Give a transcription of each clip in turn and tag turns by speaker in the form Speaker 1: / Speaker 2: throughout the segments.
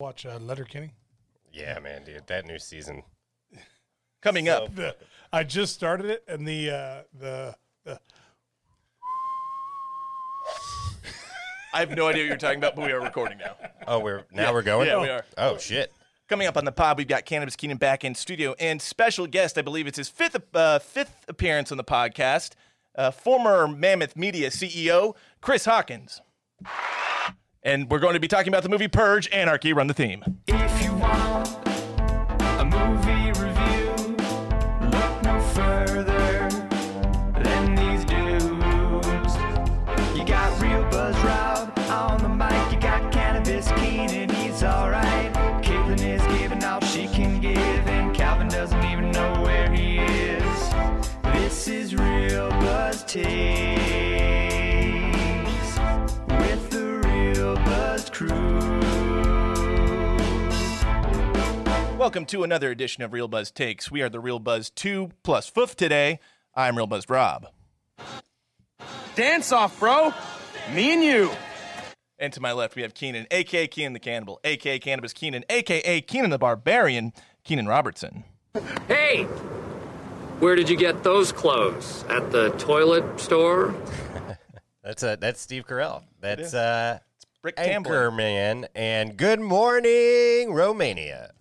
Speaker 1: Watch uh, Letterkenny.
Speaker 2: Yeah, man, dude, that new season.
Speaker 3: Coming up,
Speaker 1: The, I just started it, and the uh, the the
Speaker 3: I have no idea what you're talking about, but we are recording now.
Speaker 2: Oh, we're now we're going.
Speaker 3: Yeah, we are.
Speaker 2: Oh shit.
Speaker 3: Coming up on the pod, we've got Cannabis Keenan back in studio and special guest. I believe it's his fifth uh, fifth appearance on the podcast. Uh, former Mammoth Media CEO Chris Hawkins, and we're going to be talking about the movie Purge: Anarchy. Run the theme.
Speaker 4: If you want a movie review, look no further than these dudes. You got real Buzz Rob on the mic, you got Cannabis Keen, and he's alright. Caitlin is giving all she can give, and Calvin doesn't even know where he is. This is Real Buzz Takes with the Real Buzz Crew.
Speaker 3: Welcome to another edition of Real Buzz Takes. We are the Real Buzz Two plus Foof today. I'm Real Buzz Rob.
Speaker 5: Dance off, bro. Me and you.
Speaker 3: And to my left, we have Keenan, aka Keenan the Cannibal, aka Cannabis Keenan, aka Keenan the Barbarian, Keenan Robertson.
Speaker 6: Hey! Where did you get those clothes? At the toilet store?
Speaker 2: That's uh that's Steve Carell. That's uh
Speaker 3: Rick Campbell.
Speaker 2: Anchorman and Good Morning Romania.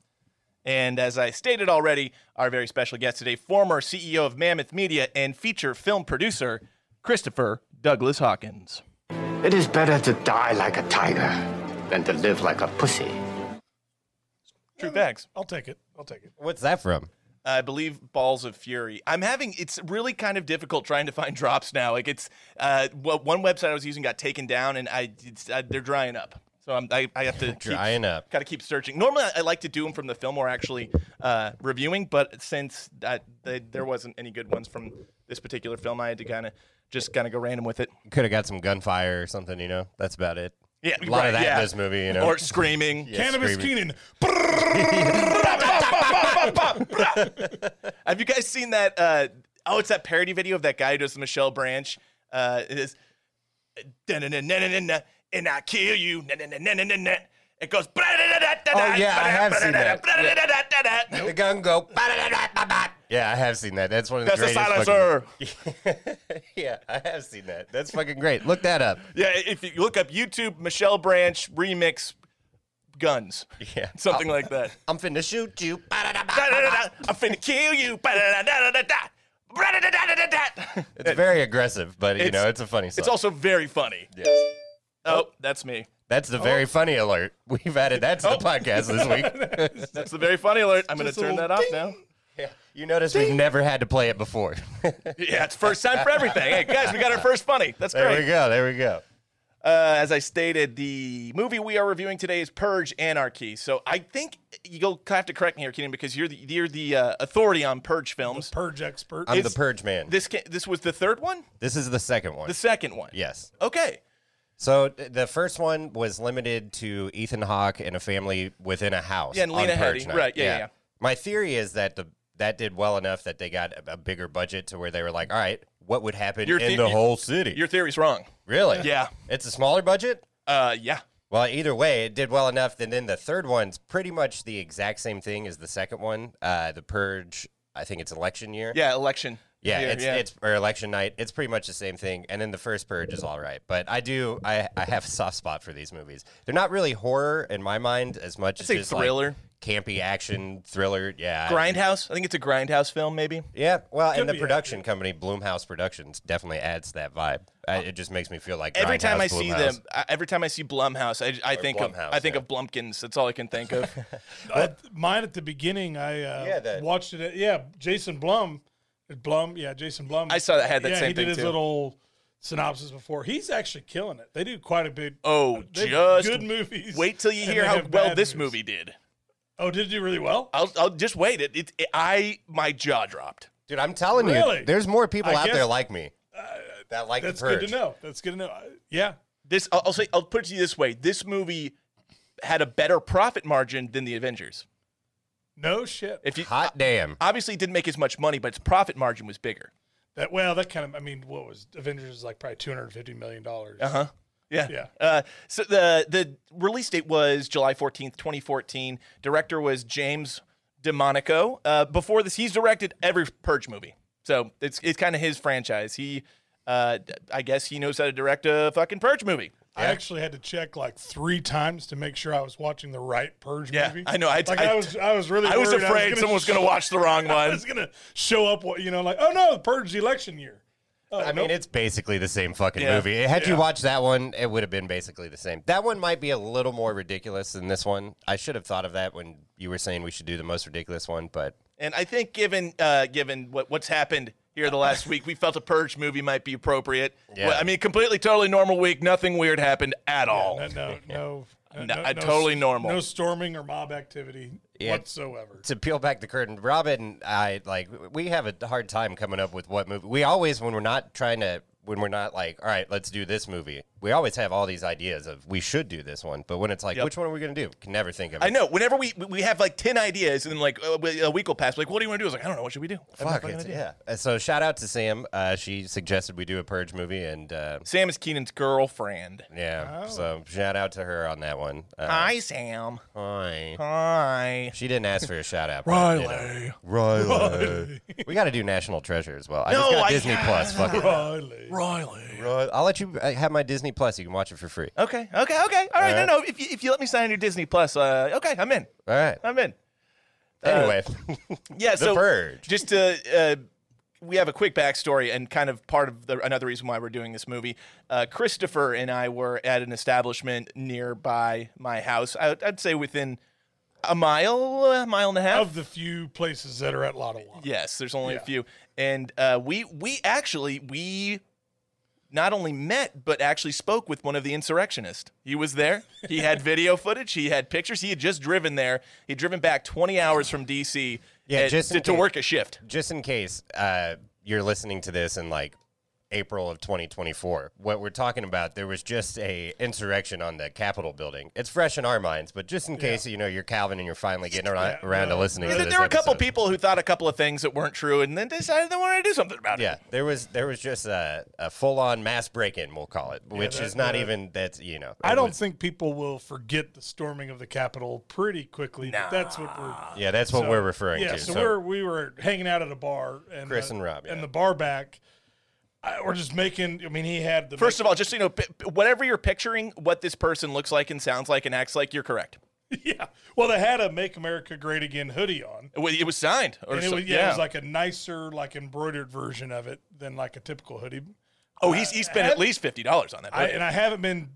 Speaker 3: And as I stated already, our very special guest today, former CEO of Mammoth Media and feature film producer, Christopher Douglas Hawkins.
Speaker 7: It is better to die like a tiger than to live like a pussy.
Speaker 3: True facts.
Speaker 1: I'll take it. I'll take it.
Speaker 2: What's that from?
Speaker 3: I believe Balls of Fury. I'm having it's really kind of difficult trying to find drops now. Like it's uh, well, one website I was using got taken down, and I, it's, uh they're drying up. So I'm, I, I have to
Speaker 2: Drying up.
Speaker 3: Got to keep searching. Normally, I, I like to do them from the film or actually uh, reviewing, but since that, they, there wasn't any good ones from this particular film, I had to kind of just kind of go random with it.
Speaker 2: Could have got some gunfire or something, you know. That's about it.
Speaker 3: Yeah,
Speaker 2: a lot
Speaker 3: right,
Speaker 2: of that
Speaker 3: yeah.
Speaker 2: in this movie, you know.
Speaker 3: Or screaming.
Speaker 1: Cannabis
Speaker 2: screaming.
Speaker 1: Keenan. Brrrr.
Speaker 3: Have you guys seen that? Uh, oh, it's that parody video of that guy who does the Michelle Branch. Uh, it is, "Da-na-na-na-na-na-na, and I kill you. na-na-na-na-na-na." It goes.
Speaker 2: Oh, yeah, I have seen that.
Speaker 3: that.
Speaker 2: The gun go. Yeah, I have seen that. That's one of the
Speaker 3: That's a
Speaker 2: greatest
Speaker 3: silencer.
Speaker 2: fucking- yeah, I have seen that. That's fucking great. Look that up.
Speaker 3: Yeah, if you look up YouTube Michelle Branch remix guns,
Speaker 2: Yeah.
Speaker 3: something like that.
Speaker 2: I'm finna shoot you.
Speaker 3: Da-da-da-da, I'm finna kill you. Ba-da-da-da-da-da. Ba-da-da-da-da-da.
Speaker 2: It's very aggressive, but you
Speaker 3: It's-
Speaker 2: know, it's a funny song.
Speaker 3: It's also very funny.
Speaker 2: Yes.
Speaker 3: Oh, that's me.
Speaker 2: That's the very funny alert. We've added that
Speaker 3: Oh.
Speaker 2: to the podcast this week.
Speaker 3: That's the very funny alert. I'm going to
Speaker 1: Just a
Speaker 3: turn
Speaker 1: little
Speaker 3: that off now.
Speaker 2: You notice we've never had to play it before.
Speaker 3: Yeah, it's first time for everything. Hey, guys, we got our first funny. That's
Speaker 2: there we
Speaker 3: great.
Speaker 2: go. There we go.
Speaker 3: Uh, as I stated, the movie we are reviewing today is Purge Anarchy. So I think you'll have to correct me here, Keenan, because you're the, you're the uh, authority on Purge films.
Speaker 1: Purge expert.
Speaker 2: I'm
Speaker 3: It's-
Speaker 2: the purge man. This,
Speaker 3: This ca- this was the third one?
Speaker 2: is the second one.
Speaker 3: The second one.
Speaker 2: yes.
Speaker 3: Okay.
Speaker 2: So th- the first one was limited to Ethan Hawke and a family within a house.
Speaker 3: Yeah, and
Speaker 2: on
Speaker 3: Lena
Speaker 2: Purge
Speaker 3: Headey.
Speaker 2: night.
Speaker 3: Right, yeah, yeah, yeah.
Speaker 2: My theory is that the that did well enough that they got a, a bigger budget to where they were like, all right, what would happen
Speaker 3: Your
Speaker 2: in
Speaker 3: the-
Speaker 2: the
Speaker 3: your-
Speaker 2: whole city?
Speaker 3: Your theory's wrong.
Speaker 2: really?
Speaker 3: Yeah.
Speaker 2: It's a smaller budget?
Speaker 3: Uh, yeah.
Speaker 2: Well, either way, it did well enough. And then the third one's pretty much the exact same thing as the second one. Uh, the Purge, I think it's election year.
Speaker 3: Yeah, election.
Speaker 2: Yeah,
Speaker 3: Year,
Speaker 2: it's it's or election night. It's pretty much the same thing. And then the first purge is all right, but I do I I have a soft spot for these movies. They're not really horror in my mind as much as
Speaker 3: say
Speaker 2: just like,
Speaker 3: thriller.
Speaker 2: campy action thriller. Yeah, I-
Speaker 3: Grindhouse. I think it's a Grindhouse film, maybe.
Speaker 2: Yeah, well, and the
Speaker 1: be
Speaker 2: production company Bloomhouse Productions definitely adds that vibe. I, it just makes me feel like
Speaker 3: Every time
Speaker 2: Grindhouse,
Speaker 3: I see
Speaker 2: Blumhouse.
Speaker 3: them, I, every time I see Blumhouse, I, I think of
Speaker 2: Blumhouse,
Speaker 3: I think
Speaker 2: yeah.
Speaker 3: of Blumpkins. That's all I can think of.
Speaker 1: Uh, mine at the beginning. I uh,
Speaker 2: Yeah, that-
Speaker 1: watched it. At, yeah, Jason Blum. Blum. Yeah, Jason Blum.
Speaker 3: I saw that had that
Speaker 1: yeah,
Speaker 3: same
Speaker 1: he
Speaker 3: thing
Speaker 1: did his
Speaker 3: too.
Speaker 1: little synopsis before. He's actually killing it. They do quite a bit.
Speaker 3: Oh,
Speaker 1: they-
Speaker 3: just
Speaker 1: good movies.
Speaker 3: Wait till you
Speaker 1: and
Speaker 3: hear
Speaker 1: they
Speaker 3: how
Speaker 1: have
Speaker 3: well
Speaker 1: bad
Speaker 3: this movie
Speaker 1: movies.
Speaker 3: did.
Speaker 1: Oh, did it do really well?
Speaker 3: I'll, I'll just wait. It, it, it- I my jaw dropped.
Speaker 2: Dude, I'm telling
Speaker 1: Really?
Speaker 2: you, there's more people
Speaker 1: I
Speaker 2: out there
Speaker 1: guess-
Speaker 2: like me that like
Speaker 1: That's
Speaker 2: the purge.
Speaker 1: good to know. That's good to know. I- Yeah,
Speaker 3: This I'll, I'll say. I'll put it to you this way: this movie had a better profit margin than the Avengers.
Speaker 1: no shit.
Speaker 3: If you
Speaker 2: Hot damn.
Speaker 3: obviously it didn't make as much money, but its profit margin was bigger.
Speaker 1: That well, that kind of. I mean, what was Avengers is like probably two hundred fifty million dollars.
Speaker 3: Uh huh. Yeah.
Speaker 1: Yeah.
Speaker 3: Uh, so the the release date was July fourteenth, twenty fourteen. Director was James DeMonico. Uh, before this, he's directed every Purge movie, so it's it's kind of his franchise. He, uh, I guess, he knows how to direct a fucking Purge movie.
Speaker 1: I actually had to check like three times to make sure I was watching the right Purge
Speaker 3: Yeah,
Speaker 1: movie.
Speaker 3: I know. I-
Speaker 1: like
Speaker 3: I-
Speaker 1: I, was, I was really.
Speaker 3: I was
Speaker 1: worried
Speaker 3: afraid someone was going to watch the wrong
Speaker 1: I
Speaker 3: one.
Speaker 1: was gonna show up. what- You know, like oh no, Purge the election year. Oh,
Speaker 2: I mean, it's basically the same fucking
Speaker 3: Yeah.
Speaker 2: movie. Had you watched that one, it would have been basically the same. That one might be a little more ridiculous than this one. I should have thought of that when you were saying we should do the most ridiculous one, but
Speaker 3: And I think, given uh, given what what's happened here the last week, we felt a Purge movie might be appropriate.
Speaker 2: Yeah.
Speaker 3: Well, I mean, completely, totally normal week. Nothing weird happened at all.
Speaker 1: no, no, no, no,
Speaker 3: Oh. No, I- totally normal.
Speaker 1: No storming or mob activity
Speaker 2: Yeah.
Speaker 1: whatsoever.
Speaker 2: to peel back the curtain, Robin and I like we have a hard time coming up with what movie. We always when we're not trying to when we're not like, all right, let's do this movie. We always have all these ideas of we should do this one, but when it's like,
Speaker 3: Yep.
Speaker 2: which one are we gonna do? Can never think of.
Speaker 3: I
Speaker 2: it.
Speaker 3: know. Whenever we we have like ten ideas, and then like uh, we- a week will pass. Like, what do you want to do? I was like, I don't know. What should we do? I have no
Speaker 2: Fuck
Speaker 3: fucking
Speaker 2: it's,
Speaker 3: idea.
Speaker 2: yeah. Uh, So shout out to Sam. Uh, she suggested we do a purge movie, and uh,
Speaker 3: Sam is Keenan's girlfriend.
Speaker 2: yeah. So shout out to her on that one. Uh,
Speaker 3: Oh. Hi, Sam.
Speaker 2: hi.
Speaker 3: Hi.
Speaker 2: She didn't ask for a shout out. but,
Speaker 1: Riley,
Speaker 2: you know. Riley. we got to do National Treasure as well. I just
Speaker 3: No,
Speaker 2: got
Speaker 3: I-
Speaker 2: Disney Plus. Fuck it.
Speaker 1: Riley.
Speaker 3: Riley.
Speaker 2: Ri- I'll let you uh, have my Disney Plus. You can watch it for free.
Speaker 3: Okay. Okay. Okay. All right. No. No. If you, if you let me sign your Disney Plus, uh, okay, I'm in.
Speaker 2: All right.
Speaker 3: I'm in.
Speaker 2: Anyway,
Speaker 3: Yeah.
Speaker 2: The
Speaker 3: so
Speaker 2: Purge.
Speaker 3: just to. Uh, we have a quick backstory and kind of part of the, another reason why we're doing this movie. Uh, Christopher and I were at an establishment nearby my house. I, I'd say within a mile, a mile and a half
Speaker 1: Of the few places that are at Lotta Lotta.
Speaker 3: Yes, there's only a
Speaker 1: Yeah.
Speaker 3: few, and uh, we we actually we not only met but actually spoke with one of the insurrectionists. He was there. He had video footage. He had pictures. He had just driven there. He'd driven back 20 hours from DC.
Speaker 2: Yeah,
Speaker 3: at-
Speaker 2: just
Speaker 3: to,
Speaker 2: in
Speaker 3: to
Speaker 2: case.
Speaker 3: work a shift.
Speaker 2: just in case uh, you're listening to this in like April of 2024, what we're talking about, there was just a insurrection on the Capitol building. It's fresh in our minds, but just in case you know you're Calvin and you're finally getting around, around to listening to
Speaker 3: There,
Speaker 2: this,
Speaker 3: there were a couple
Speaker 2: episode.
Speaker 3: people who thought a couple of things that weren't true, and then decided they wanted to do something about it.
Speaker 2: Yeah, there was there was just a, a full on mass break in, we'll call it, which is not even that's you know.
Speaker 1: I
Speaker 2: it
Speaker 1: don't
Speaker 2: was-
Speaker 1: think people will forget the storming of the Capitol pretty quickly. but That's what we're.
Speaker 2: Yeah, that's what
Speaker 1: so-
Speaker 2: we're referring
Speaker 1: yeah,
Speaker 2: to.
Speaker 1: so, we're we were hanging out at a bar and
Speaker 2: Chris
Speaker 1: the-
Speaker 2: and Rob, yeah.
Speaker 1: and the bar back. I, we're just making. I mean, he had the
Speaker 3: First of all, just so you know, pi- pi- whatever you're picturing, what this person looks like and sounds like and acts like, you're correct.
Speaker 1: yeah. Well, they had a "Make America Great Again" hoodie on.
Speaker 3: It wa- it was signed, or
Speaker 1: And it
Speaker 3: so-
Speaker 1: was, yeah, it was like a nicer, like embroidered version of it than like a typical hoodie.
Speaker 3: oh, he's he spent at
Speaker 1: had-
Speaker 3: least fifty dollars on that.
Speaker 1: I,
Speaker 3: hoodie.
Speaker 1: and I haven't been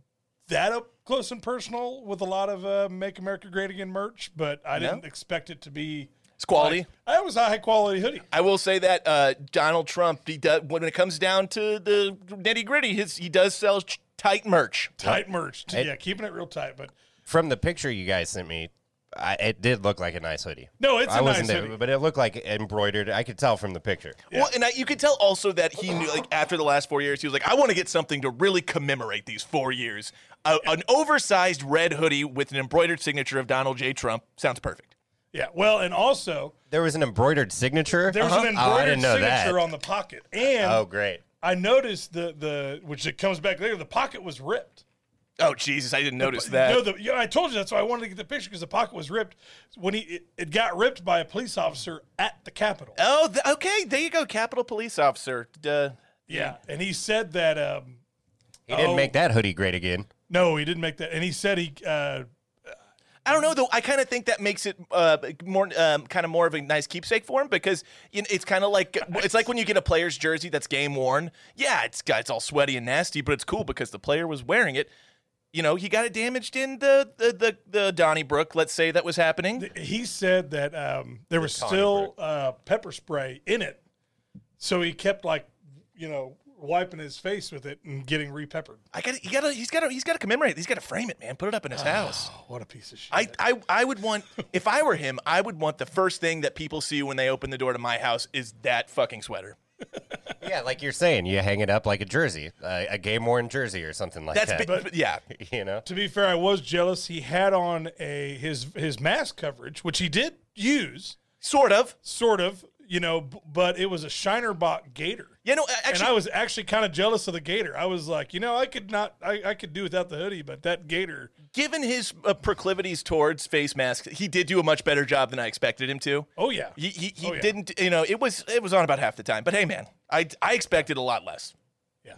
Speaker 1: that up close and personal with a lot of uh, "Make America Great Again" merch, but I didn't expect it to be.
Speaker 3: It's quality.
Speaker 1: I was a high quality hoodie.
Speaker 3: I will say that uh, Donald Trump, he does, when it comes down to the nitty gritty, his he does sell ch- tight merch.
Speaker 1: tight merch. yeah, keeping it real tight. But
Speaker 2: from the picture you guys sent me, I, it did look like a nice hoodie.
Speaker 1: No, it's
Speaker 2: I
Speaker 1: a
Speaker 2: wasn't
Speaker 1: nice
Speaker 2: there,
Speaker 1: hoodie.
Speaker 2: but it looked like embroidered. I could tell from the picture.
Speaker 3: Well, and I, you could tell also that he knew, like after the last four years, he was like, I want to get something to really commemorate these four years. A, an oversized red hoodie with an embroidered signature of Donald J. Trump sounds perfect.
Speaker 1: yeah, well, and also
Speaker 2: There was an embroidered signature.
Speaker 1: there was an
Speaker 2: Oh, I
Speaker 1: embroidered
Speaker 2: didn't know
Speaker 1: signature
Speaker 2: that.
Speaker 1: on the pocket, and
Speaker 2: oh, great.
Speaker 1: I noticed the the which it comes back later. The pocket was ripped.
Speaker 3: Oh Jesus, I didn't notice
Speaker 1: No,
Speaker 3: that.
Speaker 1: the, yeah, I told you that's why I wanted to get the picture because the pocket was ripped when he it, it got ripped by a police officer at the Capitol.
Speaker 2: Uh,
Speaker 3: Oh, th- okay. There you go, Capitol Police Officer. Duh.
Speaker 1: Yeah, and he said that um,
Speaker 2: He didn't
Speaker 1: Oh.
Speaker 2: make that hoodie great again.
Speaker 1: no, he didn't make that, and he said he uh,
Speaker 3: I don't know though. I kind of think that makes it uh, more, um, kind of more of a nice keepsake for him because you know, it's kind of like it's like when you get a player's jersey that's game worn. Yeah, it's got it's all sweaty and nasty, but it's cool because the player was wearing it. You know, he got it damaged in the the the, the Donnybrook. Let's say that was happening.
Speaker 1: he said that um, there was still uh, pepper spray in it, so he kept like you know wiping his face with it and getting repeppered.
Speaker 3: I got. You got to. He's got to. He's got to commemorate. it. He's got to frame it, man. Put it up in his house.
Speaker 1: What a piece of shit.
Speaker 3: I, I, I would want if I were him, I would want the first thing that people see when they open the door to my house is that fucking sweater.
Speaker 2: Yeah, like you're saying, you hang it up like a jersey, uh, a game worn jersey or something like
Speaker 3: That's
Speaker 2: that.
Speaker 3: big, but yeah.
Speaker 2: you know,
Speaker 1: to be fair, I was jealous. He had on a his his mask coverage, which he did use,
Speaker 3: Sort of.
Speaker 1: sort of, you know, b- but it was a Shinerbach Gator.
Speaker 3: You know, actually
Speaker 1: and I was actually kind of jealous of the gator. I was like, you know, I could not, I, I could do without the hoodie, but that gator.
Speaker 3: given his uh, proclivities towards face masks, he did do a much better job than I expected him to.
Speaker 1: Oh yeah,
Speaker 3: He, he, he
Speaker 1: Oh, yeah.
Speaker 3: didn't, you know, it was it was on about half the time. But hey, man, I, I expected a lot less.
Speaker 1: yeah.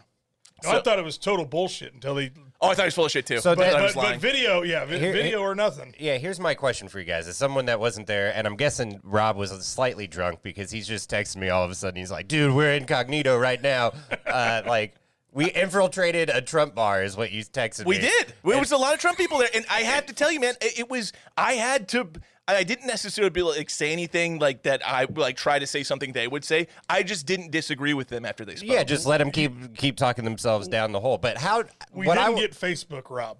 Speaker 1: No, I
Speaker 3: So-
Speaker 1: thought it was total bullshit until he.
Speaker 3: Oh, I thought he was full of shit too.
Speaker 2: So
Speaker 3: I thought
Speaker 2: that-
Speaker 3: he
Speaker 1: But,
Speaker 3: was
Speaker 1: but
Speaker 3: lying.
Speaker 1: video, yeah, vi-
Speaker 2: Here-
Speaker 1: video or nothing.
Speaker 2: yeah. Here's my question for you guys: As someone that wasn't there, and I'm guessing Rob was slightly drunk because he's just texting me all of a sudden. He's like, "Dude, we're incognito right now." uh, like, we infiltrated a Trump bar, is what you texted
Speaker 3: we
Speaker 2: me.
Speaker 3: did. It was a lot of Trump people there, and I had to tell you, man, it, it was. I had to. I didn't necessarily be like say anything like that. I like try to say something they would say. I just didn't disagree with them after they spoke.
Speaker 2: Yeah, just let them keep keep talking themselves down the hole. But how?
Speaker 1: We
Speaker 2: what I
Speaker 1: didn't
Speaker 2: w-
Speaker 1: get Facebook, Rob.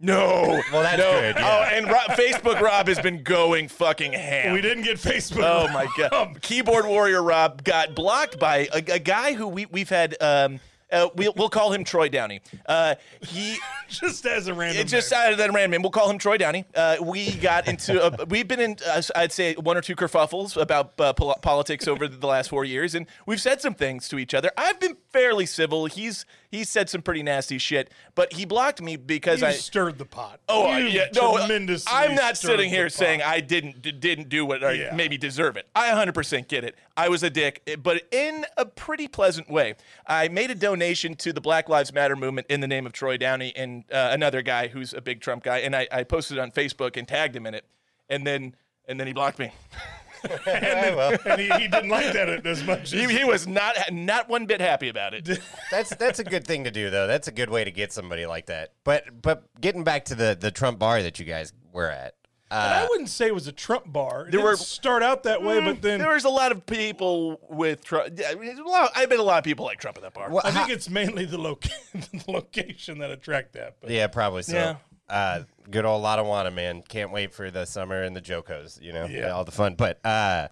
Speaker 3: no.
Speaker 2: Well, that's
Speaker 3: no.
Speaker 2: good, yeah.
Speaker 3: Oh, and Rob, Facebook Rob has been going fucking ham.
Speaker 1: We didn't get Facebook.
Speaker 3: Oh
Speaker 1: Rob.
Speaker 3: my god! Keyboard warrior Rob got blocked by a, a guy who we we've had. Um, uh, we'll, we'll call him Troy Downey. Uh, he
Speaker 1: Just as a random.
Speaker 3: it just uh,
Speaker 1: name.
Speaker 3: out of that random. We'll call him Troy Downey. Uh, we got into a, we've been in uh, I'd say one or two kerfuffles about uh, pol- politics over the last four years, and we've said some things to each other. I've been fairly civil. He's he's said some pretty nasty shit, but he blocked me because
Speaker 1: you
Speaker 3: I
Speaker 1: stirred the pot.
Speaker 3: Oh,
Speaker 1: You
Speaker 3: I- yeah, no,
Speaker 1: tremendously
Speaker 3: I'm not
Speaker 1: stirred
Speaker 3: sitting here
Speaker 1: the
Speaker 3: saying
Speaker 1: pot.
Speaker 3: I didn't d- didn't do what I
Speaker 1: Yeah.
Speaker 3: maybe deserve it. I 100% get it. I was a dick, eh, but in a pretty pleasant way. I made a donation to the Black Lives Matter movement in the name of Troy Downey and uh, another guy who's a big Trump guy, and I, I posted it on Facebook and tagged him in it, and then and then he blocked me.
Speaker 2: Yeah, well,
Speaker 1: and he, he didn't like that as much.
Speaker 3: He,
Speaker 1: as-
Speaker 3: he was not not one bit happy about it.
Speaker 2: that's that's a good thing to do though. That's a good way to get somebody like that. But but getting back to the the Trump bar that you guys were at.
Speaker 1: I wouldn't say it was a Trump
Speaker 3: uh,
Speaker 1: bar. It
Speaker 3: There
Speaker 1: didn't
Speaker 3: were- Mm,
Speaker 1: start out that way, but then
Speaker 3: there was a lot of people with Trump. Yeah, I mean, there's a lot- I bet a lot of people like Trump at that bar.
Speaker 2: Well,
Speaker 1: I think
Speaker 2: how-
Speaker 1: it's mainly the, loca- the location that attract that. But
Speaker 2: yeah, probably so.
Speaker 3: Yeah.
Speaker 2: Uh, good old Lotawana, man. Can't wait for the summer and the Jocos. You know,
Speaker 1: Yeah.
Speaker 2: all the fun. But uh,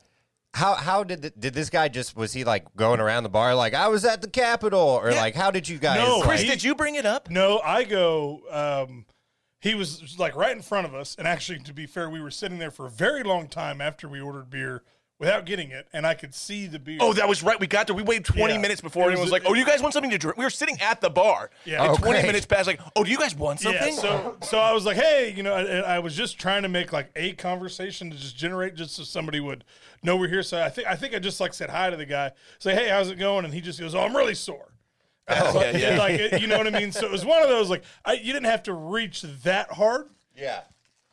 Speaker 2: how how did the, did this guy just was he like going around the bar like I was at the Capitol or like how did you guys?
Speaker 1: No,
Speaker 2: like-
Speaker 3: Chris,
Speaker 1: he-
Speaker 3: did you bring it up?
Speaker 1: No, I go. Um, he was like right in front of us, and actually, to be fair, we were sitting there for a very long time after we ordered beer without getting it, and I could see the beer.
Speaker 3: Oh, that was right. We got there. We waited 20
Speaker 1: Yeah.
Speaker 3: minutes before
Speaker 1: It
Speaker 3: anyone was,
Speaker 1: was-
Speaker 3: like, "Oh, you guys want something to drink?" We were sitting at the bar.
Speaker 1: Yeah.
Speaker 3: And
Speaker 1: Oh,
Speaker 3: 20
Speaker 2: great.
Speaker 3: minutes passed. Like, "Oh, do you guys want
Speaker 1: Yeah,
Speaker 3: something?"
Speaker 1: so so I was like, hey, you know, and I was just trying to make like a conversation to just generate, just so somebody would know we're here. So I think I think I just like said hi to the guy, say, hey, how's it going? And he just goes, oh, I'm really sore.
Speaker 3: Oh, yeah, yeah.
Speaker 1: like it- you know what I mean. So it was one of those like I, you didn't have to reach that hard.
Speaker 2: yeah.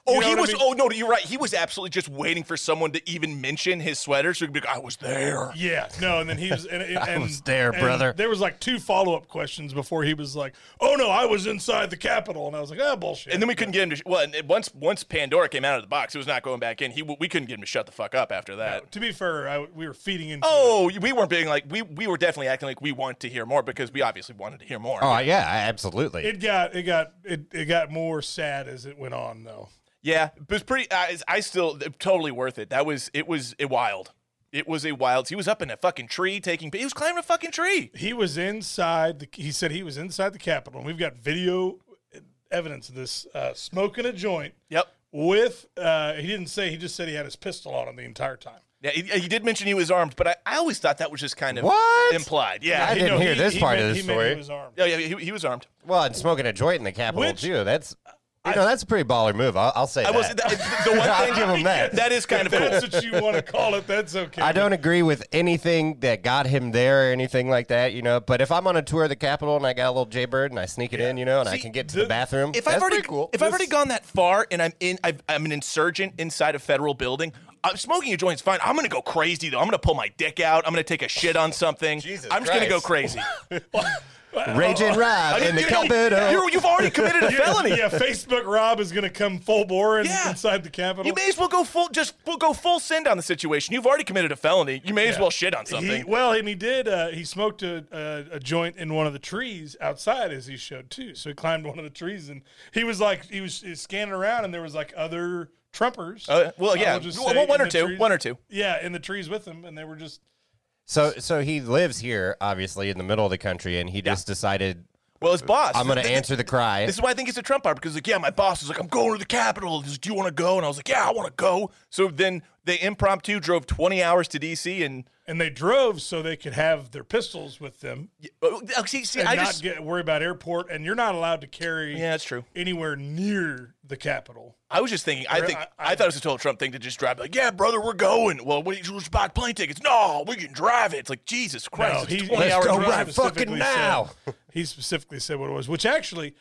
Speaker 3: oh,
Speaker 1: you know
Speaker 3: he
Speaker 1: what I
Speaker 3: was.
Speaker 1: mean?
Speaker 3: Oh no, you're right. He was absolutely just waiting for someone to even mention his sweater, so he'd be like, "I was there."
Speaker 1: Yeah, no, and then he was and, and
Speaker 2: I
Speaker 1: and-
Speaker 2: was there,
Speaker 1: and
Speaker 2: brother.
Speaker 1: There was like two follow up questions before he was like, "Oh no, I was inside the Capitol," and I was like, "Ah, bullshit."
Speaker 3: And then we couldn't get him to. Sh- well, and it- once once Pandora came out of the box, it was not going back in. He we couldn't get him to shut the fuck up after that.
Speaker 1: to be fair, I, we were feeding into.
Speaker 3: Oh, we weren't being like we we were definitely acting like we want to hear more because we obviously wanted to hear more.
Speaker 2: Oh yeah, absolutely.
Speaker 1: it. It got it got it, it got more sad as it went on, though.
Speaker 3: Yeah, it was pretty. I, I still totally worth it. That was it was a wild. It was a wild. He was up in a fucking tree taking. He was climbing a fucking tree.
Speaker 1: He was inside. The, he said he was inside the Capitol, and we've got video evidence of this uh, smoking a joint
Speaker 3: Yep.
Speaker 1: with. Uh, he didn't say. He just said he had his pistol on him the entire time.
Speaker 3: Yeah, he, he did mention he was armed, but I, I always thought that was just kind of
Speaker 2: What?
Speaker 3: implied.
Speaker 2: I
Speaker 3: Yeah.
Speaker 1: He-
Speaker 2: didn't
Speaker 1: no,
Speaker 2: hear
Speaker 1: he-
Speaker 2: this
Speaker 1: he
Speaker 2: part
Speaker 1: meant-
Speaker 2: of the
Speaker 1: he meant
Speaker 2: story.
Speaker 1: he was armed.
Speaker 3: Oh, yeah, he, he was armed.
Speaker 2: Well, and smoking a joint in the Capitol
Speaker 1: Which-
Speaker 2: too. That's you know that's a pretty baller move. I'll, I'll say
Speaker 3: I
Speaker 2: that.
Speaker 3: was the, the one
Speaker 2: I'll
Speaker 3: thing.
Speaker 2: give him that.
Speaker 3: That is kind of
Speaker 1: If
Speaker 3: cool.
Speaker 1: That's what you want to call it. That's okay.
Speaker 2: I don't agree with anything that got him there or anything like that, you know. But if I'm on a tour of the Capitol and I got a little Jaybird and I sneak it in, you know, and I
Speaker 3: See,
Speaker 2: can get to
Speaker 1: the-
Speaker 2: the bathroom,
Speaker 3: If
Speaker 2: that's
Speaker 3: I've already
Speaker 2: pretty cool.
Speaker 3: if I've already gone that far and I'm in I've, I'm an insurgent inside a federal building, I'm smoking a joint's fine. I'm gonna go crazy though. I'm gonna pull my dick out. I'm gonna take a shit on something.
Speaker 2: Jesus
Speaker 3: I'm just gonna go
Speaker 2: Christ.
Speaker 3: crazy. Oh.
Speaker 2: Raging Rob in the
Speaker 3: You know,
Speaker 2: Capitol.
Speaker 3: you're- You've already committed a felony.
Speaker 1: uh, Yeah, Facebook Rob is going to come full bore in,
Speaker 3: Yeah.
Speaker 1: inside the Capitol.
Speaker 3: You may as well go full just we'll go full send on the situation. You've already committed a felony. You may as
Speaker 1: Yeah.
Speaker 3: well shit on something.
Speaker 1: He, well, and he did. Uh, he smoked a, a, a joint in one of the trees outside, as he showed too. So he climbed one of the trees, and he was like, he was, he was scanning around, and there was like other Trumpers.
Speaker 3: Uh, well,
Speaker 1: I
Speaker 3: yeah.
Speaker 1: will just
Speaker 3: Well,
Speaker 1: say,
Speaker 3: one
Speaker 1: in
Speaker 3: or
Speaker 1: the
Speaker 3: two,
Speaker 1: trees-
Speaker 3: one or two.
Speaker 1: Yeah, in the trees with him, and they were just.
Speaker 2: So, so he lives here, obviously, in the middle of the country, and he just decided,
Speaker 3: Well, his boss.
Speaker 2: I'm going to
Speaker 3: th-
Speaker 2: answer the cry.
Speaker 3: This is why I think he's a Trump hire because like, yeah, my boss was like, I'm going to the Capitol. He's like, Do you want to go? And I was like, Yeah, I want to go. So then they impromptu drove 20 hours to DC and
Speaker 1: And they drove so they could have their pistols with them
Speaker 3: Oh, see, see,
Speaker 1: and
Speaker 3: I
Speaker 1: not
Speaker 3: just
Speaker 1: get, worry about airport. And you're not allowed to carry
Speaker 3: yeah, that's true.
Speaker 1: anywhere near the Capitol.
Speaker 3: I was just thinking. I think I,
Speaker 1: I-
Speaker 3: thought it was a total Trump thing to just drive. Like, yeah, brother, we're going. Well, what do you just buy plane tickets? No, we can drive it. It's like Jesus Christ. it's
Speaker 1: he-
Speaker 3: 20
Speaker 2: Let's
Speaker 3: hours
Speaker 2: go
Speaker 3: drive.
Speaker 2: right
Speaker 1: specifically
Speaker 2: fucking now.
Speaker 1: said- he specifically said what it was, which actually,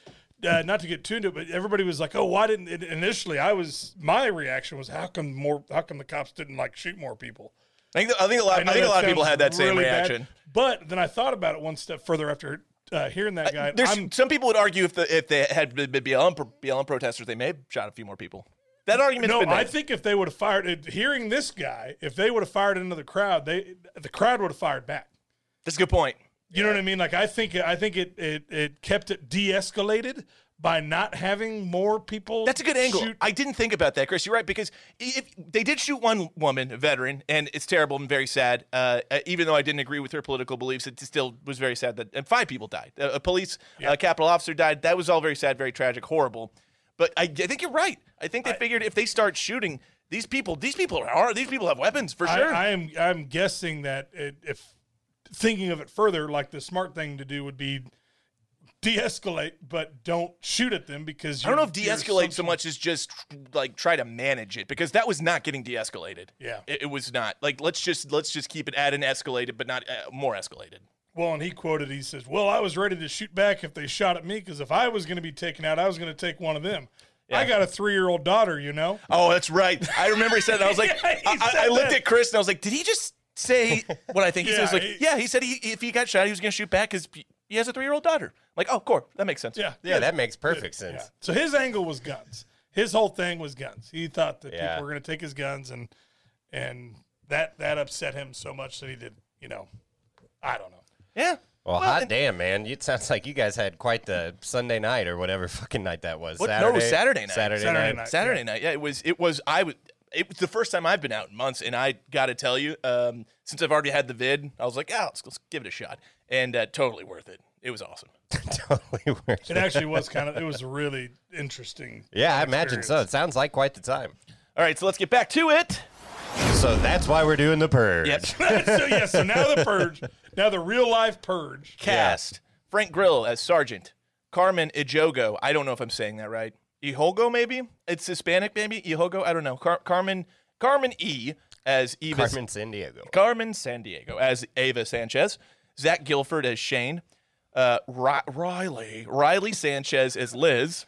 Speaker 1: uh, not to get too into it, but everybody was like, "Oh, why didn't?" It, initially, I was my reaction was, "How come more? How come the cops didn't like shoot more people?"
Speaker 3: I think, I think a lot. I,
Speaker 1: know
Speaker 3: think a
Speaker 1: that
Speaker 3: lot of people
Speaker 1: sounds
Speaker 3: had that same
Speaker 1: really bad,
Speaker 3: reaction.
Speaker 1: but then I thought about it one step further after uh, hearing that guy.
Speaker 3: There's
Speaker 1: I'm-
Speaker 3: some people would argue if the if they had been been BLM pro- BLM protesters, they may have shot a few more people. That argument's
Speaker 1: no,
Speaker 3: been made.
Speaker 1: I think if they would have fired, it- hearing this guy, if they would have fired into the crowd, they the crowd would have fired back.
Speaker 3: that's a good point.
Speaker 1: You know what I mean? Like I think I think it it, it kept it de-escalated by not having more people.
Speaker 3: That's a good angle.
Speaker 1: shoot
Speaker 3: I didn't think about that, Chris. You're right because i- if they did shoot one woman, a veteran, and it's terrible and very sad. Uh, uh, even though I didn't agree with her political beliefs, it still was very sad that and five people died. A, a police uh, capital officer died. That was all very sad, very tragic, horrible. But I, I think you're right. I think they figured if they start shooting these people, these people are these people have weapons for
Speaker 1: I,
Speaker 3: sure.
Speaker 1: I am I'm guessing that it, if thinking of it further, like the smart thing to do would be de-escalate, but don't shoot at them because
Speaker 3: I don't know if
Speaker 1: your
Speaker 3: de-escalate so
Speaker 1: assumption-
Speaker 3: much as just like try to manage it because that was not getting de-escalated.
Speaker 1: Yeah.
Speaker 3: it, it was not. Like let's just let's just keep it at an escalated, but not uh, more escalated.
Speaker 1: Well, and he quoted, he says, "Well, I was ready to shoot back if they shot at me because if I was going to be taken out, I was going to take one of them. I got a three-year-old daughter, you know."
Speaker 3: Oh, that's right. I remember he said that. I was like,
Speaker 1: Yeah, he
Speaker 3: I, I-
Speaker 1: said
Speaker 3: I looked
Speaker 1: that.
Speaker 3: at Chris and I was like, did he just say what I think he
Speaker 1: Yeah,
Speaker 3: says? Like,
Speaker 1: he-
Speaker 3: yeah, he said he, if he got shot, he was going to shoot back because he has a three year old daughter. Like, oh, cool, that makes sense.
Speaker 1: Yeah,
Speaker 2: yeah, that makes perfect sense.
Speaker 1: Yeah. So his angle was guns. His whole thing was guns. He thought that
Speaker 2: Yeah.
Speaker 1: people were going to take his guns, and and that that upset him so much that he did. You know, I don't know.
Speaker 3: yeah.
Speaker 2: Well, hot damn, man! It sounds like you guys had quite the Sunday night or whatever fucking night that was.
Speaker 3: What? No, it was Saturday night.
Speaker 2: Saturday,
Speaker 1: Saturday
Speaker 2: night.
Speaker 1: night.
Speaker 3: Saturday night. Yeah, it was. It was. I was. It was the first time I've been out in months, and I got to tell you, um, since I've already had the vid, I was like, oh, let's, let's give it a shot, and uh, totally worth it. It was awesome.
Speaker 2: totally worth
Speaker 1: It
Speaker 2: it.
Speaker 1: actually was kind of. It was really interesting.
Speaker 2: Yeah, I imagine so. It sounds like quite the time.
Speaker 3: All right, so let's get back to it.
Speaker 2: So that's why we're doing the purge.
Speaker 3: Yep.
Speaker 1: so yeah. So now the purge. Now the real life purge.
Speaker 3: cast Frank Grill as Sergeant, Carmen Ejogo. I don't know if I'm saying that right. Ihogo, maybe it's Hispanic, maybe Ihogo. I don't know. Car- Carmen Carmen E as Eva.
Speaker 2: Carmen San Diego.
Speaker 3: Carmen San Diego as Ava Sanchez, Zach Gilford as Shane, uh, Ri- Riley Riley Sanchez as Liz,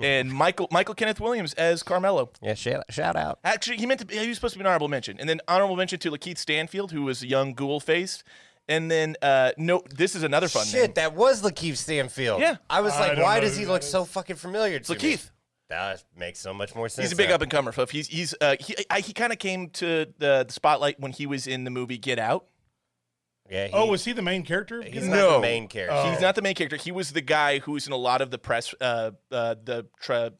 Speaker 3: and Michael Michael Kenneth Williams as Carmelo.
Speaker 2: Yeah, shout, shout out.
Speaker 3: Actually, he meant to. Be, he was supposed to be an honorable mention, and then honorable mention to Lakeith Stanfield, who was young ghoul faced, and then uh, no, this is another fun name.
Speaker 2: Shit, that was Lakeith Stanfield.
Speaker 3: Yeah.
Speaker 2: I was
Speaker 1: I
Speaker 2: like,
Speaker 1: don't
Speaker 2: why
Speaker 1: know
Speaker 2: does
Speaker 1: who
Speaker 2: he
Speaker 1: that
Speaker 2: look
Speaker 1: is.
Speaker 2: so fucking familiar to
Speaker 3: It's Lakeith.
Speaker 2: me? That makes so much more sense.
Speaker 3: He's a big
Speaker 2: now.
Speaker 3: up and comer, Fluff. He's he's uh, he I, he kind of came to the, the spotlight when he was in the movie Get Out.
Speaker 2: Yeah, he,
Speaker 1: Oh, was he the main character?
Speaker 2: he's
Speaker 1: Get
Speaker 2: not
Speaker 3: No. Oh.
Speaker 2: the main character.
Speaker 1: Oh.
Speaker 3: He's not the main character. He was the guy who's in a lot of the press, uh, uh, the tra-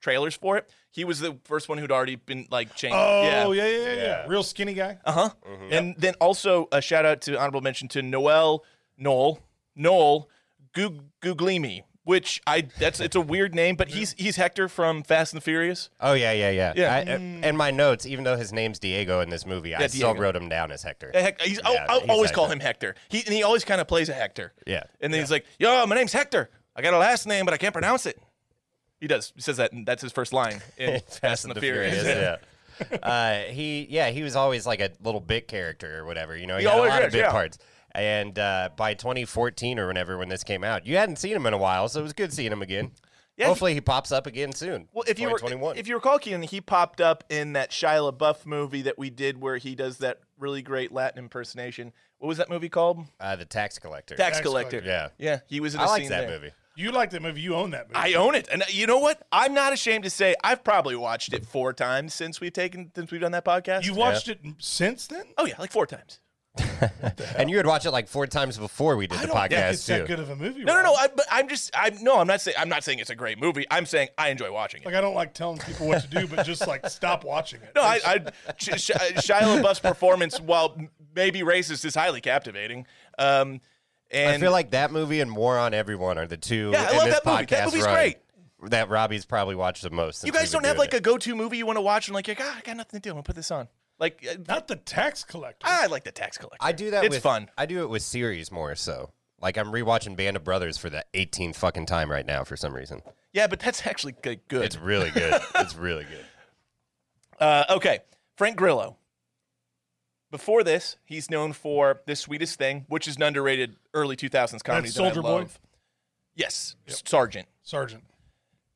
Speaker 3: trailers for it. He was the first one who'd already been like changed.
Speaker 1: Out? Oh yeah. Mm-hmm. Yeah, yeah, yeah,
Speaker 2: Yeah.
Speaker 1: Real skinny guy.
Speaker 3: Uh huh. And then also a shout out to honorable mention to Noel Noel Noel Goog- Googlimi, which I that's it's a weird name, but he's he's Hector from Fast and the Furious.
Speaker 2: Oh yeah, yeah, yeah.
Speaker 3: Yeah.
Speaker 2: I, and my notes, even though his name's Diego in this movie, I still
Speaker 3: Diego.
Speaker 2: wrote him down as Hector.
Speaker 3: Uh, Hec- he's, I'll,
Speaker 2: Yeah,
Speaker 3: I'll
Speaker 2: he's
Speaker 3: always call
Speaker 2: Hector.
Speaker 3: him Hector. He and he always kind of plays a Hector.
Speaker 2: Yeah.
Speaker 3: And then he's like, "Yo, my name's Hector. I got a last name, but I can't pronounce it." He does. He says that, and that's his first line in Fast and the Furious.
Speaker 2: yeah. uh, he, yeah, he was always like a little bit character or whatever. You know, he,
Speaker 3: He
Speaker 2: had a
Speaker 3: always
Speaker 2: lot of
Speaker 3: is,
Speaker 2: bit
Speaker 3: yeah.
Speaker 2: parts. And uh, by 2014 or whenever, when this came out, you hadn't seen him in a while, so it was good seeing him again.
Speaker 3: Yeah, if-
Speaker 2: Hopefully, he pops up again soon.
Speaker 3: Well, if you were,
Speaker 2: 2021.
Speaker 3: if you recall, Keenan, he popped up in that Shia LaBeouf movie that we did, where he does that really great Latin impersonation. What was that movie called?
Speaker 2: uh, the tax collector.
Speaker 3: Tax,
Speaker 1: Tax
Speaker 3: Collector.
Speaker 2: Collector.
Speaker 3: yeah, he was in.
Speaker 2: I
Speaker 3: a
Speaker 2: like
Speaker 3: scene
Speaker 2: that
Speaker 3: there.
Speaker 2: movie.
Speaker 1: You like that movie? You own that movie?
Speaker 3: I own it, and uh, you know what? I'm not ashamed to say I've probably watched it four times since we've taken since we've done that podcast.
Speaker 1: You watched it m- since then?
Speaker 3: oh yeah, like four times.
Speaker 2: And you would watch it like four times before we did the
Speaker 1: I don't think
Speaker 2: podcast
Speaker 1: it's
Speaker 2: too.
Speaker 1: that good of a movie.
Speaker 3: No, no,
Speaker 1: Rob.
Speaker 3: no. I, but I'm just, I'm no, I'm not saying I'm not saying it's a great movie. I'm saying I enjoy watching it.
Speaker 1: Like I don't like telling people what to do, but just like stop watching it.
Speaker 3: No, I, I Sh- Sh- Shia LaBeouf's performance, while m- maybe racist, is highly captivating. Um, and
Speaker 2: I feel like that movie and War on Everyone are the two.
Speaker 3: Yeah, I
Speaker 2: in
Speaker 3: love
Speaker 2: this
Speaker 3: that movie. That
Speaker 2: podcast
Speaker 3: movie's
Speaker 2: run
Speaker 3: great.
Speaker 2: That Robbie's probably watched the most.
Speaker 3: You guys don't have like a go-to movie you want to watch and like, you're like, ah, I got nothing to do. I'm gonna put this on. Like, uh,
Speaker 1: not the tax collector.
Speaker 3: I like the tax collector.
Speaker 2: I do that.
Speaker 3: It's
Speaker 2: with,
Speaker 3: fun.
Speaker 2: I do it with series more so. Like I'm rewatching Band of Brothers for the 18th fucking time right now for some reason.
Speaker 3: Yeah, but that's actually good. good.
Speaker 2: It's really good. it's really good.
Speaker 3: Uh, okay, Frank Grillo. Before this, he's known for The Sweetest Thing, which is an underrated early 2000s comedy.
Speaker 1: That's
Speaker 3: that I
Speaker 1: Soldier Boy?
Speaker 3: love. Yes, Sergeant.
Speaker 1: Sergeant.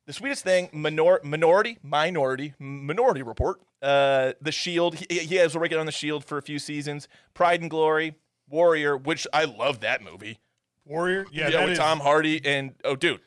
Speaker 3: The Sweetest Thing, minor- Minority, Minority, Minority Report, uh, The Shield. He, he has working on The Shield for a few seasons. Pride and Glory, Warrior, which I love that movie.
Speaker 1: Warrior. Yeah,
Speaker 3: Yeah,
Speaker 1: that
Speaker 3: with
Speaker 1: is-
Speaker 3: Tom Hardy and oh, dude,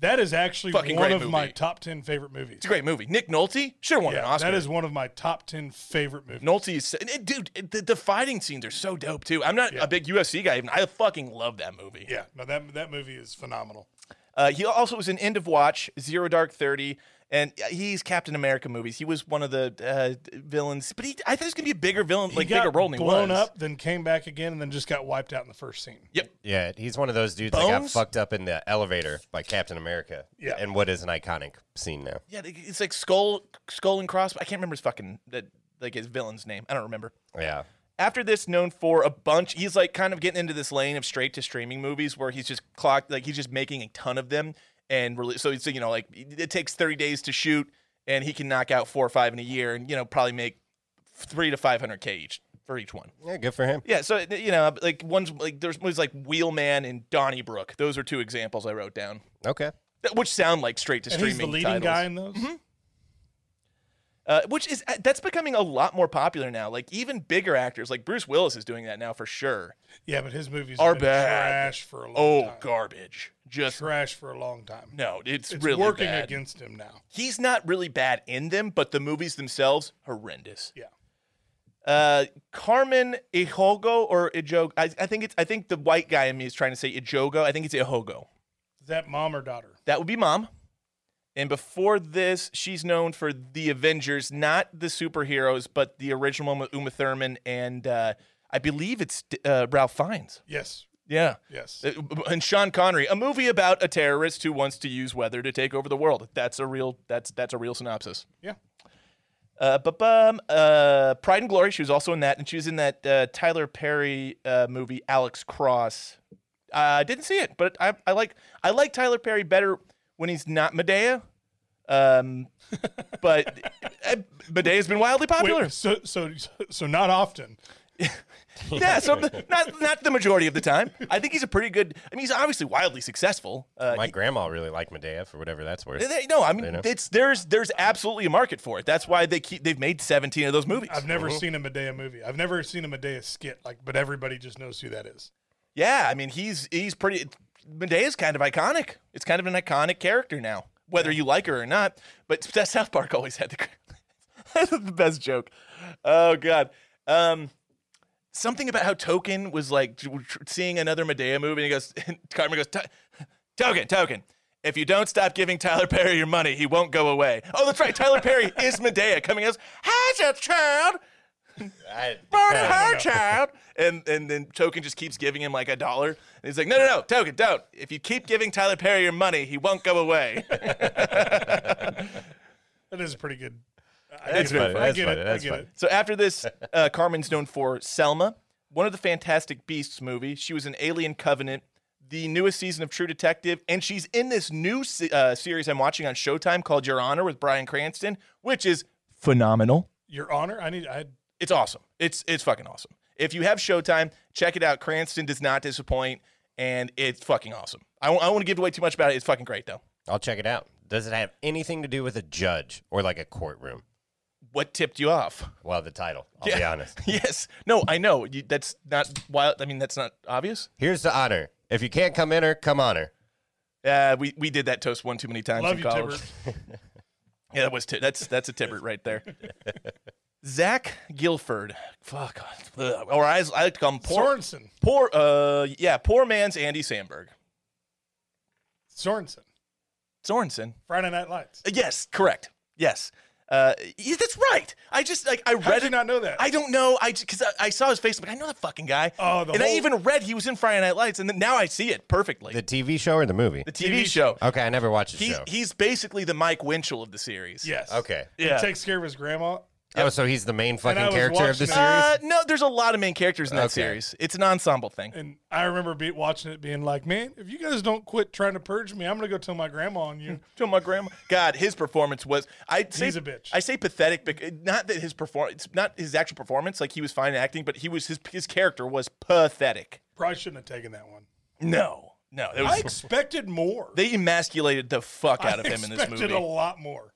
Speaker 1: that is actually
Speaker 3: Fucking
Speaker 1: one
Speaker 3: great
Speaker 1: of my
Speaker 3: movie.
Speaker 1: top ten favorite movies.
Speaker 3: It's a great movie. Nick Nolte should have won an
Speaker 1: Yeah,
Speaker 3: Oscar.
Speaker 1: that is one of my top ten favorite movies.
Speaker 3: Nolte is and it- dude. it- The, the fighting scenes are so dope too. I'm not a big UFC guy. Even I fucking love that movie.
Speaker 1: Yeah, no, that that movie is phenomenal.
Speaker 3: Uh, he also was in End of Watch, Zero Dark Thirty, and uh, he's Captain America movies. He was one of the uh, villains, but he I thought he was gonna be a bigger villain, like
Speaker 1: he got
Speaker 3: bigger role than he
Speaker 1: blown
Speaker 3: was.
Speaker 1: up, then came back again, and then just got wiped out in the first scene.
Speaker 3: Yep.
Speaker 2: Yeah, he's one of those dudes that got
Speaker 3: Bones?
Speaker 2: fucked up in the elevator by Captain America.
Speaker 1: Yeah.
Speaker 2: And what is an iconic scene now?
Speaker 3: Yeah, it's like Skull, Skull and Cross. I can't remember his fucking that like his villain's name. I don't remember.
Speaker 2: Yeah.
Speaker 3: after this known for a bunch he's like kind of getting into this lane of straight to streaming movies where he's just clocked like he's just making a ton of them and really so it's you know like it takes 30 days to shoot and he can knock out four or five in a year and you know probably make three to 500k each for each one
Speaker 2: Yeah, good for him.
Speaker 3: yeah so you know like one's like there's movies like wheelman and donnybrook those are two examples i wrote down
Speaker 2: Okay.
Speaker 3: that- which sound like straight to
Speaker 1: And he's
Speaker 3: streaming
Speaker 1: the leading
Speaker 3: titles. Mm-hmm.
Speaker 1: guy in those.
Speaker 3: Uh, which is uh, that's becoming a lot more popular now like even bigger actors like bruce willis is doing that now for sure
Speaker 1: Yeah, but his movies
Speaker 3: Are
Speaker 1: have been
Speaker 3: bad.
Speaker 1: trash for a long
Speaker 3: oh
Speaker 1: time.
Speaker 3: garbage just
Speaker 1: Trash for a long time.
Speaker 3: no it's,
Speaker 1: it's
Speaker 3: really
Speaker 1: working
Speaker 3: bad
Speaker 1: against him now.
Speaker 3: he's not really bad in them but the movies themselves horrendous
Speaker 1: Yeah.
Speaker 3: uh carmen ijogo or ijogo I, I think it's i think the white guy in me is trying to say ijogo i think it's ijogo
Speaker 1: Is that mom or daughter?
Speaker 3: that would be mom and before this she's known for the avengers not the superheroes but the original one with uma thurman and uh i believe it's uh, ralph fiennes
Speaker 1: Yes.
Speaker 3: yeah
Speaker 1: Yes.
Speaker 3: Uh, and Sean Connery, a movie about a terrorist who wants to use weather to take over the world. That's a real. That's that's a real synopsis.
Speaker 1: Yeah.
Speaker 3: Uh, but um, uh, Pride and Glory. She was also in that, and she was in that uh, Tyler Perry uh, movie, Alex Cross. I uh, didn't see it, but I, I like I like Tyler Perry better when he's not Medea. Um, but uh, Medea's been wildly
Speaker 1: Wait,
Speaker 3: popular.
Speaker 1: so so so not often.
Speaker 3: Yeah, so not not the majority of the time. I think he's a pretty good. I mean, he's obviously wildly successful. Uh,
Speaker 2: My grandma really liked Medea for whatever that's worth.
Speaker 3: They- no, I mean
Speaker 2: You know?
Speaker 3: it's there's there's absolutely a market for it. That's why they keep they've made 17 of those movies.
Speaker 1: I've never seen a Medea movie. I've never seen a Medea skit. Like, but everybody just knows who that is.
Speaker 3: yeah, I mean he's he's pretty Medea's kind of iconic. It's kind of an iconic character now, whether you like her or not. But that South Park always had the that's the best joke. Oh god. Um something about how Token was like tr- tr- seeing another Medea movie and he goes and Carmen goes "To- Token, Token. If you don't stop giving Tyler Perry your money, he won't go away. Oh, that's right. Tyler Perry is Medea coming out. Has a child.
Speaker 2: I,
Speaker 3: burning her child. And and then Token just keeps giving him like a dollar. And he's like, no, no, no, Token, don't. If you keep giving Tyler Perry your money, he won't go away.
Speaker 1: That is a pretty good. I
Speaker 2: That's
Speaker 1: get it.
Speaker 2: funny.
Speaker 1: I
Speaker 2: That's
Speaker 1: get
Speaker 2: funny.
Speaker 1: it.
Speaker 2: That's
Speaker 1: I get
Speaker 2: funny.
Speaker 1: it.
Speaker 3: so after this, uh, Carmen's known for Selma, one of the Fantastic Beasts movie. She was in Alien Covenant, the newest season of True Detective, and she's in this new se- uh, series I'm watching on Showtime called Your Honor with Brian Cranston, which is phenomenal.
Speaker 1: Your Honor, I need. I
Speaker 3: It's awesome. It's it's fucking awesome. If you have Showtime, check it out. Cranston does not disappoint, and it's fucking awesome. I w- I don't want to give away too much about it. It's fucking great though.
Speaker 2: I'll check it out. Does it have anything to do with a judge or like a courtroom?
Speaker 3: What tipped you off?
Speaker 2: Well, the title. I'll be honest.
Speaker 3: Yes. No, I know. You, that's not wild. I mean, that's not obvious.
Speaker 2: Here's the honor. If you can't come in her, come on her.
Speaker 3: Uh, we we did that toast one too many times
Speaker 1: Love
Speaker 3: in
Speaker 1: you,
Speaker 3: college.
Speaker 1: Tibbert.
Speaker 3: Yeah, that was t- that's that's a Tibbert right there. Zach Guilford, fuck, ugh, or as I like to call him, poor,
Speaker 1: Sorensen.
Speaker 3: poor, uh, yeah, poor man's Andy Sandberg,
Speaker 1: Sorensen.
Speaker 3: Sorensen.
Speaker 1: Friday Night Lights.
Speaker 3: Yes, correct. Yes, uh, yeah, that's right. I just like I
Speaker 1: How
Speaker 3: read
Speaker 1: did you
Speaker 3: it.
Speaker 1: not know that?
Speaker 3: I don't know. I because I, I saw his face. I'm like, I know that fucking guy.
Speaker 1: Oh, the
Speaker 3: and I
Speaker 1: whole-
Speaker 3: even read he was in Friday Night Lights, and then now I see it perfectly.
Speaker 2: The
Speaker 3: The,
Speaker 2: TV show or the movie?
Speaker 3: TV, show.
Speaker 2: okay, I never watched the
Speaker 3: He,
Speaker 2: show.
Speaker 3: he's basically the Mike Winchell of the series.
Speaker 1: yes.
Speaker 2: okay.
Speaker 3: Yeah.
Speaker 1: He takes care of his grandma.
Speaker 2: Oh, so he's the main
Speaker 1: I
Speaker 2: fucking
Speaker 1: was
Speaker 2: character of the
Speaker 1: watching it.
Speaker 3: Uh,
Speaker 2: series?
Speaker 3: no, there's a lot of main characters in that
Speaker 2: Okay.
Speaker 3: series. It's an ensemble thing.
Speaker 1: And I remember be, watching it being like, man, if you guys don't quit trying to purge me, I'm going to go tell my grandma on you.
Speaker 3: To my grandma. God, his performance was. I say,
Speaker 1: He's a bitch.
Speaker 3: I say pathetic, because not that his performance, not his actual performance. Like he was fine acting, but he was his his character was pathetic.
Speaker 1: Probably shouldn't have taken that one.
Speaker 3: No, no, it
Speaker 1: I
Speaker 3: was,
Speaker 1: expected more.
Speaker 3: they emasculated the fuck out of
Speaker 1: I
Speaker 3: him in this
Speaker 1: expected
Speaker 3: movie.
Speaker 1: a lot more.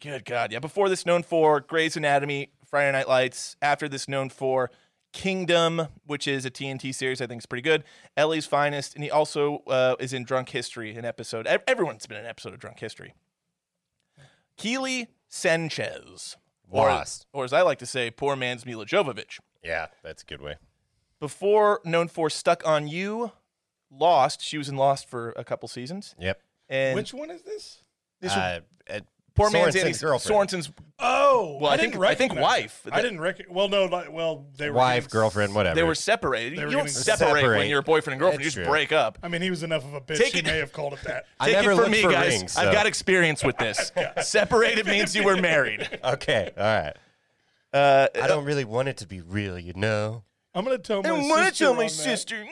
Speaker 3: Good God, yeah. Before this, known for Grey's Anatomy, Friday Night Lights. After this, known for Kingdom, which is a TNT series. I think is pretty good. Ellie's Finest, and he also uh, is in Drunk History, an episode. ev- Everyone's been in an episode of Drunk History. Keely Sanchez, or-
Speaker 2: Lost.
Speaker 3: or, as I like to say, poor man's Mila Jovovich.
Speaker 2: Yeah, that's a good way.
Speaker 3: Before known for Stuck on You, Lost. She was in Lost for a couple seasons,
Speaker 2: Yep.
Speaker 3: and
Speaker 1: Which one is this?
Speaker 3: this was
Speaker 2: Uh, uh,
Speaker 3: poor man's
Speaker 2: Sorensen's
Speaker 3: Andy
Speaker 2: girlfriend.
Speaker 3: Sorensen's
Speaker 1: Oh,
Speaker 3: Well, I think- I think
Speaker 1: recognize
Speaker 3: wife.
Speaker 1: it. I didn't recognize. Well, no, like, well they were
Speaker 2: wife,
Speaker 1: getting-
Speaker 2: girlfriend, whatever.
Speaker 3: They were separated.
Speaker 1: They were
Speaker 3: you don't
Speaker 1: getting-
Speaker 3: separate, when
Speaker 2: Separate.
Speaker 3: you're a boyfriend and girlfriend. you
Speaker 2: That's
Speaker 3: just
Speaker 2: true.
Speaker 3: break up.
Speaker 1: I mean, he was enough of a bitch.
Speaker 3: Take
Speaker 1: he
Speaker 3: it-
Speaker 1: may have called it that.
Speaker 2: I
Speaker 3: Take
Speaker 2: never
Speaker 3: it from
Speaker 2: looked
Speaker 3: me,
Speaker 2: for
Speaker 3: guys.
Speaker 2: rings,
Speaker 3: I've
Speaker 2: so-
Speaker 3: got experience with this. Separated means you were married.
Speaker 2: Okay, all right.
Speaker 3: Uh,
Speaker 2: I don't really want it to be real, you know.
Speaker 1: I'm gonna tell my
Speaker 3: I don't
Speaker 1: sister.
Speaker 3: want to tell
Speaker 1: on
Speaker 3: my
Speaker 1: that.
Speaker 3: sister.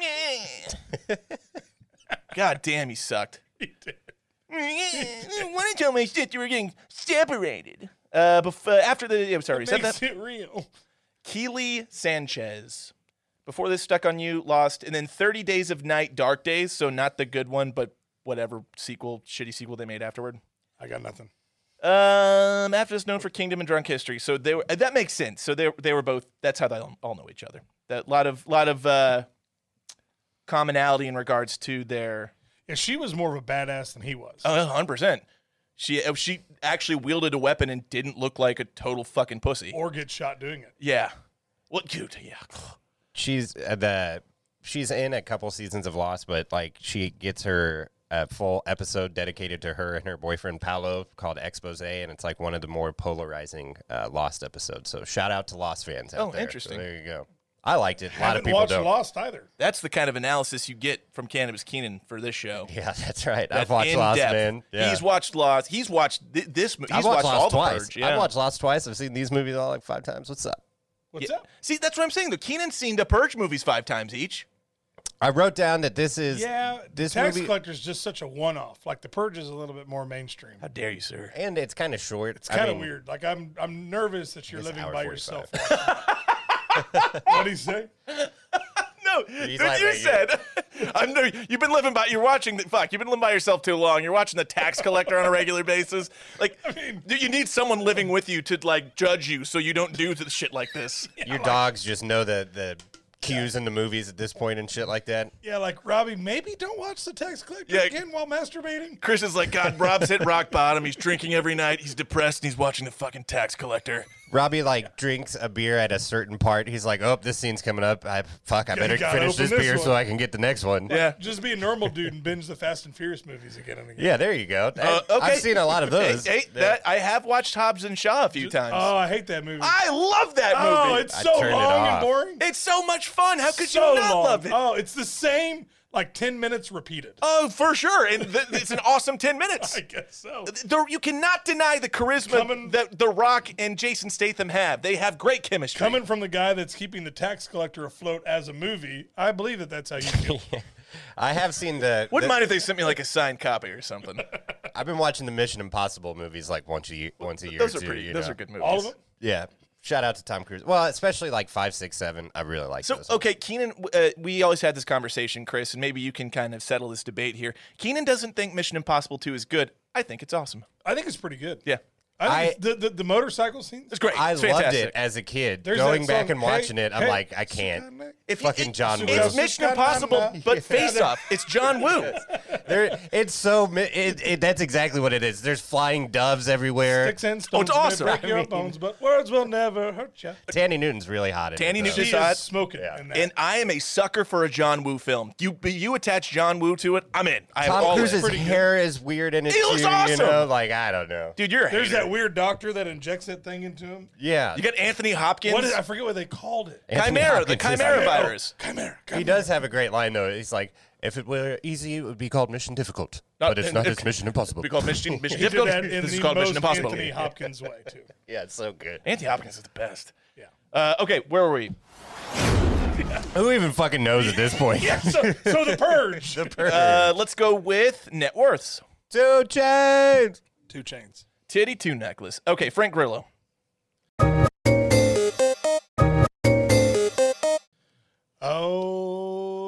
Speaker 3: Meh. God damn, he sucked.
Speaker 1: He did.
Speaker 3: Meh. I don't want to tell my sister we're getting separated. Uh, before, after the, yeah, I'm sorry, said that.
Speaker 1: Makes it real.
Speaker 3: Keely Sanchez. Before this, Stuck on You, Lost, and then 30 Days of Night, Dark Days. So not the good one, but whatever sequel, shitty sequel they made afterward.
Speaker 1: I got nothing.
Speaker 3: Um, after this, known for Kingdom and Drunk History, so they were that makes sense. So they they were both. That's how they all, all know each other. That lot of lot of uh, commonality in regards to their.
Speaker 1: Yeah, she was more of a badass than he was.
Speaker 3: Oh, 100 percent. She uh, she actually wielded a weapon and didn't look like a total fucking pussy.
Speaker 1: or get shot doing it.
Speaker 3: Yeah. What dude? Yeah.
Speaker 2: She's uh, the she's in a couple seasons of Lost, but like she gets her a full episode dedicated to her and her boyfriend Paolo called Expose, and it's like one of the more polarizing uh, Lost episodes. So shout out to Lost fans. Out
Speaker 3: Oh,
Speaker 2: there.
Speaker 3: interesting.
Speaker 2: So there you go. I liked it. A lot
Speaker 1: Haven't
Speaker 2: of people
Speaker 1: watched
Speaker 2: don't.
Speaker 1: Lost either.
Speaker 3: That's the kind of analysis you get from Cannabis Keenan for this show.
Speaker 2: Yeah, that's right. I've
Speaker 3: That
Speaker 2: watched Lost,
Speaker 3: in-depth-
Speaker 2: man. Yeah.
Speaker 3: He's watched Lost. He's watched th- this. mo- He's
Speaker 2: I've watched,
Speaker 3: all
Speaker 2: Lost
Speaker 3: the
Speaker 2: twice.
Speaker 3: Purge. Yeah.
Speaker 2: I've watched Lost twice. I've seen these movies all like five times. What's up?
Speaker 1: What's up?
Speaker 3: See, that's what I'm saying. Though Keenan's seen the Purge movies five times each.
Speaker 2: I wrote down that this is
Speaker 1: Yeah,
Speaker 2: this
Speaker 1: tax
Speaker 2: movie
Speaker 1: collector's just such a one-off. Like the Purge is a little bit more mainstream.
Speaker 3: How dare you, sir?
Speaker 2: and it's kind of short. It's
Speaker 1: Kind of weird. Like I'm, I'm nervous that you're
Speaker 2: It's
Speaker 1: living
Speaker 2: hour
Speaker 1: by
Speaker 2: 45.
Speaker 1: yourself. what do you say?
Speaker 3: No,
Speaker 2: like,
Speaker 3: that you
Speaker 2: "Hey,
Speaker 3: said. I'm no. You've been living by. You're watching. The, fuck. You've been living by yourself too long. You're watching the tax collector on a regular basis. Like, do you need someone living with you to like judge you so you don't do the shit like this.
Speaker 2: Your dogs just know the the cues in the movies at this point and shit like that.
Speaker 1: Yeah, like Robbie, maybe don't watch the tax collector
Speaker 3: Yeah.
Speaker 1: again while masturbating.
Speaker 3: Chris is like, God, Rob's hit rock bottom. He's drinking every night. He's depressed and he's watching the fucking tax collector.
Speaker 2: Robbie like drinks a beer at a certain part. He's like, "Oh, this scene's coming up. I fuck, I
Speaker 1: you
Speaker 2: better
Speaker 1: gotta
Speaker 2: finish
Speaker 1: open
Speaker 2: this,
Speaker 1: this
Speaker 2: beer
Speaker 1: one."
Speaker 2: so I can get the next one."
Speaker 3: Yeah.
Speaker 1: Just be a normal dude and binge the Fast and Furious movies again and again.
Speaker 2: Yeah, there you go.
Speaker 3: Uh,
Speaker 2: I've seen a lot of
Speaker 3: Hey,
Speaker 2: those.
Speaker 3: hey, that- I have watched Hobbs and Shaw a few times.
Speaker 1: Oh, I hate that movie.
Speaker 3: I love that movie.
Speaker 1: oh, it's
Speaker 2: I
Speaker 1: so long
Speaker 2: turned it
Speaker 1: and
Speaker 2: off.
Speaker 1: boring.
Speaker 3: It's so much fun. How could
Speaker 1: so
Speaker 3: you not
Speaker 1: long.
Speaker 3: love it?
Speaker 1: Oh, it's the same like ten minutes repeated.
Speaker 3: Oh, for sure. And th- it's an awesome 10 minutes.
Speaker 1: I guess so.
Speaker 3: The, you cannot deny the charisma
Speaker 1: Coming-
Speaker 3: that The Rock and Jason Statham have. They have great chemistry.
Speaker 1: Coming from the guy that's keeping the tax collector afloat as a movie, I believe that that's how you feel.
Speaker 2: I have seen the.
Speaker 3: Wouldn't
Speaker 2: the-
Speaker 3: mind if they sent me like a signed copy or something.
Speaker 2: I've been watching the Mission Impossible movies like once a year, once a year.
Speaker 3: Those
Speaker 2: or
Speaker 3: are
Speaker 2: two,
Speaker 3: pretty.
Speaker 2: you
Speaker 3: Those
Speaker 2: know?
Speaker 3: are good movies.
Speaker 1: All of them.
Speaker 2: Yeah. Shout out to Tom Cruise. Well, especially like five, six, seven. I really like.
Speaker 3: So
Speaker 2: those ones.
Speaker 3: okay, Keenan. Uh, we always had this conversation, Chris, and maybe you can kind of settle this debate here. Keenan doesn't think Mission Impossible Two is good. I think it's awesome.
Speaker 1: I think it's pretty good.
Speaker 3: Yeah.
Speaker 1: I
Speaker 2: I-
Speaker 1: think it's- the, the the motorcycle scene.
Speaker 3: It's great.
Speaker 2: I
Speaker 3: it's
Speaker 2: loved
Speaker 3: fantastic.
Speaker 2: it as a kid.
Speaker 1: There's
Speaker 2: Going
Speaker 1: that
Speaker 2: back
Speaker 1: song,
Speaker 2: and watching
Speaker 1: hey,
Speaker 2: it, I'm
Speaker 1: hey,
Speaker 2: like, I can't.
Speaker 3: If you-
Speaker 2: Fucking
Speaker 3: it-
Speaker 2: John Woo.
Speaker 3: It's Mission Impossible, but face off. It's John Woo.
Speaker 2: There, it's so. mi- It, it, that's exactly what it is. There's flying doves everywhere.
Speaker 1: Sticks and
Speaker 3: Oh,
Speaker 1: stones
Speaker 3: it's
Speaker 1: may
Speaker 3: awesome.
Speaker 1: break
Speaker 3: I
Speaker 1: your
Speaker 3: mean-
Speaker 1: bones, but words will never hurt you.
Speaker 2: Tanny Newton's really hot. In
Speaker 3: Tanny
Speaker 2: it, though.
Speaker 3: Newton-
Speaker 1: She
Speaker 3: Just
Speaker 1: is
Speaker 3: hot.
Speaker 1: smoking. in that.
Speaker 3: And I am a sucker for a John Woo film. You you attach John Woo to it, I'm in. I'm
Speaker 2: Tom
Speaker 3: all in.
Speaker 2: Cruise's hair is weird in it.
Speaker 3: It looks
Speaker 2: too,
Speaker 3: awesome.
Speaker 2: You know, like I don't know.
Speaker 3: Dude, you're a
Speaker 1: There's
Speaker 3: hater.
Speaker 1: that weird doctor that injects that thing into him.
Speaker 2: Yeah,
Speaker 3: You got Anthony Hopkins.
Speaker 1: What is, I forget what they called it. Oh,
Speaker 2: Anthony
Speaker 3: Chimera, the
Speaker 2: Hopkins is
Speaker 3: Chimera
Speaker 2: like-
Speaker 3: virus.
Speaker 1: Chimera.
Speaker 2: He does have a great line though. He's like, "If it were easy, it would be called Mission Difficult, but it's not. It's Mission Impossible."
Speaker 3: We call Mission, mission
Speaker 1: He did
Speaker 3: Difficult.
Speaker 1: that in
Speaker 3: This is
Speaker 1: the
Speaker 3: called
Speaker 1: most
Speaker 3: Mission Impossible.
Speaker 1: Anthony Hopkins way too.
Speaker 2: yeah, it's so good.
Speaker 3: Anthony Hopkins is the best.
Speaker 1: Yeah.
Speaker 3: Uh, okay, where were we?
Speaker 2: Who even fucking knows at this point?
Speaker 1: Yeah. So, so the purge.
Speaker 2: The purge.
Speaker 3: Uh, let's go with net worths.
Speaker 2: Two chains.
Speaker 1: Two chains.
Speaker 3: Titty two necklace. Okay, Frank Grillo.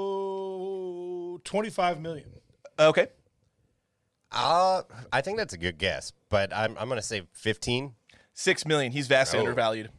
Speaker 1: Oh, 25 million.
Speaker 3: Okay.
Speaker 2: Uh, I think that's a good guess, but I'm I'm gonna say 15.
Speaker 3: Six million. He's vastly
Speaker 2: Oh.
Speaker 3: undervalued.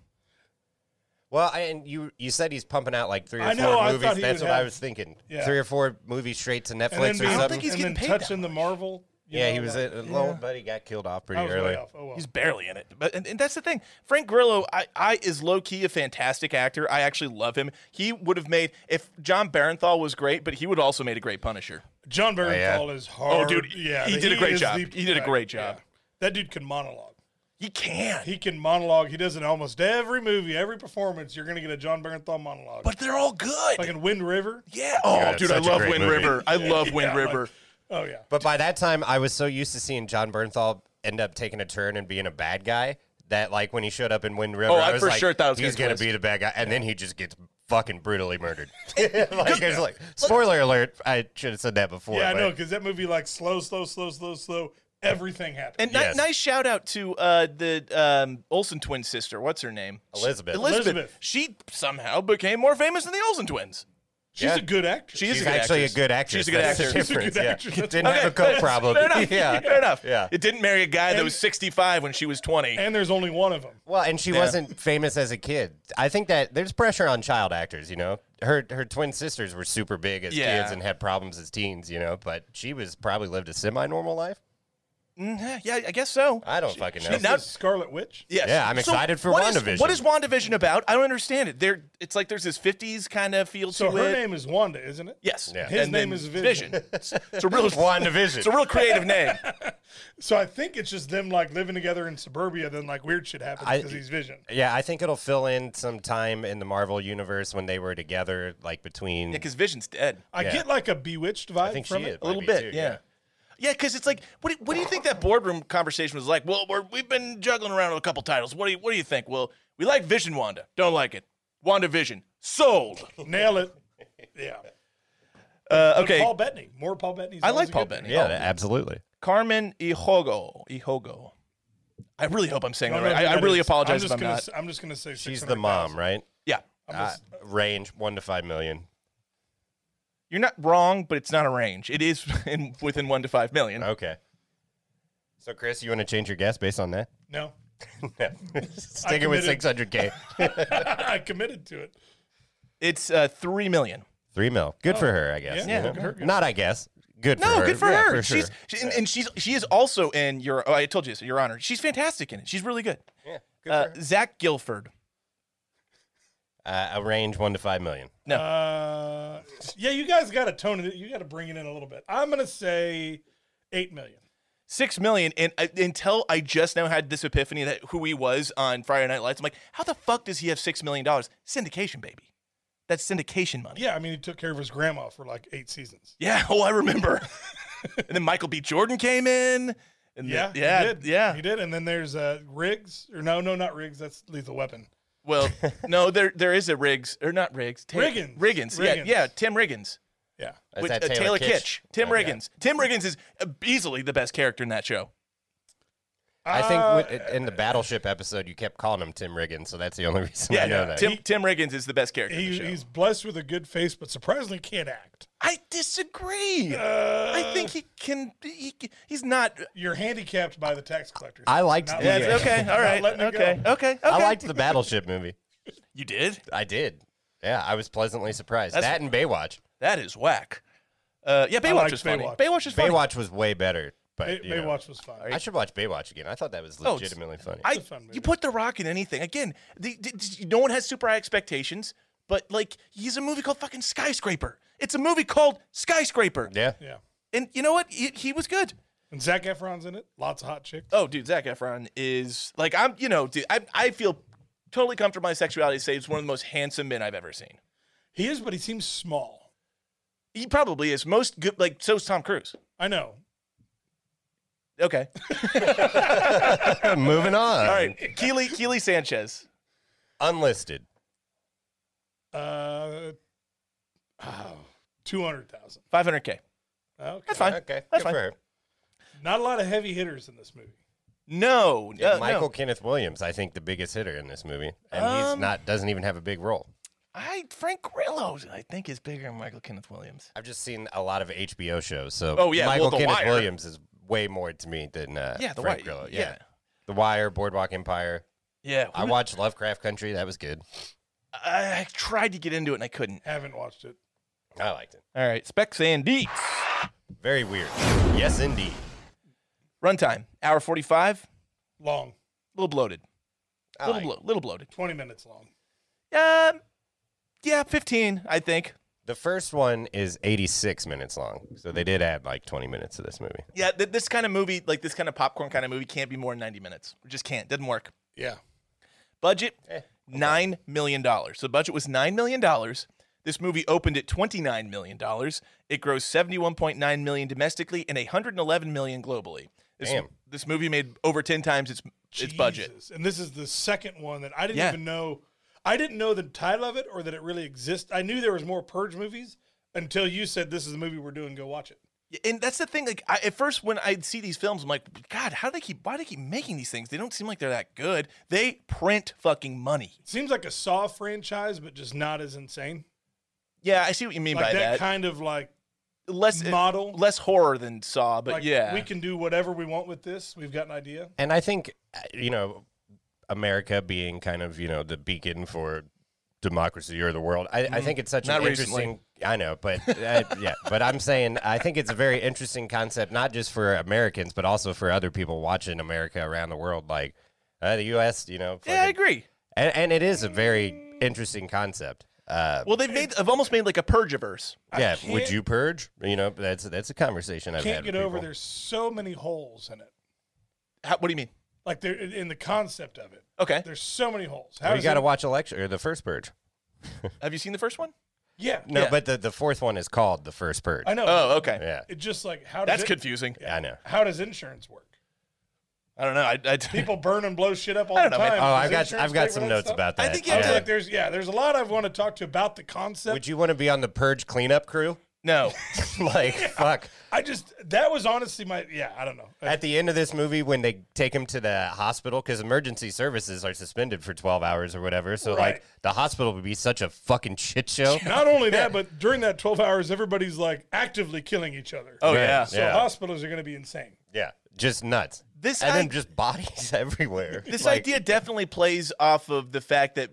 Speaker 2: Well, I, and you you said he's pumping out like three or
Speaker 1: I know,
Speaker 2: four
Speaker 1: I
Speaker 2: movies.
Speaker 1: thought he
Speaker 2: That's
Speaker 1: would
Speaker 2: what I
Speaker 1: have-
Speaker 2: was thinking.
Speaker 1: Yeah.
Speaker 2: Three or four movies straight to Netflix or
Speaker 1: being-
Speaker 2: something.
Speaker 3: he's
Speaker 1: and
Speaker 3: getting
Speaker 1: then
Speaker 3: paid that
Speaker 1: touching the Marvel. you
Speaker 2: yeah,
Speaker 1: know,
Speaker 2: he was
Speaker 1: that-
Speaker 2: at low, but he got killed off pretty
Speaker 1: I was way
Speaker 2: early.
Speaker 1: off. Oh, well.
Speaker 3: He's barely in it. But and, and that's the thing. Frank Grillo, I, I is low key a fantastic actor. I actually love him. He would have made if John Barenthal was great, but he would also made a great Punisher.
Speaker 1: John
Speaker 2: yeah.
Speaker 1: Barenthal is
Speaker 3: Oh,
Speaker 1: hard.
Speaker 3: dude,
Speaker 1: yeah,
Speaker 3: he did a great
Speaker 1: is
Speaker 3: job. He did a great
Speaker 1: yeah.
Speaker 3: job.
Speaker 1: That dude can monologue.
Speaker 3: He can.
Speaker 1: He can monologue. He does it in almost every movie, every performance. You're gonna get a John Barenthal monologue.
Speaker 3: but they're all good.
Speaker 1: like in Wind River.
Speaker 3: yeah. Oh,
Speaker 2: Yeah, it's
Speaker 3: dude, I
Speaker 2: such a
Speaker 3: love
Speaker 2: great
Speaker 3: Wind
Speaker 2: movie.
Speaker 3: River. I love Wind
Speaker 1: Yeah,
Speaker 3: River.
Speaker 1: like- oh yeah.
Speaker 2: But by that time, I was so used to seeing John Bernthal end up taking a turn and being a bad guy that, like, when he showed up in Wind River,
Speaker 3: Oh, I
Speaker 2: I, was
Speaker 3: for
Speaker 2: like,
Speaker 3: sure thought it was
Speaker 2: he's
Speaker 3: gonna
Speaker 2: going to
Speaker 3: twist.
Speaker 2: be the bad guy. And then he just gets fucking brutally murdered. like, it's like, spoiler alert, I should have said that before.
Speaker 1: yeah, I
Speaker 2: but
Speaker 1: know because that movie like slow, slow, slow, slow, slow. Everything happened.
Speaker 3: And ni-
Speaker 2: Yes.
Speaker 3: nice shout out to uh, the um, Olsen twin sister. What's her name?
Speaker 2: Elizabeth.
Speaker 3: Elizabeth.
Speaker 1: Elizabeth.
Speaker 3: She somehow became more famous than the Olsen twins.
Speaker 1: She's
Speaker 2: yeah.
Speaker 1: a good actress.
Speaker 3: She is
Speaker 2: She's
Speaker 3: a good
Speaker 2: actually
Speaker 3: actress.
Speaker 2: a good actress.
Speaker 3: She's a good
Speaker 2: That's the
Speaker 3: actress.
Speaker 1: She's a good
Speaker 2: difference, yeah.
Speaker 1: actress.
Speaker 2: Didn't have a
Speaker 3: fair-
Speaker 2: coke problem.
Speaker 3: Fair enough.
Speaker 2: yeah.
Speaker 3: Fair enough.
Speaker 2: Yeah.
Speaker 3: It didn't marry a guy that
Speaker 1: And-
Speaker 3: was 65 when she was 20.
Speaker 1: and there's only one of them.
Speaker 2: Well, and she wasn't famous as a kid. I think that there's pressure on child actors, you know. Her her twin sisters were super big as
Speaker 3: Yeah.
Speaker 2: kids and had problems as teens, you know, but she was probably lived a semi normal life.
Speaker 3: Mhm, yeah, I guess so.
Speaker 2: I don't fucking know.
Speaker 1: She's
Speaker 3: now-
Speaker 1: the Scarlet Witch.
Speaker 3: Yes.
Speaker 2: Yeah, I'm excited for
Speaker 3: what is-
Speaker 2: WandaVision.
Speaker 3: what is WandaVision about? I don't understand it. There, it's like there's this 50s kind of feel
Speaker 1: So
Speaker 3: to
Speaker 1: her
Speaker 3: it.
Speaker 1: name is Wanda, isn't it?
Speaker 3: yes.
Speaker 2: Yeah.
Speaker 1: His
Speaker 3: And
Speaker 1: name
Speaker 3: then
Speaker 1: is Vision.
Speaker 3: It's, it's a real.
Speaker 2: WandaVision.
Speaker 3: It's a real creative name.
Speaker 1: So I think it's just them like living together in suburbia. Then like weird shit happens
Speaker 2: I-
Speaker 1: because he's Vision.
Speaker 2: yeah, I think it'll fill in some time in the Marvel universe when they were together, like between.
Speaker 3: Because Vision's dead.
Speaker 1: I
Speaker 2: Yeah.
Speaker 1: get like a Bewitched vibe
Speaker 2: I think she
Speaker 1: from
Speaker 2: is
Speaker 1: it.
Speaker 3: a little
Speaker 2: might be
Speaker 3: bit,
Speaker 2: too,
Speaker 3: yeah. Yeah, because it's like, what do, what do you think that boardroom conversation was like? Well, we're, we've been juggling around with a couple titles. What do you What do you think? Well, we like Vision Wanda. Don't like it. Wanda Vision sold.
Speaker 1: Nail it. Yeah.
Speaker 3: Uh,
Speaker 1: But
Speaker 3: okay,
Speaker 1: Paul Bettany. More Paul Bettany.
Speaker 3: I like Paul Bettany.
Speaker 2: Yeah, absolutely.
Speaker 3: Carmen Ihogo. Ihogo. I really hope I'm saying that right. I, I really apologize if I'm not.
Speaker 1: i I'm just gonna say
Speaker 2: She's the mom, right?
Speaker 3: yeah,
Speaker 2: Uh, range one to five million.
Speaker 3: you're not wrong, but it's not a range. It is in, within one to five million.
Speaker 2: Okay. So, Chris, you want to change your guess based on that?
Speaker 1: No,
Speaker 2: No. Stick it with
Speaker 1: committed.
Speaker 2: 600K.
Speaker 1: I committed to it.
Speaker 3: It's uh, three million.
Speaker 2: Three mil. Good
Speaker 3: Oh.
Speaker 2: for her, I guess.
Speaker 1: Yeah,
Speaker 2: you know?
Speaker 1: good for her.
Speaker 2: Not, I guess. Good for
Speaker 3: No,
Speaker 2: her.
Speaker 3: good for
Speaker 2: Yeah,
Speaker 3: her.
Speaker 2: sure.
Speaker 3: She's she, and, and she's she is also in your. Oh, I told you this, Your Honor. She's fantastic in it. She's really good. Yeah, uh, Zach Gilford.
Speaker 2: uh, a range one to five million.
Speaker 1: Uh, yeah, you guys got to tone it. You got to bring it in a little bit. I'm gonna say eight million.
Speaker 3: Six million, and I, until I just now had this epiphany that who he was on Friday Night Lights, I'm like, how the fuck does he have six million dollars? Syndication, baby, that's syndication money.
Speaker 1: Yeah, I mean he took care of his grandma for like eight seasons.
Speaker 3: Yeah, oh, I remember. and then Michael B. Jordan came in. And
Speaker 1: Yeah,
Speaker 3: the, yeah,
Speaker 1: he did.
Speaker 3: yeah.
Speaker 1: he did. And then there's uh, Riggs, or no, no, not Riggs. That's Lethal Weapon.
Speaker 3: Well, no, there there is a Riggs or not Riggs. Tim,
Speaker 1: Riggins.
Speaker 3: Riggins. Yeah,
Speaker 1: Riggins.
Speaker 3: yeah. Tim Riggins.
Speaker 1: Yeah,
Speaker 2: Is
Speaker 3: Which-
Speaker 2: that
Speaker 3: uh,
Speaker 2: Taylor, Kitsch?
Speaker 3: Tim
Speaker 2: Okay.
Speaker 3: Riggins. Tim Riggins is uh, easily the best character in that show.
Speaker 2: I
Speaker 1: Uh,
Speaker 2: think wi- in the Battleship episode, you kept calling him Tim Riggins, so that's the only reason I
Speaker 3: Yeah,
Speaker 2: know
Speaker 3: yeah.
Speaker 2: that.
Speaker 3: Tim Tim Riggins is the best character in
Speaker 1: he,
Speaker 3: the show.
Speaker 1: he's blessed with a good face, but surprisingly can't act.
Speaker 3: I disagree.
Speaker 1: Uh.
Speaker 3: I think he can. He, he's not.
Speaker 1: You're handicapped by the tax collector.
Speaker 2: I liked
Speaker 1: Not
Speaker 2: the.
Speaker 1: letting
Speaker 3: Yeah,
Speaker 2: uh,
Speaker 3: okay. All
Speaker 1: Not
Speaker 3: right.
Speaker 1: letting it
Speaker 3: Okay.
Speaker 1: go.
Speaker 3: Okay. Okay.
Speaker 2: I liked the Battleship movie.
Speaker 3: You did.
Speaker 2: I did. Yeah, I was pleasantly surprised.
Speaker 3: That's-
Speaker 2: that and Baywatch.
Speaker 3: That is whack. Uh, yeah, Baywatch
Speaker 1: liked
Speaker 3: is funny.
Speaker 1: Baywatch.
Speaker 3: Baywatch is funny.
Speaker 2: Baywatch was way better. But
Speaker 1: Bay-
Speaker 2: you know,
Speaker 1: Baywatch was fine.
Speaker 2: I should watch Baywatch again. I thought that was
Speaker 3: No, Oh, it's-
Speaker 2: legitimately funny.
Speaker 3: I,
Speaker 1: It's a fun movie.
Speaker 3: you put The Rock in anything. Again, the, the, the- no one has super high expectations, but like he's a movie called fucking Skyscraper. It's a movie called Skyscraper.
Speaker 2: yeah.
Speaker 1: Yeah.
Speaker 3: And you know what? He, he was good.
Speaker 1: And Zach Efron's in it. Lots of hot chicks.
Speaker 3: Oh, dude, Zach Efron is like I'm. You know, dude, I I feel totally comfortable. in My sexuality to say he's one of the most handsome men I've ever seen.
Speaker 1: He is, but he seems small.
Speaker 3: He probably is most good. Like so's Tom Cruise.
Speaker 1: I know.
Speaker 3: Okay,
Speaker 2: Moving on.
Speaker 3: all right. Keely Keely Sanchez.
Speaker 2: Unlisted.
Speaker 1: Uh, oh, 200,000.
Speaker 3: 500k.
Speaker 1: Okay.
Speaker 3: That's fine.
Speaker 2: Okay.
Speaker 3: That's
Speaker 2: good
Speaker 3: fine.
Speaker 2: for her.
Speaker 1: Not a lot of heavy hitters in this movie.
Speaker 3: No,
Speaker 2: Yeah,
Speaker 3: uh,
Speaker 2: Michael
Speaker 3: no.
Speaker 2: Kenneth Williams, I think, the biggest hitter in this movie, and he's
Speaker 3: Um,
Speaker 2: not doesn't even have a big role.
Speaker 3: I Frank Grillo. I think is bigger than Michael Kenneth Williams.
Speaker 2: I've just seen a lot of HBO shows, so
Speaker 3: Oh, yeah, well,
Speaker 2: Michael
Speaker 3: The
Speaker 2: Kenneth
Speaker 3: Wire.
Speaker 2: Williams is way more to me than uh,
Speaker 3: Yeah, The
Speaker 2: Frank
Speaker 3: Wire,
Speaker 2: Grillo. Yeah.
Speaker 3: yeah.
Speaker 2: The Wire, Boardwalk Empire.
Speaker 3: Yeah,
Speaker 2: I watched Lovecraft Country. That was good.
Speaker 3: I I tried to get into it and I couldn't.
Speaker 1: Haven't watched it.
Speaker 2: I liked it.
Speaker 3: All right, Specs and Deets.
Speaker 2: Very weird. Yes, indeed.
Speaker 3: Runtime, hour 45,
Speaker 1: Long.
Speaker 3: a little bloated.
Speaker 2: I
Speaker 3: little,
Speaker 2: liked it.
Speaker 3: blo- little bloated.
Speaker 1: 20 minutes long.
Speaker 3: Um, yeah, 15, I think.
Speaker 2: The first one is 86 minutes long, so they did add like 20 minutes to this movie.
Speaker 3: Yeah, th- this kind of movie, like this kind of popcorn kind of movie, can't be more than 90 minutes. It just can't. Doesn't work.
Speaker 1: Yeah.
Speaker 3: Budget, $9 million. So the budget was $9 million. This movie opened at $29 million. It grossed $71.9 million domestically and $111 million globally. This,
Speaker 2: Damn.
Speaker 3: this movie made over 10 times its, its budget.
Speaker 1: Jesus. And this is the second one that I didn't
Speaker 3: Yeah.
Speaker 1: even know. I didn't know the title of it or that it really exists. I knew there was more Purge movies until you said this is the movie we're doing. Go watch it.
Speaker 3: and that's the thing. Like I, at first, when I see these films, I'm like, God, how do they keep? Why do they keep making these things? They don't seem like they're that good. They print fucking money.
Speaker 1: Seems like a Saw franchise, but just not as insane.
Speaker 3: Yeah, I see what you mean
Speaker 1: Like
Speaker 3: by
Speaker 1: that,
Speaker 3: that.
Speaker 1: kind of like,
Speaker 3: less uh,
Speaker 1: model.
Speaker 3: less horror than Saw, but
Speaker 1: like
Speaker 3: yeah,
Speaker 1: we can do whatever we want with this. We've got an idea.
Speaker 2: And I think, uh, you know, America being kind of, you know, the beacon for democracy or the world, I, I think it's such
Speaker 3: Mm-hmm. Not
Speaker 2: an
Speaker 3: recently.
Speaker 2: interesting. I know, but uh, yeah, but I'm saying I think it's a very interesting concept, not just for Americans, but also for other people watching America around the world, like uh, the U.S., you know.
Speaker 3: yeah, I
Speaker 2: fucking-
Speaker 3: agree.
Speaker 2: And, and it is a very interesting concept. Uh,
Speaker 3: Well, they've made, I've almost made like a purgiverse.
Speaker 2: yeah, would
Speaker 1: can't-
Speaker 2: you purge? You know, that's that's a conversation I've
Speaker 1: Can't
Speaker 2: had.
Speaker 1: get
Speaker 2: with
Speaker 1: over.
Speaker 2: people.
Speaker 1: There's so many holes in it.
Speaker 3: How, what do you mean?
Speaker 1: Like there in in the concept of it.
Speaker 3: Okay,
Speaker 1: There's so many holes. How
Speaker 2: Well, you
Speaker 1: does
Speaker 2: got to
Speaker 1: it-
Speaker 2: watch election or the first purge.
Speaker 3: have you seen the first one?
Speaker 1: Yeah,
Speaker 2: No,
Speaker 3: Yeah.
Speaker 2: but the, the fourth one is called the first purge.
Speaker 1: I know.
Speaker 3: Oh, okay,
Speaker 2: Yeah,
Speaker 1: It just like how does
Speaker 3: that's
Speaker 1: it,
Speaker 3: confusing.
Speaker 2: I know.
Speaker 1: How does insurance work?
Speaker 3: I don't know. I, I,
Speaker 1: People burn and blow shit up all
Speaker 3: I don't
Speaker 1: the
Speaker 3: know, man.
Speaker 1: time.
Speaker 2: Oh, I've
Speaker 1: Does
Speaker 2: got
Speaker 1: insurance
Speaker 2: I've got
Speaker 1: pay for
Speaker 2: some
Speaker 1: that
Speaker 2: notes
Speaker 1: stuff?
Speaker 2: about
Speaker 3: I
Speaker 2: that. Uh,
Speaker 3: think
Speaker 1: I was
Speaker 3: Yeah.
Speaker 1: like, there's yeah, there's a lot I want to talk to you about the concept.
Speaker 2: Would you want to be on the purge cleanup crew?
Speaker 3: no,
Speaker 2: like fuck.
Speaker 1: I just that was honestly my yeah. I don't know.
Speaker 2: At the end of this movie, when they take him to the hospital, because emergency services are suspended for twelve hours or whatever, so
Speaker 1: Right.
Speaker 2: like the hospital would be such a fucking shit show.
Speaker 1: Not only that, but during that 12 hours, everybody's like actively killing each other.
Speaker 3: oh
Speaker 2: Right.
Speaker 3: yeah.
Speaker 1: so
Speaker 2: yeah.
Speaker 1: hospitals are going to be insane.
Speaker 2: yeah, just nuts.
Speaker 3: This
Speaker 2: and
Speaker 3: I-
Speaker 2: then just bodies everywhere.
Speaker 3: This
Speaker 2: Like,
Speaker 3: idea definitely plays off of the fact that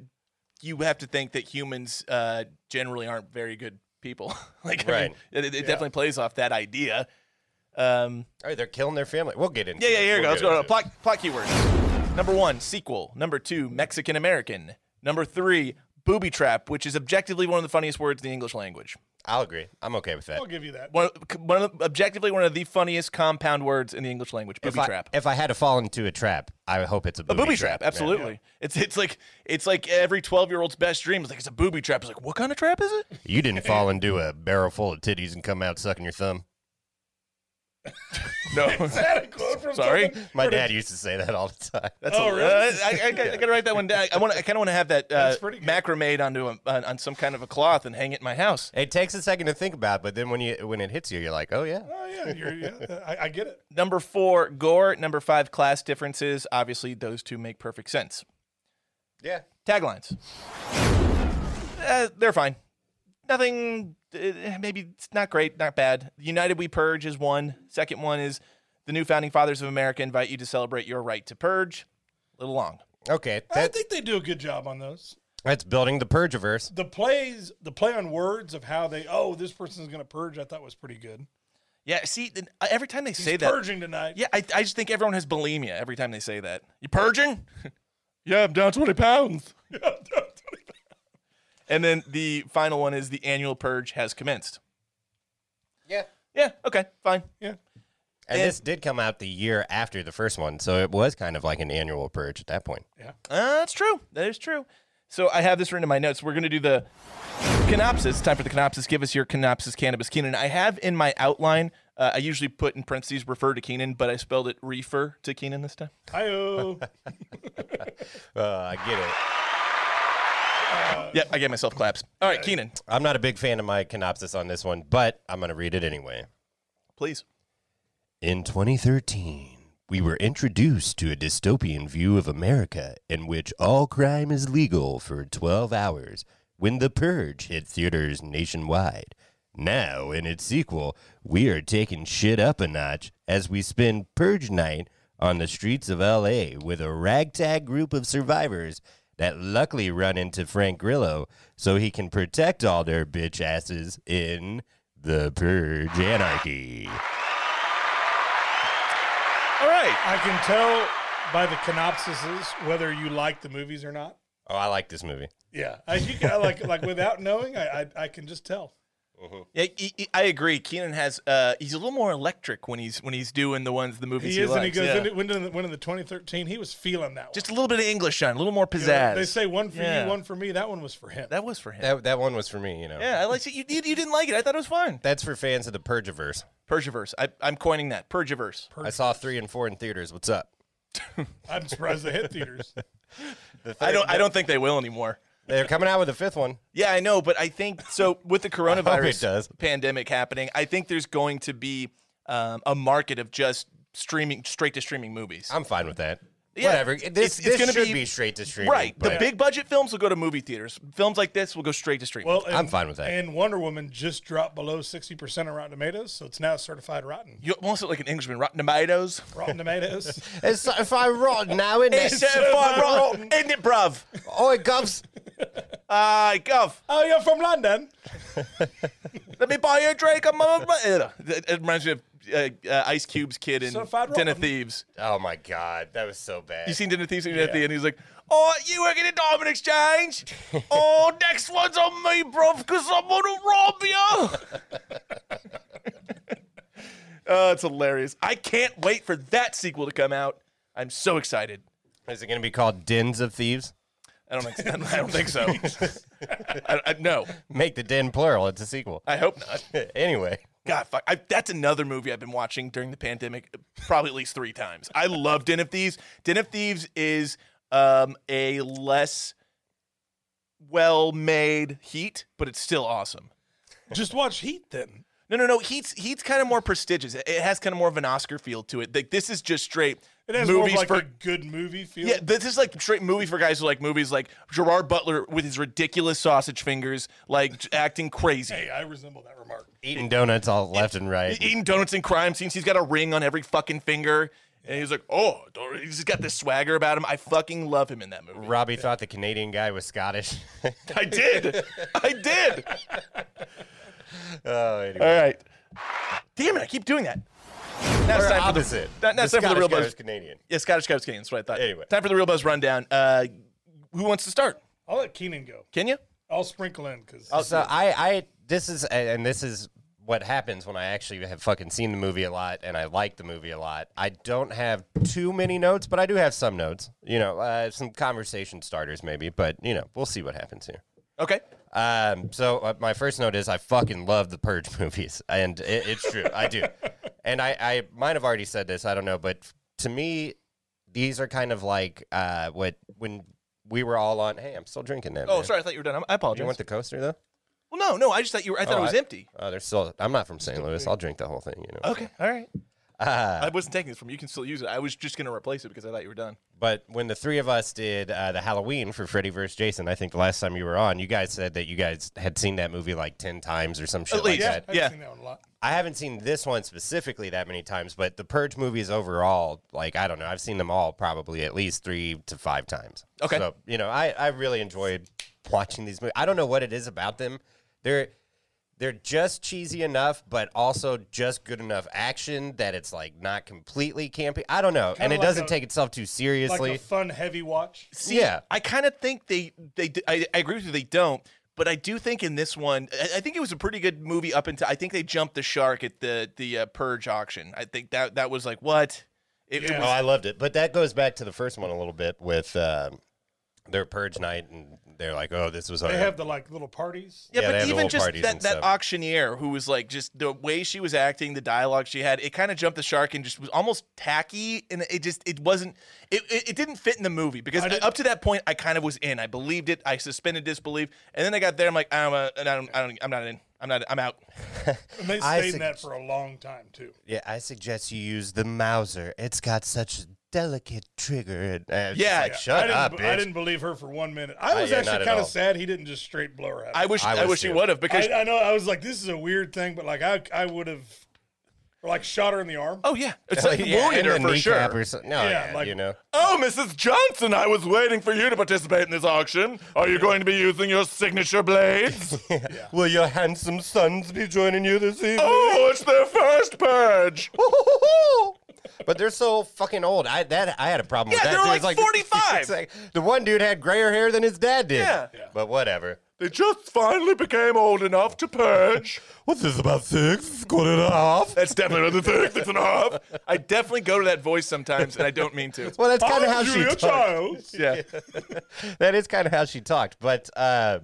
Speaker 3: you have to think that humans uh, generally aren't very good people. like, I mean,
Speaker 2: Right.
Speaker 3: it, it definitely plays off that idea. Um,
Speaker 2: All right, they're killing their family. We'll get into.
Speaker 3: yeah, yeah,
Speaker 2: it.
Speaker 3: here we go.
Speaker 2: We'll
Speaker 3: Let's
Speaker 2: get
Speaker 3: go to
Speaker 2: into it.
Speaker 3: plot, plot keywords. Number one, sequel. Number two, Mexican American. Number three, booby trap, which is objectively one of the funniest words in the English language.
Speaker 2: I'll agree. I'm okay with that.
Speaker 1: I'll give you that.
Speaker 3: One, one of the, objectively one of the funniest compound words in the English language. Booby
Speaker 2: if I,
Speaker 3: trap.
Speaker 2: If I had to fall into a trap, I hope it's a
Speaker 3: A
Speaker 2: booby,
Speaker 3: booby, trap, absolutely. It's it's like it's like every twelve year old's best dream. It's like it's a booby trap. It's like what kind of trap is it?
Speaker 2: You didn't fall into a barrel full of titties and come out sucking your thumb.
Speaker 3: No,
Speaker 1: Is that a quote from
Speaker 3: Sorry?
Speaker 1: something?
Speaker 2: My dad used to say that all the time.
Speaker 3: that's
Speaker 1: Oh,
Speaker 3: a,
Speaker 1: really?
Speaker 3: uh, I, I, I gotta write that one down. I want I kind of want to have that uh,
Speaker 1: That's pretty good.
Speaker 3: macrame onto a, on, on some kind of a cloth and hang it in my house.
Speaker 2: It takes a second to think about, but then when you when it hits you, you're like, oh yeah.
Speaker 1: Oh yeah, you're, yeah I, I get it.
Speaker 3: Number four, gore. Number five, class differences. Obviously, those two make perfect sense.
Speaker 2: Yeah.
Speaker 3: Taglines. Uh, Eh, they're fine. nothing. eh, Maybe it's not great, not bad. United We Purge is one. Second one is the new founding fathers of America invite you to celebrate your right to purge. A little long.
Speaker 2: Okay,
Speaker 1: I
Speaker 2: that,
Speaker 1: think they do a good job on those.
Speaker 2: that's building the Purgiverse.
Speaker 1: The plays, the play on words of how they, oh, this person's going to purge, I thought was pretty good.
Speaker 3: Yeah, see, th- every time they
Speaker 1: He's
Speaker 3: say that,
Speaker 1: purging tonight.
Speaker 3: yeah, I, I just think everyone has bulimia every time they say that. You purging? yeah, I'm down 20 pounds. And then the final one is the annual purge has commenced.
Speaker 2: Yeah.
Speaker 3: Yeah, okay, fine.
Speaker 2: And this did come out the year after the first one, so it was kind of like an annual purge at that point.
Speaker 3: Uh, that's true. That is true. So I have this written in my notes. We're going to do the canopsis. It's time for the canopsis. Give us your canopsis cannabis, Keenan. I have in my outline, uh, I usually put in parentheses refer to Keenan, but I spelled it refer to Keenan this time.
Speaker 1: Hi-oh.
Speaker 2: Uh, I get it.
Speaker 3: Yep, I gave myself claps. All right, Keenan,
Speaker 2: I'm not a big fan of my canopsis on this one, but I'm going to read it anyway.
Speaker 3: please.
Speaker 2: In 2013, we were introduced to a dystopian view of America in which all crime is legal for 12 hours when The Purge hit theaters nationwide. Now, in its sequel, we are taking shit up a notch as we spend Purge Night on the streets of LA with a ragtag group of survivors that luckily run into Frank Grillo so he can protect all their bitch asses in The Purge Anarchy.
Speaker 3: All right.
Speaker 1: I can tell by the canopsises whether you like the movies or not.
Speaker 2: Oh, I like this movie.
Speaker 1: Yeah, I, you got- like like without knowing, I, I I can just tell.
Speaker 3: Yeah, he- he- I agree. Keenan has uh, he's a little more electric when he's when he's doing the ones the movies
Speaker 1: He
Speaker 3: he,
Speaker 1: is, and he
Speaker 3: likes,
Speaker 1: goes
Speaker 3: yeah.
Speaker 1: into when in the, when in the 2013, he was feeling that one.
Speaker 3: just a little bit of English shine, a little more
Speaker 1: You
Speaker 3: pizzazz.
Speaker 1: know, They say one for
Speaker 3: Yeah.
Speaker 1: you, one for me. That one was for him.
Speaker 3: that was for him.
Speaker 2: That that one was for me, you know.
Speaker 3: yeah, I liked it. You, you, you didn't like it. I thought it was fine.
Speaker 2: That's for fans of the Purgiverse.
Speaker 3: Pergiverse. I, I'm coining that. Pergiverse.
Speaker 2: I saw three and four in theaters. What's up?
Speaker 1: I'm surprised they hit theaters.
Speaker 3: I don't. I don't think they will anymore.
Speaker 2: They're coming out with a fifth one.
Speaker 3: Yeah, I know, but I think so. With the coronavirus
Speaker 2: does.
Speaker 3: pandemic happening, I think there's going to be um, a market of just streaming straight to streaming movies.
Speaker 2: I'm fine with that.
Speaker 3: Yeah,
Speaker 2: Whatever. This,
Speaker 3: it's- it's
Speaker 2: this
Speaker 3: gonna
Speaker 2: should
Speaker 3: be-
Speaker 2: be, straight to streaming.
Speaker 3: right. The
Speaker 2: but
Speaker 3: big budget films will go to movie theaters. Films like this will go straight to streaming.
Speaker 1: Well,
Speaker 2: I'm fine with that.
Speaker 1: And Wonder Woman just dropped below 60% on Rotten Tomatoes, so it's now certified rotten.
Speaker 3: you almost look like an Englishman. Rotten Tomatoes.
Speaker 1: Rotten Tomatoes.
Speaker 2: It's so far rotten now, isn't
Speaker 3: It's so far rotten, isn't it, bruv?
Speaker 2: Oi, Govs.
Speaker 3: Ah, gov.
Speaker 1: oh, you're from London?
Speaker 3: Let me buy you a drink. I'm a, it it reminds me of uh, uh, Ice Cube's kid in
Speaker 1: So far
Speaker 3: Den of
Speaker 1: rotten.
Speaker 3: Thieves.
Speaker 2: Oh my god, that was so bad.
Speaker 3: You seen Dinner Thieves and at the end? He's like, "Oh, you working at Diamond Exchange? oh, next one's on me, bruv, because I'm gonna rob you." Oh, it's hilarious. I can't wait for that sequel to come out. I'm so excited.
Speaker 2: Is it going to be called Dens of Thieves?
Speaker 3: I don't. Ex- I don't- I don't think so. I, I, no,
Speaker 2: Make the den plural. It's a sequel.
Speaker 3: I hope not.
Speaker 2: anyway,
Speaker 3: God, fuck. I, that's another movie I've been watching during the pandemic, probably at least three times. I love Den of Thieves. Den of Thieves is um, a less well-made Heat, but it's still awesome.
Speaker 1: Just watch Heat then.
Speaker 3: No, no, no. Heat's Heat's kind of more prestigious. It, it has kind of more of an Oscar feel to it. Like this is just straight
Speaker 1: It has
Speaker 3: movies
Speaker 1: more of like
Speaker 3: for.
Speaker 1: a good movie feel.
Speaker 3: yeah, this is like straight movie for guys who like movies like Gerard Butler with his ridiculous sausage fingers, like acting crazy.
Speaker 1: Hey, I resemble that remark.
Speaker 2: eating donuts all left and right.
Speaker 3: He's eating donuts in crime scenes. He's got a ring on every fucking finger. And he's like, oh, don't- he's got this swagger about him. I fucking love him in that movie.
Speaker 2: Robbie thought the Canadian guy was Scottish.
Speaker 3: I did. I did.
Speaker 2: oh, anyway.
Speaker 3: All right. Damn it, I keep doing that. Now it's time for
Speaker 2: Or
Speaker 3: the,
Speaker 2: opposite.
Speaker 3: that- now it's
Speaker 2: the
Speaker 3: time for the real
Speaker 2: Scottish guy
Speaker 3: buzz.
Speaker 2: was Canadian.
Speaker 3: Yeah, Scottish Cubs Canadian. That's what I thought.
Speaker 2: Anyway.
Speaker 3: Time for the Real Buzz rundown. Uh, who wants to start?
Speaker 1: I'll let Keenan go.
Speaker 3: Can you?
Speaker 1: I'll sprinkle in because
Speaker 2: So I, I, this is, and this is what happens when I actually have fucking seen the movie a lot and I like the movie a lot. I don't have too many notes, but I do have some notes. You know, uh, some conversation starters maybe, but you know, we'll see what happens here.
Speaker 3: Okay.
Speaker 2: Um, so uh, my first note is I fucking love the Purge movies, and it, it's true, I do. And I, I might have already said this, I don't know, but to me, these are kind of like uh, what when we were all on. Hey, I'm still drinking that.
Speaker 3: Oh,
Speaker 2: man.
Speaker 3: sorry. I thought you were done. I- I
Speaker 2: You
Speaker 3: apologize.
Speaker 2: want the coaster though?
Speaker 3: well, no, no. I just thought you were. I thought
Speaker 2: Oh,
Speaker 3: it was
Speaker 2: I-
Speaker 3: empty.
Speaker 2: Oh, there's still. I'm not from St. Louis. I'll drink the whole thing. You know.
Speaker 3: Okay. All right. I wasn't taking this from you. You can still use it. I was just going to replace it because I thought you were done.
Speaker 2: But when the three of us did uh, the Halloween for Freddy vs. Jason, I think the last time you were on, you guys said that you guys had seen that movie like 10 times or some shit like
Speaker 3: least.
Speaker 1: Yeah,
Speaker 2: that.
Speaker 1: I've
Speaker 3: Yeah.
Speaker 1: seen that one a lot.
Speaker 2: I haven't seen this one specifically that many times, but the Purge movies overall, like, I don't know, I've seen them all probably at least three to five times.
Speaker 3: Okay.
Speaker 2: So, you know, I, I really enjoyed watching these movies. I don't know what it is about them. They're. They're just cheesy enough, but also just good enough action that it's like not completely campy. I don't know, and it
Speaker 1: like
Speaker 2: doesn't
Speaker 1: a-
Speaker 2: take itself too seriously.
Speaker 1: Like a fun heavy watch.
Speaker 3: See,
Speaker 2: Yeah.
Speaker 3: I kind of think they they d- I, I agree with you. They don't, but I do think in this one, I, I think it was a pretty good movie up until I think they jumped the shark at the the uh, purge auction. I think that that was like what it, it
Speaker 1: Yeah.
Speaker 2: Oh,
Speaker 3: was.
Speaker 2: I loved it. But that goes back to the first one a little bit with uh, their purge night, and they're like, "Oh, this was our."
Speaker 1: They have the like little parties.
Speaker 3: Yeah,
Speaker 2: yeah, they
Speaker 3: but
Speaker 2: have the
Speaker 3: even
Speaker 2: little
Speaker 3: just
Speaker 2: parties
Speaker 3: that,
Speaker 2: and
Speaker 3: that
Speaker 2: stuff.
Speaker 3: auctioneer who was like just the way she was acting, the dialogue she had, it kind of jumped the shark and just was almost tacky, and it just it wasn't it it, it didn't fit in the movie because
Speaker 1: I didn't-
Speaker 3: up to that point I kind of was in, I believed it, I suspended disbelief, and then I got there, I'm like I'm a, I don't I don't I'm not in, I'm not I'm out.
Speaker 1: And they
Speaker 2: I
Speaker 1: stayed in
Speaker 2: sug-
Speaker 1: that for a long time too.
Speaker 2: yeah, I suggest you use the Mauser. It's got such a delicate trigger. And, uh, it's just
Speaker 3: Yeah,
Speaker 2: like,
Speaker 3: yeah.
Speaker 1: I
Speaker 2: shut
Speaker 1: didn't,
Speaker 2: up,
Speaker 1: be-
Speaker 2: bitch.
Speaker 1: I didn't believe her for one minute. I
Speaker 2: Uh,
Speaker 1: was
Speaker 2: yeah, not
Speaker 1: actually
Speaker 2: at
Speaker 1: kind
Speaker 2: all.
Speaker 1: of sad he didn't just straight blow her out.
Speaker 3: I wish
Speaker 2: I
Speaker 3: I,
Speaker 2: was
Speaker 3: wish he
Speaker 2: too.
Speaker 3: would have because
Speaker 1: I, I know. I was like, this is a weird thing, but like, I I would have, or like, shot her in the arm.
Speaker 3: oh yeah, it's like
Speaker 2: Yeah,
Speaker 3: wounded
Speaker 2: and
Speaker 3: her
Speaker 2: the
Speaker 3: for
Speaker 2: kneecap
Speaker 3: sure.
Speaker 2: or so- no, yeah,
Speaker 1: Yeah, like-
Speaker 2: you know.
Speaker 3: Oh, Mrs. Johnson, I was waiting for you to participate in this auction. Are you going to be using your signature blades?
Speaker 2: Will your handsome sons be joining you this evening?
Speaker 3: oh, it's their first purge.
Speaker 2: Oh. But they're so fucking old. I that I had a problem
Speaker 3: Yeah,
Speaker 2: with that.
Speaker 3: they were
Speaker 2: too.
Speaker 3: like
Speaker 2: It's
Speaker 3: 45.
Speaker 2: it's like, the one dude had grayer hair than his dad did.
Speaker 3: Yeah.
Speaker 2: But whatever.
Speaker 3: They just finally became old enough to purge.
Speaker 2: What's this about six? Quarter and a half.
Speaker 3: That's definitely another thing. That's an off. I definitely go to that voice sometimes, and I don't mean to.
Speaker 2: Well, that's kind of
Speaker 1: I'm
Speaker 2: how she
Speaker 1: Julia
Speaker 2: talks.
Speaker 1: Childs.
Speaker 3: Yeah.
Speaker 2: that is kind of how she talked. But uh,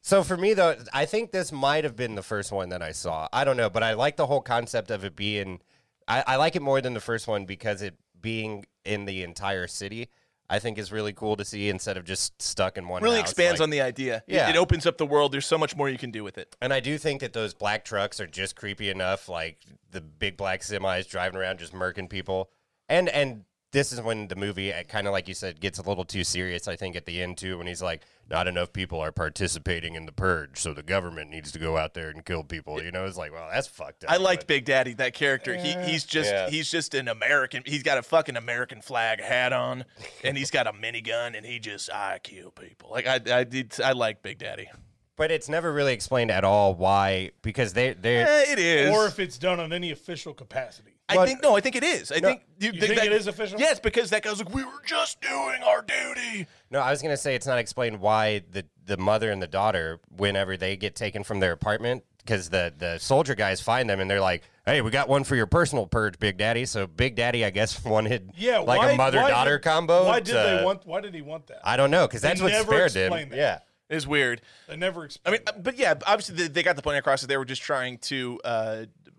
Speaker 2: so for me, though, I think this might have been the first one that I saw. I don't know, but I like the whole concept of it being. I, I like it more than the first one because it being in the entire city, I think is really cool to see instead of just stuck in one.
Speaker 3: Really
Speaker 2: house.
Speaker 3: expands
Speaker 2: Like-
Speaker 3: on the idea. It-
Speaker 2: Yeah.
Speaker 3: It, opens up the world. There's so much more you can do with it.
Speaker 2: And I do think that those black trucks are just creepy enough, like the big black semis driving around just murking people. And and this is when the movie, kind of like you said, gets a little too serious. I think at the end too, when he's like, "Not enough people are participating in the purge, so the government needs to go out there and kill people." You know, it's like, well, that's fucked up.
Speaker 3: I liked
Speaker 2: But-
Speaker 3: Big Daddy, that character. He he's just
Speaker 2: Yeah.
Speaker 3: he's just an American. He's got a fucking American flag hat on, and he's got a minigun, and he just I kill people. Like I I did I like Big Daddy.
Speaker 2: but it's never really explained at all why, because they they
Speaker 3: Eh, it is.
Speaker 1: Or if it's done on any official capacity.
Speaker 3: I think no, I think it is. I think you,
Speaker 1: think it is official?
Speaker 3: Yes, because that guy's like we were just doing our duty.
Speaker 2: No, I was gonna say it's not explained why the the mother and the daughter, whenever they get taken from their apartment, because the the soldier guys find them and they're like, "Hey, we got one for your personal purge, Big Daddy." So Big Daddy, I guess, wanted
Speaker 1: Yeah,
Speaker 2: like
Speaker 1: why-
Speaker 2: a mother
Speaker 1: why
Speaker 2: daughter
Speaker 1: did-
Speaker 2: combo.
Speaker 1: Why did
Speaker 2: to-
Speaker 1: they want? Why did he want that?
Speaker 2: I don't know, because
Speaker 1: They
Speaker 2: that's what
Speaker 1: never
Speaker 2: spared them.
Speaker 1: explained that.
Speaker 2: Yeah,
Speaker 3: It's weird.
Speaker 1: They never
Speaker 3: I
Speaker 1: explained.
Speaker 3: mean, uh, but yeah, obviously they, they got the point across that they were just trying to, uh,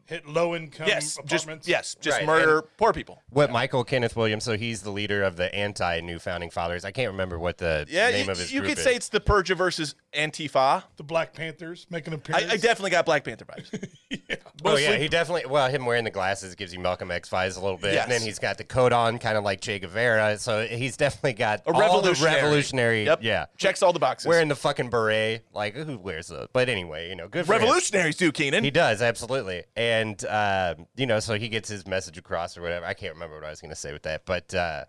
Speaker 1: hit low income
Speaker 3: yes, just
Speaker 1: Um, apartments.
Speaker 3: yes, just
Speaker 2: Right,
Speaker 3: murder poor people.
Speaker 2: what Michael Kenneth Williams. So he's the leader of the anti New Founding Fathers. I can't remember what the
Speaker 3: Yeah,
Speaker 2: name
Speaker 3: you,
Speaker 2: of his
Speaker 3: you
Speaker 2: group
Speaker 3: could
Speaker 2: is.
Speaker 3: say it's the Purge versus Antifa.
Speaker 1: the Black Panthers make an
Speaker 3: I,
Speaker 1: appearance.
Speaker 3: I definitely got Black Panther vibes.
Speaker 2: Oh yeah, he definitely. Well, him wearing the glasses gives you Malcolm X vibes a little bit, and then
Speaker 3: Yes.
Speaker 2: he's got the coat on, kind of like Che Guevara. So he's definitely got
Speaker 3: A
Speaker 2: all the
Speaker 3: revolutionary.
Speaker 2: revolutionary.
Speaker 3: Yep.
Speaker 2: Yeah,
Speaker 3: Checks all the boxes.
Speaker 2: wearing the fucking beret. Like who wears those? But anyway, you know, good for him.
Speaker 3: Revolutionaries do, Keenan.
Speaker 2: He does absolutely, and uh, you know, so he gets his message across or whatever. I can't remember what I was going to say with that, but uh,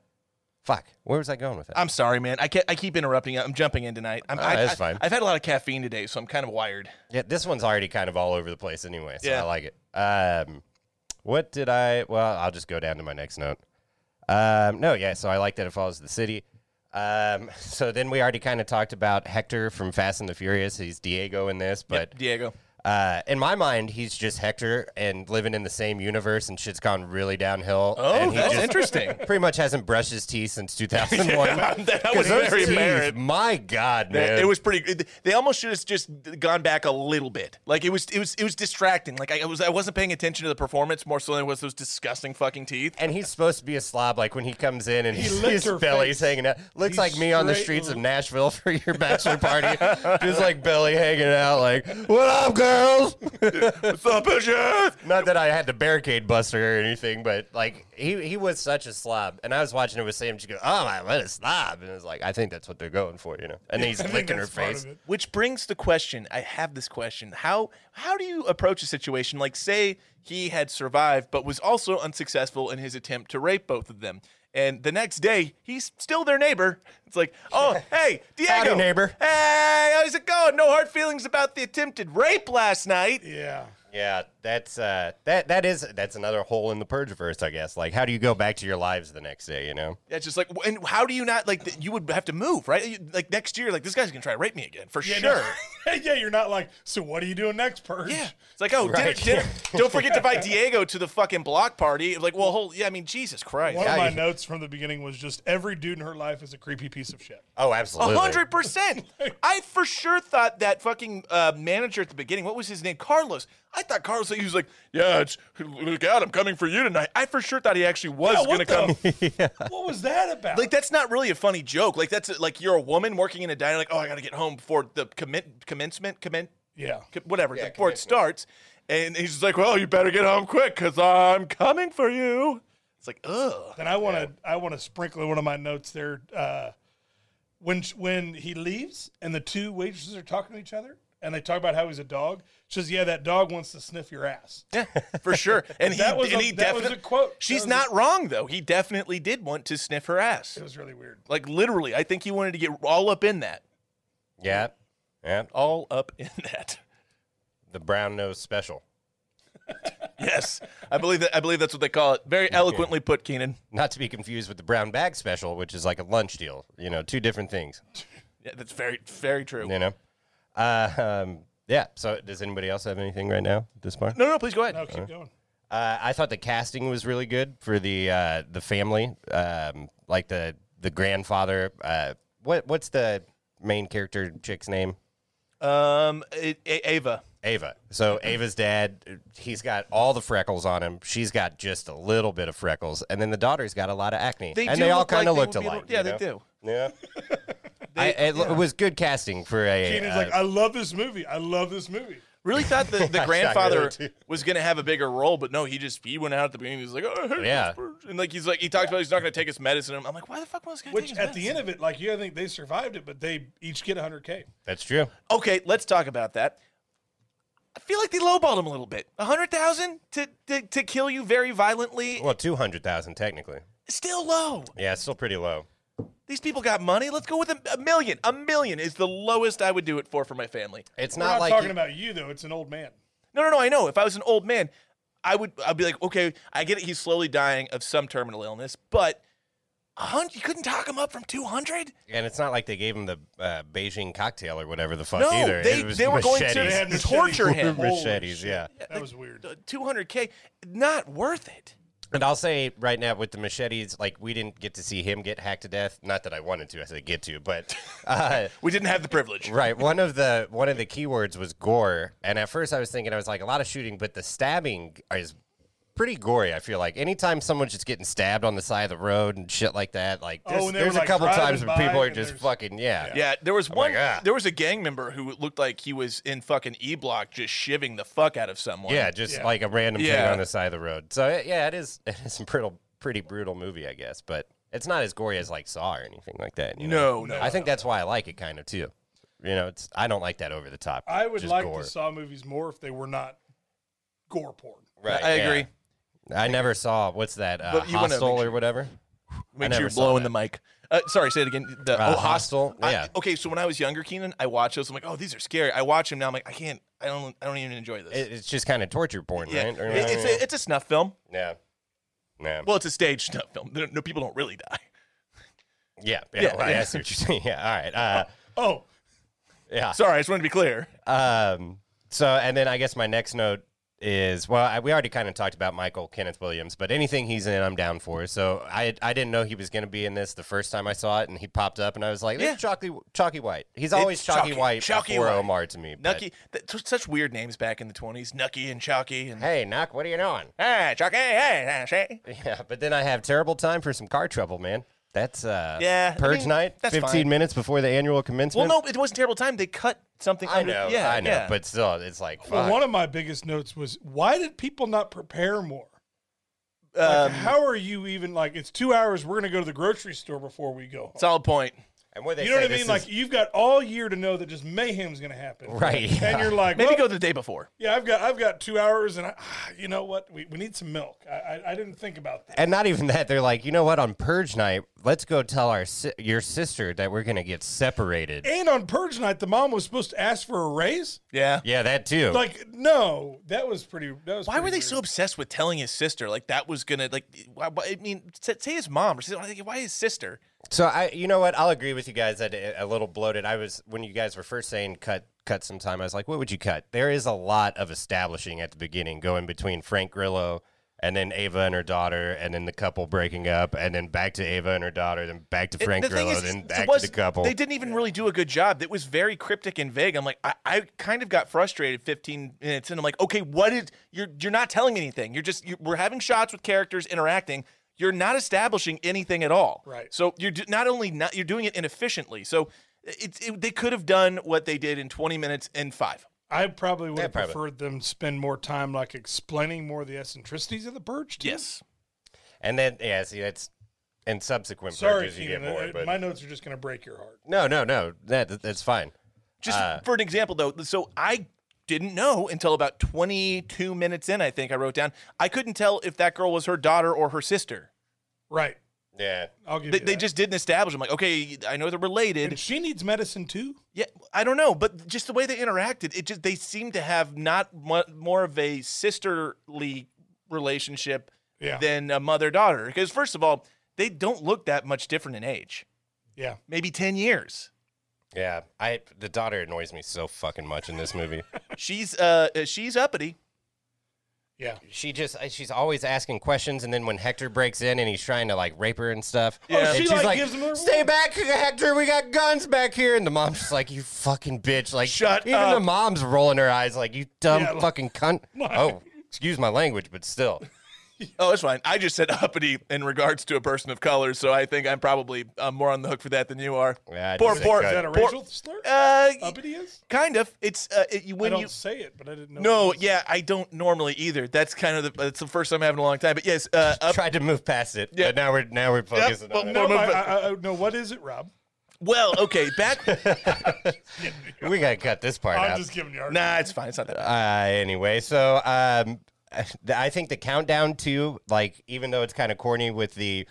Speaker 2: fuck, where was I going with that?
Speaker 3: I'm sorry, man. I, can't, I keep interrupting. you. I'm jumping in tonight. I'm,
Speaker 2: Ah,
Speaker 3: I,
Speaker 2: that's
Speaker 3: I-
Speaker 2: fine.
Speaker 3: I've had a lot of caffeine today, so I'm kind of wired.
Speaker 2: Yeah, this one's already kind of all over the place anyway, so
Speaker 3: Yeah.
Speaker 2: I like it. Um, what did I? Well, I'll just go down to my next note. Um, no, yeah, so I like that it follows the city. Um, so then we already kind of talked about Hector from Fast and the Furious. He's Diego in this, but
Speaker 3: Diego.
Speaker 2: uh, in my mind, he's just Hector and living in the same universe, and shit's gone really downhill.
Speaker 3: Oh,
Speaker 2: and he
Speaker 3: that's
Speaker 2: just
Speaker 3: interesting.
Speaker 2: Pretty much hasn't brushed his teeth since 2001.
Speaker 3: that
Speaker 2: 'Cause
Speaker 3: was
Speaker 2: those
Speaker 3: very
Speaker 2: teeth,
Speaker 3: Barrett.
Speaker 2: My God, man.
Speaker 3: It was pretty. It, they almost should have just gone back a little bit. Like it was, it was, it was distracting. Like I, I was, I wasn't paying attention to the performance more so than it was those disgusting fucking teeth.
Speaker 2: and he's supposed to be a slob. Like when he comes in and
Speaker 1: He
Speaker 2: his-
Speaker 1: licked
Speaker 2: his
Speaker 1: her
Speaker 2: belly's
Speaker 1: face.
Speaker 2: hanging out. Looks
Speaker 1: He
Speaker 2: like me on the
Speaker 1: straight
Speaker 2: streets of
Speaker 1: l-
Speaker 2: Nashville for your bachelor party, just like belly hanging out. Like what up, girl? girls.
Speaker 3: What's up, bitches?
Speaker 2: Not that I had the barricade buster or anything, but like he, he was such a slob. And I was watching it with Sam. She goes, "Oh my, what a slob!" And it's like I think that's what they're going for, you know. And then he's
Speaker 1: I think
Speaker 2: licking her
Speaker 1: that's part
Speaker 2: face.
Speaker 1: of it.
Speaker 3: Which brings the question. I have this question. How how do you approach a situation like say he had survived but was also unsuccessful in his attempt to rape both of them? And the next day, he's still their neighbor. It's like, oh, hey, Diego,
Speaker 2: Howdy, neighbor.
Speaker 3: Hey, how's it going? No hard feelings about the attempted rape last night.
Speaker 1: Yeah.
Speaker 2: Yeah, that's uh, that that is that's another hole in the purgeverse, I guess. Like, how do you go back to your lives the next day? You know,
Speaker 3: That's just like, and how do you not like? th- You would have to move, right? You- Like next year, like this guy's gonna try to rape me again for
Speaker 1: Yeah,
Speaker 3: sure.
Speaker 1: no. yeah, you're not like, so what are you doing next, Purge?
Speaker 3: Yeah. It's like, oh,
Speaker 2: Right.
Speaker 3: dinner, dinner. don't forget to invite Diego to the fucking block party. Like, well, hold, yeah, I mean, Jesus Christ.
Speaker 1: One
Speaker 2: Yeah,
Speaker 1: of my
Speaker 2: you-
Speaker 1: notes from the beginning was just every dude in her life is a creepy piece of shit.
Speaker 2: oh,
Speaker 3: A
Speaker 2: absolutely,
Speaker 3: hundred percent. I for sure thought that fucking uh, manager at the beginning, what was his name? Carlos. I thought Carlos, he was like, yeah, it's, look out, I'm coming for you tonight. I for sure thought he actually was
Speaker 1: Yeah,
Speaker 3: going to
Speaker 1: what
Speaker 3: come.
Speaker 1: the- What was that about?
Speaker 3: Like, that's not really a funny joke. Like, that's like you're a woman working in a diner, like, oh, I got to get home before the commit, commencement, commit,
Speaker 1: yeah.
Speaker 3: co- whatever, like, before it starts. And he's just like, well, you better get home quick because I'm coming for you. It's like, ugh.
Speaker 1: Then I want to I want to sprinkle in one of my notes there. Uh, when sh- when he leaves and the two waitresses are talking to each other and they talk about how he's a dog, she says, "Yeah, that dog wants to sniff your ass."
Speaker 3: Yeah, for sure. And he,
Speaker 1: That was
Speaker 3: and
Speaker 1: a-
Speaker 3: he
Speaker 1: that was
Speaker 3: definitely,
Speaker 1: a quote. That
Speaker 3: She's
Speaker 1: was a-
Speaker 3: not wrong though. He definitely did want to sniff her ass.
Speaker 1: It was really weird.
Speaker 3: Like literally, I think he wanted to get all up in that,
Speaker 2: Yeah, yeah.
Speaker 3: all up in that.
Speaker 2: The brown nose special.
Speaker 3: Yes, I believe that. I believe that's what they call it. Very eloquently put, Keenan.
Speaker 2: Not to be confused with the brown bag special, which is like a lunch deal. You know, two different things.
Speaker 3: Yeah, that's very, very true.
Speaker 2: You know, uh, um, yeah. So, does anybody else have anything right now? At this point,
Speaker 3: No, no, please go ahead.
Speaker 1: No, Oh, keep going.
Speaker 2: Uh, I thought the casting was really good for the uh, the family, um, like the the grandfather. Uh, what what's the main character chick's name?
Speaker 3: Um, it, A- Ava.
Speaker 2: Ava. So Ava's dad, he's got all the freckles on him. She's got just a little bit of freckles, and then the daughter's got a lot of acne.
Speaker 3: They
Speaker 2: and
Speaker 3: do
Speaker 2: they all
Speaker 3: look like
Speaker 2: kind of
Speaker 3: they
Speaker 2: looked
Speaker 3: would be a
Speaker 2: alike.
Speaker 3: little- yeah,
Speaker 2: you
Speaker 3: they
Speaker 2: know? Yeah. I, it, it was good casting for a.
Speaker 1: Keenan's
Speaker 2: uh,
Speaker 1: like, "I love this movie. I love this movie."
Speaker 3: Really thought the, the
Speaker 2: I
Speaker 3: grandfather
Speaker 2: really do.
Speaker 3: was gonna have a bigger role, but no, he just he went out at the beginning. He's like, oh, hey,
Speaker 2: Yeah.
Speaker 3: and like he's like he talks about he's not gonna take his medicine. I'm like, why the fuck was this guy
Speaker 1: Which
Speaker 3: taking his
Speaker 1: at the
Speaker 3: medicine?
Speaker 1: end of it, like, yeah, I think they survived it, but they each get 100k.
Speaker 2: that's true.
Speaker 3: Okay, let's talk about that. I feel like they lowballed him a little bit. A hundred thousand to, to to kill you very violently,
Speaker 2: Well, two hundred thousand technically.
Speaker 3: still low.
Speaker 2: Yeah, it's still pretty low.
Speaker 3: These people got money. Let's go with a, a million. A million is the lowest I would do it for for my family.
Speaker 2: It's
Speaker 1: We're
Speaker 2: not,
Speaker 1: not
Speaker 2: like
Speaker 1: talking
Speaker 2: you-
Speaker 1: about you though. It's an old man.
Speaker 3: No, no, no. I know. If I was an old man, I would. I'd be like, okay, I get it. He's slowly dying of some terminal illness, but a hundred. You couldn't talk him up from two hundred.
Speaker 2: And it's not like they gave him the uh, Beijing cocktail or whatever the fuck
Speaker 3: No,
Speaker 2: either.
Speaker 3: they-
Speaker 2: it
Speaker 3: they were going to-
Speaker 2: machetes.
Speaker 1: They had machetes.
Speaker 3: Torture him.
Speaker 1: Holy
Speaker 2: Machetes,
Speaker 1: shit.
Speaker 2: yeah.
Speaker 1: That was weird.
Speaker 3: Two hundred k, not worth it.
Speaker 2: And I'll say right now with the machetes, like we didn't get to see him get hacked to death. Not that I wanted to, I said get to, but uh,
Speaker 3: We didn't have the privilege.
Speaker 2: right. One of the one of the keywords was gore, and at first I was thinking I was like a lot of shooting, but the stabbing is pretty gory. I feel like anytime someone's just getting stabbed on the side of the road and shit like that, like
Speaker 1: Oh,
Speaker 2: there's,
Speaker 1: and they were,
Speaker 2: there's a
Speaker 1: like,
Speaker 2: couple
Speaker 1: driving
Speaker 2: times when
Speaker 1: by
Speaker 2: people are
Speaker 1: and
Speaker 2: just
Speaker 1: there's-
Speaker 2: fucking yeah.
Speaker 3: Yeah, there was one.
Speaker 2: like, "Ah."
Speaker 3: There was a gang member who looked like he was in fucking E Block, just shivving the fuck out of someone.
Speaker 2: Yeah, just
Speaker 1: Yeah.
Speaker 2: like a random thing
Speaker 3: Yeah.
Speaker 2: on the side of the road. So it, yeah, it is it is a pretty pretty brutal movie, I guess, but it's not as gory as like Saw or anything like that. you know?
Speaker 3: No, no,
Speaker 2: I think that's why I like it kind of too. You know, it's I don't like that over the top.
Speaker 1: I would
Speaker 2: just
Speaker 1: like
Speaker 2: gore.
Speaker 1: the Saw movies more if they were not gore porn.
Speaker 2: Right,
Speaker 3: I
Speaker 2: yeah.
Speaker 3: agree.
Speaker 2: I never saw what's that uh,
Speaker 3: But you wanna
Speaker 2: Hostel
Speaker 3: make
Speaker 2: or whatever.
Speaker 3: Make
Speaker 2: never
Speaker 3: sure you're
Speaker 2: saw
Speaker 3: blowing
Speaker 2: that.
Speaker 3: the mic. Uh, sorry, say it again. The
Speaker 2: Uh,
Speaker 3: oh, hostile.
Speaker 2: Hostel, yeah.
Speaker 3: okay, so when I was younger, Keenan, I watched those. I'm like, oh, these are scary. I watch them now. I'm like, I can't. I don't. I don't even enjoy this.
Speaker 2: It, it's just kind of torture porn,
Speaker 3: yeah,
Speaker 2: right? Or-
Speaker 3: It- it's a, it's a snuff film.
Speaker 2: yeah. Yeah.
Speaker 3: Well, it's a stage snuff film. There- No, people don't really die.
Speaker 2: yeah, yeah,
Speaker 3: yeah,
Speaker 2: well,
Speaker 3: yeah.
Speaker 2: I see what you're saying. Yeah, all right. Uh,
Speaker 1: Oh,
Speaker 2: yeah.
Speaker 3: Sorry, I just wanted to be clear.
Speaker 2: Um, so, and then I guess my next note is well, I, we already kind of talked about Michael Kenneth Williams, but anything he's in, I'm down for. So I I didn't know he was going to be in this the first time I saw it, and he popped up, and I was like,
Speaker 3: Yeah.
Speaker 2: yeah. chalky, chalky white. He's always chalky,
Speaker 3: Chalky-
Speaker 2: white
Speaker 3: Chalky
Speaker 2: before
Speaker 3: White.
Speaker 2: Omar to me. but-
Speaker 3: Nucky, that, t- such weird names back in the 20s. Nucky and Chalky and Ah,
Speaker 2: Hey, Knock, what are you doing?
Speaker 3: hey, Chalky, hey, hey, hey.
Speaker 2: Yeah, but then I have terrible time for some car trouble, man. That's uh,
Speaker 3: Yeah, I
Speaker 2: Purge
Speaker 3: mean,
Speaker 2: night.
Speaker 3: that's
Speaker 2: Fifteen
Speaker 3: fine.
Speaker 2: minutes before the annual
Speaker 3: Well,
Speaker 2: commencement.
Speaker 3: no, it wasn't terrible time. They cut something.
Speaker 2: I
Speaker 3: under-
Speaker 2: know.
Speaker 3: yeah,
Speaker 2: I know.
Speaker 3: yeah.
Speaker 2: But still, it's like fuck.
Speaker 1: Well, one of my biggest notes was why did people not prepare more? Like,
Speaker 3: um,
Speaker 1: how are you even like? It's two hours. We're gonna go to the grocery store before we go. Home.
Speaker 3: solid point.
Speaker 2: and what they
Speaker 1: You know
Speaker 2: say,
Speaker 1: what I
Speaker 2: this
Speaker 1: mean?
Speaker 2: is-
Speaker 1: Like you've got all year to know that just mayhem's gonna happen,
Speaker 2: Right,
Speaker 1: And
Speaker 2: yeah.
Speaker 1: you're like,
Speaker 3: Maybe
Speaker 1: well,
Speaker 3: go the day before.
Speaker 1: yeah, I've got I've got two hours, and I, you know what? We, we need some milk. I, I I didn't think about that.
Speaker 2: and not even that. They're like, you know what? On purge night, let's go tell our si- your sister that we're gonna get separated.
Speaker 1: And on purge night, the mom was supposed to ask for a raise.
Speaker 3: Yeah.
Speaker 2: yeah, that too.
Speaker 1: Like, no, that was pretty. That was
Speaker 3: Why
Speaker 1: pretty
Speaker 3: were they
Speaker 1: weird.
Speaker 3: so obsessed with telling his sister? Like that was gonna like. Why, why- I mean, say say his mom or say, like, why his sister?
Speaker 2: So I, you know what? I'll agree with you guys that a a little bloated. I was when you guys were first saying cut cut some time. I was like, what would you cut? There is a lot of establishing at the beginning, going between Frank Grillo and then Ava and her daughter, and then the couple breaking up, and then back to Ava and her daughter, then back to
Speaker 3: It-
Speaker 2: Frank
Speaker 3: the thing
Speaker 2: Grillo,
Speaker 3: is,
Speaker 2: then
Speaker 3: it
Speaker 2: back
Speaker 3: was-
Speaker 2: to the couple.
Speaker 3: They didn't even really do a good job. It was very cryptic and vague. I'm like, I, I kind of got frustrated 15 minutes in. I'm like, okay, what is you're you're not telling me anything. You're just you we're having shots with characters interacting. You're not establishing anything at all.
Speaker 1: Right.
Speaker 3: So you're do, not only not you're doing it inefficiently. So it's it, they could have done what they did in 20 minutes and five.
Speaker 1: I probably would
Speaker 2: Yeah,
Speaker 1: have
Speaker 2: probably.
Speaker 1: preferred them spend more time like explaining more of the eccentricities of the purge. to you.
Speaker 3: Yes.
Speaker 2: and then yeah, see that's in subsequent
Speaker 1: Sorry,
Speaker 2: purges you
Speaker 1: Keenan.
Speaker 2: get more.
Speaker 1: uh,
Speaker 2: But
Speaker 1: My notes are just going to break your heart.
Speaker 2: no, no, no, that that's fine.
Speaker 3: Just
Speaker 2: Uh,
Speaker 3: for an example, though, so I didn't know until about 22 minutes in, I think I wrote down, I couldn't tell if that girl was her daughter or her sister.
Speaker 1: Right.
Speaker 2: Yeah,
Speaker 1: I'll give
Speaker 3: They,
Speaker 1: you
Speaker 3: they
Speaker 1: that.
Speaker 3: just didn't establish. I'm like, okay, I know they're related.
Speaker 1: And she needs medicine too.
Speaker 3: yeah, I don't know, but just the way they interacted, it just they seemed to have not mo- more of a sisterly relationship
Speaker 1: Yeah.
Speaker 3: than a mother daughter. Because first of all, they don't look that much different in age.
Speaker 1: Yeah.
Speaker 3: maybe 10 years.
Speaker 2: yeah. I the daughter annoys me so fucking much in this movie.
Speaker 3: She's uh uh, she's uppity.
Speaker 1: Yeah.
Speaker 2: she just uh, she's always asking questions and then when hector breaks in and he's trying to like rape her and stuff
Speaker 3: Yeah.
Speaker 2: and
Speaker 1: she,
Speaker 2: she's
Speaker 1: like,
Speaker 2: like,
Speaker 1: gives him her-
Speaker 2: stay back hector we got guns back here and the mom's just like you fucking bitch like
Speaker 3: Shut
Speaker 2: even
Speaker 3: up.
Speaker 2: the mom's rolling her eyes like you dumb
Speaker 1: Yeah, like-
Speaker 2: fucking cunt oh excuse my language but still
Speaker 3: Oh, it's fine. I just said uppity in regards to a person of color, so I think I'm probably uh, more on the hook for that than you are.
Speaker 2: Yeah, I
Speaker 3: poor,
Speaker 2: just
Speaker 3: poor,
Speaker 2: said
Speaker 1: Is that a
Speaker 3: poor-
Speaker 1: racial slur?
Speaker 3: Uh, y-
Speaker 1: Uppity is?
Speaker 3: kind of. It's uh, it, you-
Speaker 1: I
Speaker 3: when
Speaker 1: don't
Speaker 3: you.
Speaker 1: say it, but I didn't know.
Speaker 3: No,
Speaker 1: it was.
Speaker 3: yeah, I don't normally either. That's kind of the. That's the first time I have in a long time. But yes, uh, up,
Speaker 2: tried to move past it
Speaker 3: Yeah.
Speaker 2: but now we're now we're focusing
Speaker 3: well,
Speaker 2: on
Speaker 1: No,
Speaker 3: Or
Speaker 1: my,
Speaker 3: move it.
Speaker 1: I, I, no, what is it, Rob?
Speaker 3: well, okay, back.
Speaker 2: it we gotta cut this part
Speaker 1: I'm
Speaker 2: out
Speaker 1: just giving you our
Speaker 3: nah, it's fine. It's not that. Bad.
Speaker 2: uh, anyway, so um, I think the countdown too, like even though it's kind of corny with the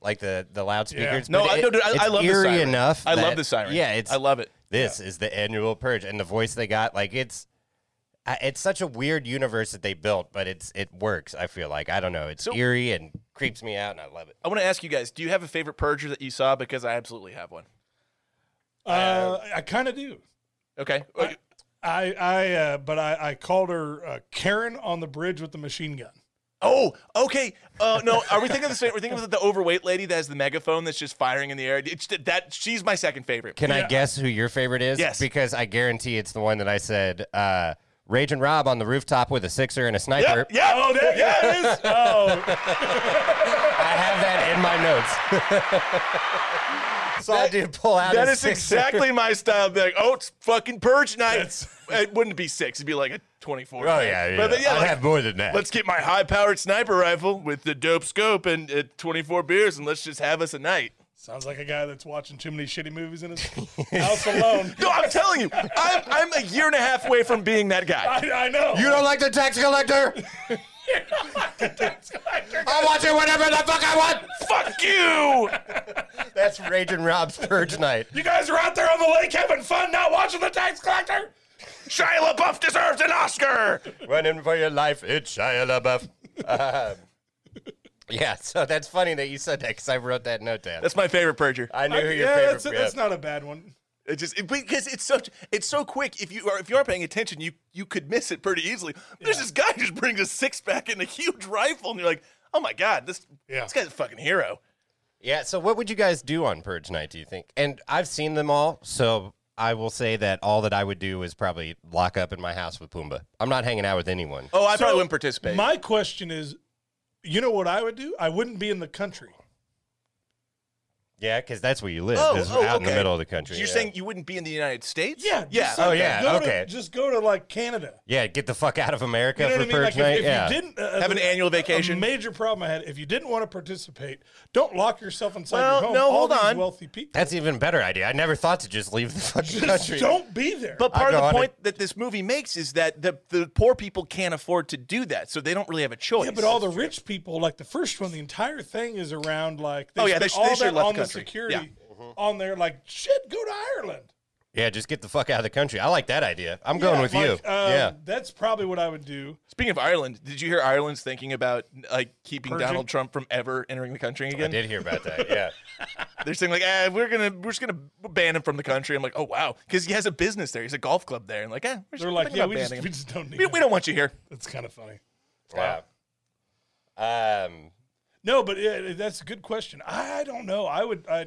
Speaker 2: like the the loudspeakers.
Speaker 3: No,
Speaker 2: but
Speaker 3: I,
Speaker 2: it-
Speaker 3: no, dude,
Speaker 2: it's
Speaker 3: I, I love
Speaker 2: eerie
Speaker 3: the siren.
Speaker 2: enough.
Speaker 3: I love
Speaker 2: that-
Speaker 3: the siren.
Speaker 2: Yeah, it's
Speaker 3: I love it.
Speaker 2: this is the annual purge, and the voice they got, like it's. I- It's such a weird universe that they built, but it's it works. I feel like I don't know. It's
Speaker 3: So-
Speaker 2: eerie and creeps me out, and I love it.
Speaker 3: I want to ask you guys: Do you have a favorite purger that you saw? Because I absolutely have one.
Speaker 1: Uh, I kind of do.
Speaker 3: Okay,
Speaker 1: I- I, I, uh, but I, I called her uh, Karen on the bridge with the machine gun.
Speaker 3: Oh, okay. Uh, no, are we thinking of the same? We're thinking of the overweight lady that has the megaphone that's just firing in the air. It's th- that she's my second favorite.
Speaker 2: Can I guess who your favorite is?
Speaker 3: Yes.
Speaker 2: because I guarantee it's the one that I said. Uh, Rage and Rob on the rooftop with a sixer and a sniper.
Speaker 3: Yeah, yeah,
Speaker 1: Oh, that, yeah, it is. Oh,
Speaker 2: I have that in my notes. so I do pull out.
Speaker 3: that
Speaker 2: a
Speaker 3: is
Speaker 2: six-
Speaker 3: exactly my style. Be like, oh, it's fucking purge night.
Speaker 1: That's-
Speaker 3: It wouldn't be six; it'd be like a twenty-four.
Speaker 2: Oh yeah, yeah.
Speaker 3: But then, yeah,
Speaker 2: I
Speaker 3: like,
Speaker 2: have more than that.
Speaker 3: let's get my high-powered sniper rifle with the dope scope and uh, twenty-four beers, and let's just have us a night.
Speaker 1: sounds like a guy that's watching too many shitty movies in his house alone.
Speaker 3: No, I'm telling you, I'm I'm a year and a half away from being that guy.
Speaker 1: I, I know.
Speaker 2: You don't like the tax collector? I'll watch it whenever the fuck I want.
Speaker 3: Fuck you!
Speaker 2: That's Rage and Rob's purge night.
Speaker 1: You guys are out there on the lake having fun, not watching the tax collector.
Speaker 3: Shia LaBeouf deserves an Oscar.
Speaker 2: Running for your life, it's Shia LaBeouf. Um, yeah, so that's funny that you said that because I wrote that note down.
Speaker 3: That's my favorite purger.
Speaker 2: I knew who your
Speaker 1: yeah,
Speaker 2: favorite.
Speaker 1: that's, that's not a bad one.
Speaker 3: It just it, because it's so it's so quick. If you are if you aren't paying attention, you you could miss it pretty easily. There's this guy who just brings a six pack and a huge rifle, and you're like, oh my god, this
Speaker 1: Yeah.
Speaker 3: this guy's a fucking hero.
Speaker 2: Yeah, so what would you guys do on Purge night, do you think? And I've seen them all, so I will say that all that I would do is probably lock up in my house with Pumbaa. I'm not hanging out with anyone.
Speaker 3: Oh, I
Speaker 1: So,
Speaker 3: probably wouldn't participate.
Speaker 1: My question is, you know what I would do? I wouldn't be in the country.
Speaker 2: Yeah, because that's where you live.
Speaker 3: Oh,
Speaker 2: is
Speaker 3: oh,
Speaker 2: out in the
Speaker 3: okay.
Speaker 2: middle of the country.
Speaker 3: You're
Speaker 2: yeah.
Speaker 3: saying you wouldn't be in the United States?
Speaker 1: Yeah. just
Speaker 3: Yeah.
Speaker 1: like
Speaker 2: Oh,
Speaker 1: that.
Speaker 2: yeah,
Speaker 1: Go to-
Speaker 2: okay.
Speaker 1: just go to like Canada.
Speaker 2: yeah, get the fuck out of America
Speaker 1: You know
Speaker 2: for
Speaker 1: what I mean?
Speaker 2: Purge
Speaker 1: Like if,
Speaker 2: Night.
Speaker 1: if
Speaker 2: yeah.
Speaker 1: you didn't uh,
Speaker 3: Have an
Speaker 1: uh,
Speaker 3: annual
Speaker 1: a
Speaker 3: vacation.
Speaker 1: major problem I had if you didn't want to participate, don't lock yourself inside
Speaker 3: Well,
Speaker 1: your home.
Speaker 3: no,
Speaker 1: All
Speaker 3: hold
Speaker 1: these
Speaker 3: on.
Speaker 1: Wealthy people.
Speaker 2: That's an even better idea. I never thought to just leave the fucking country.
Speaker 1: Just don't be there.
Speaker 3: But
Speaker 2: I
Speaker 3: part of
Speaker 2: got
Speaker 3: the
Speaker 2: it.
Speaker 3: point that this movie makes is that the, the poor people can't afford to do that, so they don't really have a choice.
Speaker 1: yeah, but all the rich people, like the first one, the entire thing is around like they
Speaker 3: Oh, yeah, they
Speaker 1: spent
Speaker 3: sh- they
Speaker 1: all
Speaker 3: should've
Speaker 1: that
Speaker 3: left
Speaker 1: on
Speaker 3: the
Speaker 1: the
Speaker 3: country.
Speaker 1: security
Speaker 3: Yeah.
Speaker 1: on there. Like shit, go to Ireland.
Speaker 2: Yeah, just get the fuck out of the country. I like that idea. I'm going
Speaker 1: Yeah,
Speaker 2: with
Speaker 1: like,
Speaker 2: you.
Speaker 1: Um,
Speaker 2: yeah.
Speaker 1: that's probably what I would do.
Speaker 3: Speaking of Ireland, did you hear Ireland's thinking about like keeping
Speaker 1: Purging?
Speaker 3: Donald Trump from ever entering the country
Speaker 2: I
Speaker 3: again?
Speaker 2: did hear about that. Yeah.
Speaker 3: They're saying like, eh, we're gonna we're just gonna ban him from the country. I'm like, oh wow, because he has a business there. He's a golf club there, and like, eh, we're just
Speaker 1: They're like,
Speaker 3: thinking
Speaker 1: yeah,
Speaker 3: about
Speaker 1: we just,
Speaker 3: banning
Speaker 1: we
Speaker 3: him.
Speaker 1: just don't need.
Speaker 3: We, we don't want you here.
Speaker 1: That's kind of funny.
Speaker 2: wow. Um,
Speaker 1: No, but yeah, that's a good question. I don't know. I would. I.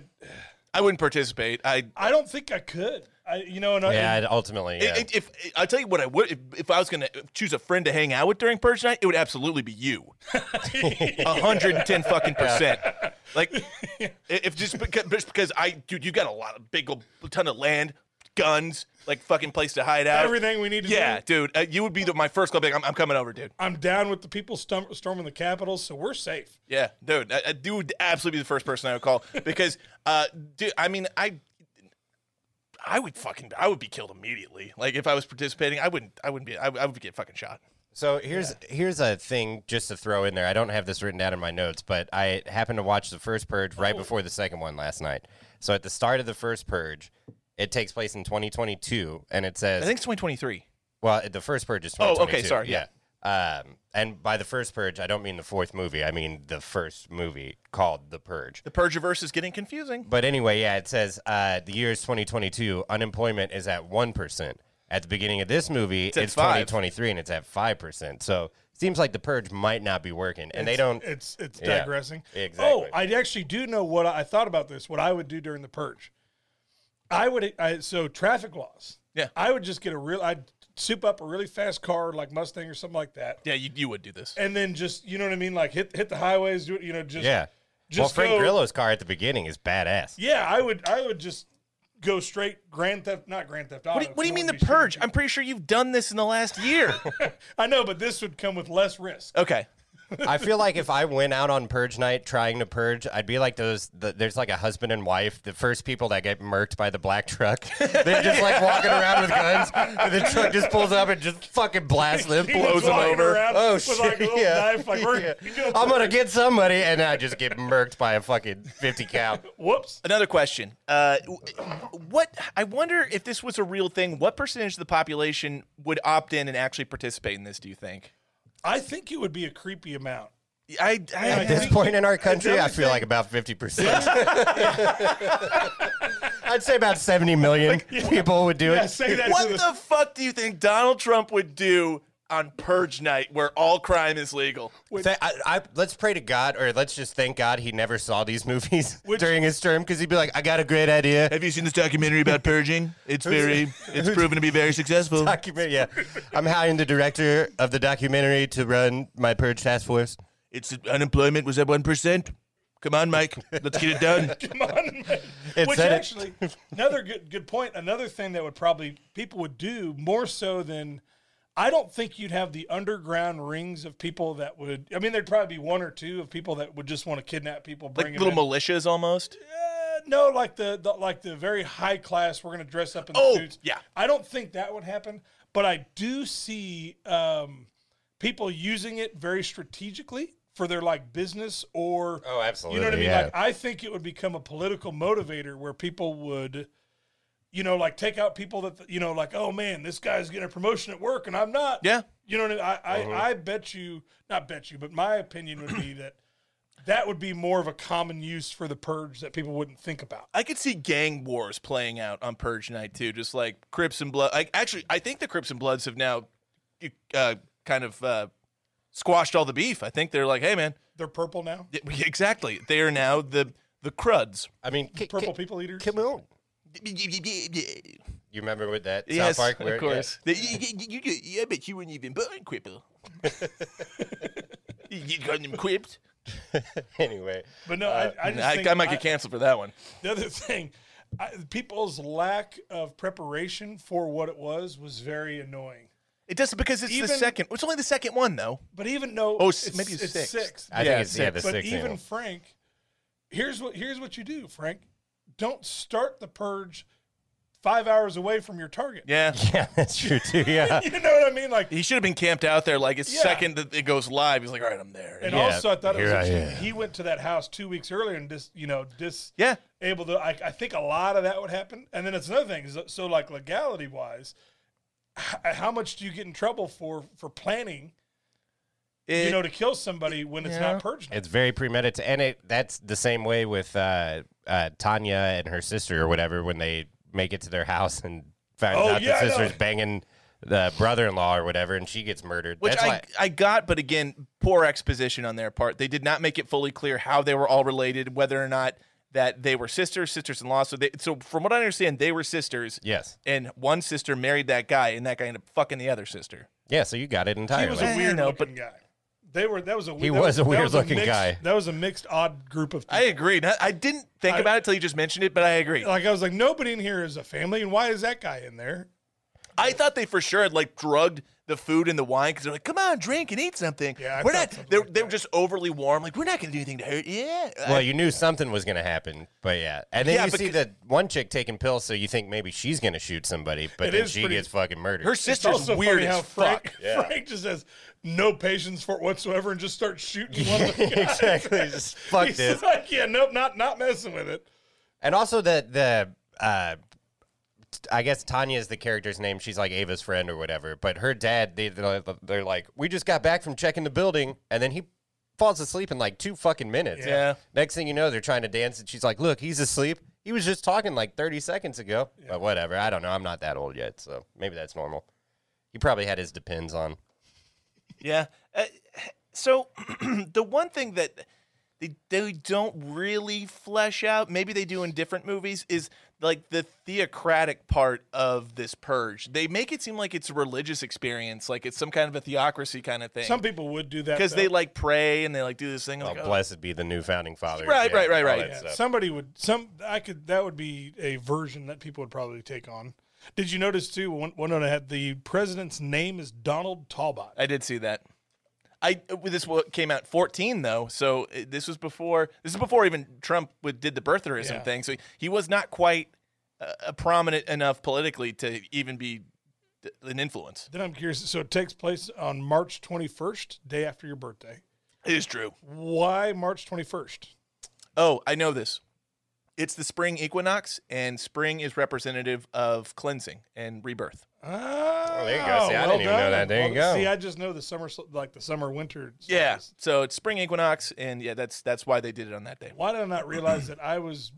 Speaker 3: I wouldn't participate. I
Speaker 1: I don't think I could. I. You know. And I,
Speaker 2: yeah, I'd- ultimately. Yeah.
Speaker 3: If, if I'll tell you what I would, if, if I was going to choose a friend to hang out with during purge night, it would absolutely be you, A hundred and ten fucking percent. Like, i- if just because, just because I, dude, you got a lot of big old ton of land, guns, like fucking place to hide out,
Speaker 1: Everything we need to
Speaker 3: Yeah,
Speaker 1: do.
Speaker 3: dude, uh, you would be the, my first club. Like, I'm, I'm coming over, dude.
Speaker 1: I'm down with the people stum- storming the Capitol, so we're safe.
Speaker 3: Yeah, dude, I, I, dude would absolutely be the first person I would call because, uh, dude, I mean, I. I would fucking I would be killed immediately. Like if I was participating, I wouldn't I wouldn't be I, would- I would get fucking shot.
Speaker 2: So here's here's a thing just to throw in there. I don't have this written down in my notes, but I happened to watch the first purge
Speaker 3: Oh.
Speaker 2: right before the second one last night. So at the start of the first purge, it takes place in 2022, and it says
Speaker 3: I think it's 2023.
Speaker 2: well, the first purge is
Speaker 3: Oh,
Speaker 2: 2022.
Speaker 3: okay, sorry, yeah.
Speaker 2: Um, and by the first purge, I don't mean the fourth movie. I mean the first movie called The Purge.
Speaker 3: The Purgiverse is getting confusing.
Speaker 2: But anyway, yeah, it says uh, the year is 2022. Unemployment is at one percent. At the beginning of this movie, it's,
Speaker 3: at five.
Speaker 2: 2023 and it's at five percent. So seems like the purge might not be working, and they don't.
Speaker 1: It's it's
Speaker 2: Yeah,
Speaker 1: digressing.
Speaker 2: exactly.
Speaker 1: Oh, I actually do know what I, I thought about this. What I would do during the purge, I would I, so traffic laws.
Speaker 3: Yeah.
Speaker 1: I would just get a real. I'd soup up a really fast car like Mustang or something like that,
Speaker 3: Yeah, you, you would do this.
Speaker 1: and then just you know what I mean, like hit hit the highways. Do it. You know, just
Speaker 2: yeah. well,
Speaker 1: just
Speaker 2: Frank
Speaker 1: go-
Speaker 2: Grillo's car at the beginning is badass.
Speaker 1: Yeah, I would I would just go straight Grand Theft, not Grand Theft Auto.
Speaker 3: What do, you- what do you
Speaker 1: if
Speaker 3: mean the
Speaker 1: want to be
Speaker 3: purge?
Speaker 1: shooting
Speaker 3: I'm pretty sure you've done this in the last year.
Speaker 1: people. I know, but this would come with less risk.
Speaker 3: okay.
Speaker 2: I feel like if I went out on purge night trying to purge, I'd be like those. The, there's like a husband and wife, the first people that get murked by the black truck. They're just like walking around with guns, and the truck just pulls up and just fucking blasts them,
Speaker 1: He
Speaker 2: blows
Speaker 1: was
Speaker 2: them
Speaker 1: walking
Speaker 2: over.
Speaker 1: around
Speaker 2: Oh
Speaker 1: with,
Speaker 2: shit!
Speaker 1: like, a little
Speaker 2: yeah.
Speaker 1: knife, like, we're-
Speaker 2: Yeah.
Speaker 1: you go
Speaker 2: I'm gonna get somebody, and I just get murked by a fucking fifty cal.
Speaker 1: Whoops.
Speaker 3: Another question. Uh, w- what I wonder if this was a real thing. What percentage of the population would opt in and actually participate in this? Do you think?
Speaker 1: I think it would be a creepy amount.
Speaker 3: I, I,
Speaker 1: Yeah,
Speaker 2: At this
Speaker 1: think-
Speaker 2: point in our country, I feel
Speaker 1: everything-
Speaker 2: like about fifty percent. I'd say about seventy million people would do
Speaker 1: Yeah,
Speaker 2: it.
Speaker 1: say that.
Speaker 3: what
Speaker 1: to
Speaker 3: the fuck do you think Donald Trump would do on purge night, where all crime is legal?
Speaker 2: Th- I, I, let's pray to God, or let's just thank God he never saw these movies
Speaker 1: Which-
Speaker 2: during his term, because he'd be like, "I got a great idea."
Speaker 3: Have you seen this documentary about purging? It's very, it's proven to be very successful.
Speaker 2: Document, yeah. I'm hiring the director of the documentary to run my purge task force.
Speaker 3: It's unemployment was at one percent. Come on, Mike, let's get it done.
Speaker 1: Come on, man.
Speaker 2: It
Speaker 1: Which
Speaker 2: said it.
Speaker 1: actually, another good good point. Another thing that would probably people would do more so than I don't think you'd have the underground rings of people that would. I mean, there'd probably be one or two of people that would just want to kidnap people, bring
Speaker 3: like
Speaker 1: them
Speaker 3: little
Speaker 1: in.
Speaker 3: militias almost.
Speaker 1: Uh, no, like the, the like the very high class. We're gonna dress up in the
Speaker 3: Oh,
Speaker 1: suits.
Speaker 3: yeah.
Speaker 1: I don't think that would happen, but I do see um, people using it very strategically for their like business or
Speaker 2: Oh, absolutely.
Speaker 1: you know what I mean.
Speaker 2: yeah.
Speaker 1: Like I think it would become a political motivator where people would. You know, like take out people that you know, like oh man, this guy's getting a promotion at work and I'm not.
Speaker 3: Yeah.
Speaker 1: you know what I mean. I, I,
Speaker 3: Uh-huh.
Speaker 1: I bet you, not bet you, but my opinion would be that that would be more of a common use for the purge that people wouldn't think about.
Speaker 3: I could see gang wars playing out on Purge Night too, just like Crips and Blood. Like actually, I think the Crips and Bloods have now uh, kind of uh, squashed all the beef. I think they're like, hey man,
Speaker 1: They're purple now.
Speaker 3: Yeah, exactly. They are now the the Cruds.
Speaker 2: I mean, c-
Speaker 1: Purple
Speaker 2: c-
Speaker 1: people eaters.
Speaker 2: Come on. You remember with that
Speaker 3: Yes,
Speaker 2: South Park? where-
Speaker 3: of course. The- you- you- you- you- I bet you weren't even born, cripple. you call them Crips.
Speaker 2: anyway,
Speaker 1: But no, I, I just
Speaker 3: Uh, I,
Speaker 1: think
Speaker 3: I might get
Speaker 1: I-
Speaker 3: canceled for that one.
Speaker 1: the other thing, I, people's lack of preparation for what it was was very annoying.
Speaker 3: It doesn't because it's the
Speaker 1: Even-
Speaker 3: second. It's only the second one though.
Speaker 1: But even though
Speaker 3: Oh, s-
Speaker 1: it's,
Speaker 3: maybe
Speaker 1: it's
Speaker 3: six.
Speaker 1: sixth,
Speaker 2: I
Speaker 3: Yeah,
Speaker 2: think it's yeah, the
Speaker 1: but
Speaker 2: sixth
Speaker 1: even
Speaker 2: annual.
Speaker 1: Frank, here's what here's what you do, Frank. Don't start the purge five hours away from your target.
Speaker 3: Yeah.
Speaker 2: Yeah, that's true too. Yeah.
Speaker 1: You know what I mean? Like,
Speaker 3: He should have been camped out there like it's
Speaker 1: Yeah.
Speaker 3: second that it goes live. He's like, all right, I'm there.
Speaker 1: and
Speaker 2: Yeah,
Speaker 1: also I thought it was
Speaker 2: here I
Speaker 1: interesting.
Speaker 2: am.
Speaker 1: He went to that house two weeks earlier and just you know dis
Speaker 3: yeah.
Speaker 1: able to. I, I think a lot of that would happen. And then it's another thing. is that- So like legality wise, h- how much do you get in trouble for for planning?
Speaker 3: It-
Speaker 1: you know, to kill somebody when it's
Speaker 3: yeah.
Speaker 1: not purged.
Speaker 2: It's very premeditated, and it that's the same way with uh, uh, Tanya and her sister or whatever when they make it to their house and find
Speaker 1: Oh,
Speaker 2: out
Speaker 1: yeah, I
Speaker 2: the
Speaker 1: know.
Speaker 2: sister's banging the brother-in-law or whatever, and she gets murdered.
Speaker 3: Which
Speaker 2: that's
Speaker 3: I,
Speaker 2: why,
Speaker 3: I got, but again, poor exposition on their part. They did not make it fully clear how they were all related, whether or not that they were sisters, sisters in law. So they, so from what I understand, they were sisters.
Speaker 2: yes,
Speaker 3: And one sister married that guy, and that guy ended up fucking the other sister.
Speaker 2: yeah. So you got it
Speaker 1: he
Speaker 2: entirely.
Speaker 1: was a
Speaker 3: I
Speaker 1: weird
Speaker 3: know,
Speaker 1: looking guy. They were that was a
Speaker 2: He
Speaker 1: that
Speaker 2: was a
Speaker 1: that a
Speaker 2: weird looking
Speaker 1: mixed-
Speaker 2: guy.
Speaker 1: That was a mixed odd group of people.
Speaker 3: I agree. Not- I didn't think
Speaker 1: I-
Speaker 3: about it till you just mentioned it, but I agree.
Speaker 1: like I was like nobody in here is a family, and why is that guy in there?
Speaker 3: I thought they for sure had like drugged the food and the wine because they're like, "Come on, drink and eat something."
Speaker 1: Yeah, I
Speaker 3: we're
Speaker 1: thought
Speaker 3: not.
Speaker 1: something
Speaker 3: They
Speaker 1: like
Speaker 3: they were just overly warm. Like we're not going to do anything to hurt. Yeah.
Speaker 2: well, you knew something was going to happen, but yeah, and then
Speaker 3: Yeah,
Speaker 2: you see
Speaker 3: becau-
Speaker 2: that one chick taking pills, so you think maybe she's going to shoot somebody, but
Speaker 1: It
Speaker 2: then
Speaker 1: is
Speaker 2: she
Speaker 1: pretty-
Speaker 2: gets fucking murdered.
Speaker 3: her
Speaker 1: It's
Speaker 3: sister's
Speaker 1: also
Speaker 3: weird
Speaker 1: funny
Speaker 3: as
Speaker 1: how
Speaker 3: fuck.
Speaker 1: Frank, Frank just has no patience for it whatsoever and just starts shooting one of the guys.
Speaker 2: exactly. Just fuck
Speaker 1: He's
Speaker 2: this.
Speaker 1: like, yeah, nope, not not messing with it.
Speaker 2: And also the the uh, t- I guess Tanya is the character's name. She's like Ava's friend or whatever. But her dad, they they're like- they're like, we just got back from checking the building, and then he falls asleep in like two fucking minutes.
Speaker 3: Yeah.
Speaker 2: Next thing you know, they're trying to dance, and she's like, "Look, he's asleep. He was just talking like 30 seconds ago." But whatever. I don't know. I'm not that old yet, so maybe that's normal. He probably had his depends on.
Speaker 3: Yeah. Uh, so the one thing that they they don't really flesh out, maybe they do in different movies, is like the theocratic part of this purge. They make it seem like it's a religious experience, like it's some kind of a theocracy kind of thing.
Speaker 1: Some people would do that
Speaker 3: because they
Speaker 1: though.
Speaker 3: like pray and they like do this thing.
Speaker 2: Oh,
Speaker 3: like, oh.
Speaker 2: blessed be the new founding father.
Speaker 3: Right, right, right, right.
Speaker 1: Yeah, somebody would some I could that would be a version that people would probably take on. Did you notice too? One one of them had the president's name is Donald Talbot.
Speaker 3: I did see that. I uh, this wa- came out 14 though, so uh, this was before this is before even Trump would, did the birtherism
Speaker 1: Yeah.
Speaker 3: thing. So he- he was not quite uh, uh, prominent enough politically to even be d- an influence.
Speaker 1: Then I'm curious. So it takes place on March 21st, day after your birthday.
Speaker 3: It is true.
Speaker 1: Why March 21st?
Speaker 3: Oh, I know this. It's the spring equinox, and spring is representative of cleansing and rebirth.
Speaker 1: Oh,
Speaker 2: there you go. See, I didn't even know that. There you go.
Speaker 1: See, I just know the summer, sl- like the summer winter.
Speaker 3: Yeah,
Speaker 1: solstice.
Speaker 3: so it's spring equinox, and yeah, that's that's why they did it on that day.
Speaker 1: Why did I not realize that I was?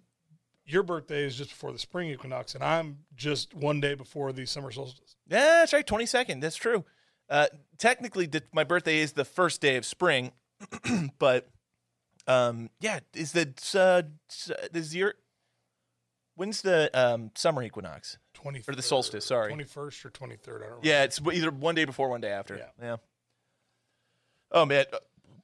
Speaker 1: Your birthday is just before the spring equinox, and I'm just one day before the summer solstice.
Speaker 3: Yeah, that's right. Twenty second. That's true. Uh, technically, the, my birthday is the first day of spring, but um, yeah, is the uh, s- the zero? When's the um, summer equinox
Speaker 1: 23rd,
Speaker 3: or the solstice? Sorry.
Speaker 1: 21st or 23rd. I don't
Speaker 3: Yeah, it's either one day before, one day after.
Speaker 1: Yeah.
Speaker 3: Oh man, Uh,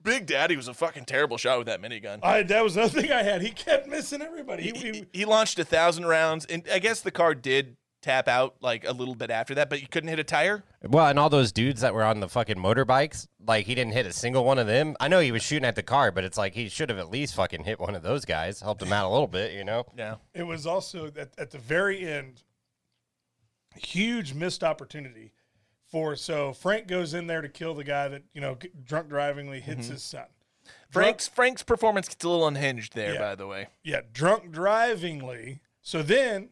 Speaker 3: Big Daddy was a fucking terrible shot with that minigun.
Speaker 1: I, that was another thing I had. He kept missing everybody. He,
Speaker 3: he,
Speaker 1: he,
Speaker 3: he- he launched a thousand rounds, and I guess the car did tap out like a little bit after that, but you couldn't hit a tire.
Speaker 2: Well, and all those dudes that were on the fucking motorbikes, like he didn't hit a single one of them. I know he was shooting at the car, but it's like he should have at least fucking hit one of those guys, helped him out a little bit, you know?
Speaker 3: Yeah.
Speaker 1: it was also at, at the very end huge missed opportunity for so frank goes in there to kill the guy that you know g- drunk drivingly hits
Speaker 3: Mm-hmm.
Speaker 1: his son
Speaker 3: Frank's Frank's performance gets a little unhinged there,
Speaker 1: Yeah.
Speaker 3: by the way.
Speaker 1: yeah drunk drivingly so then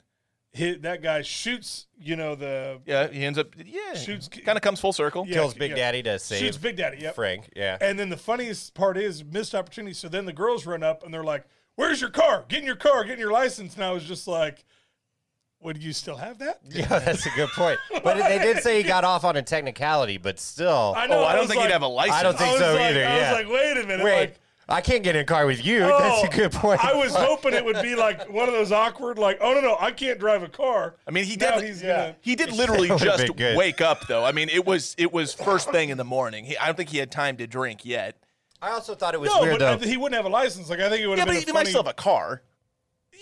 Speaker 1: he, that guy shoots you know the
Speaker 3: Yeah, he ends up yeah
Speaker 1: Shoots-
Speaker 3: kind of comes full circle.
Speaker 1: yeah,
Speaker 2: Kills Big
Speaker 1: yeah.
Speaker 2: Daddy to
Speaker 1: shoots
Speaker 2: save
Speaker 1: big daddy yep
Speaker 2: Frank. Yeah.
Speaker 1: and then the funniest part is missed opportunity so then the girls run up and they're like where's your car get in your car get in your license and i was just like would you still have that
Speaker 2: Yeah, that's a good point. But they did say he got off on a technicality, but still, I,
Speaker 1: know,
Speaker 3: Oh, I don't
Speaker 1: was
Speaker 3: think
Speaker 1: like-
Speaker 3: he'd have a license.
Speaker 2: don't think
Speaker 1: was
Speaker 2: so
Speaker 1: like-
Speaker 2: either.
Speaker 1: I
Speaker 2: yeah.
Speaker 1: was like, wait a minute.
Speaker 2: Wait,
Speaker 1: Like,
Speaker 2: I can't get in a car with you. that's
Speaker 1: oh,
Speaker 2: a good point.
Speaker 1: I was hoping it would be like one of those awkward, like, oh no, no, I can't drive a car.
Speaker 3: I mean, he
Speaker 1: Now
Speaker 3: definitely
Speaker 1: he's gonna-
Speaker 3: he did literally
Speaker 2: would've
Speaker 3: just
Speaker 2: been good.
Speaker 3: wake up though. I mean, it was it was first thing in the morning. He, I don't think he had time to drink yet.
Speaker 2: I also thought it was
Speaker 1: No,
Speaker 2: weird
Speaker 1: but I-
Speaker 2: though.
Speaker 1: he wouldn't have a license. Like I think it would
Speaker 3: Yeah,
Speaker 1: have
Speaker 3: but
Speaker 1: been
Speaker 3: he
Speaker 1: a
Speaker 3: he might
Speaker 1: funny,
Speaker 3: still have a car.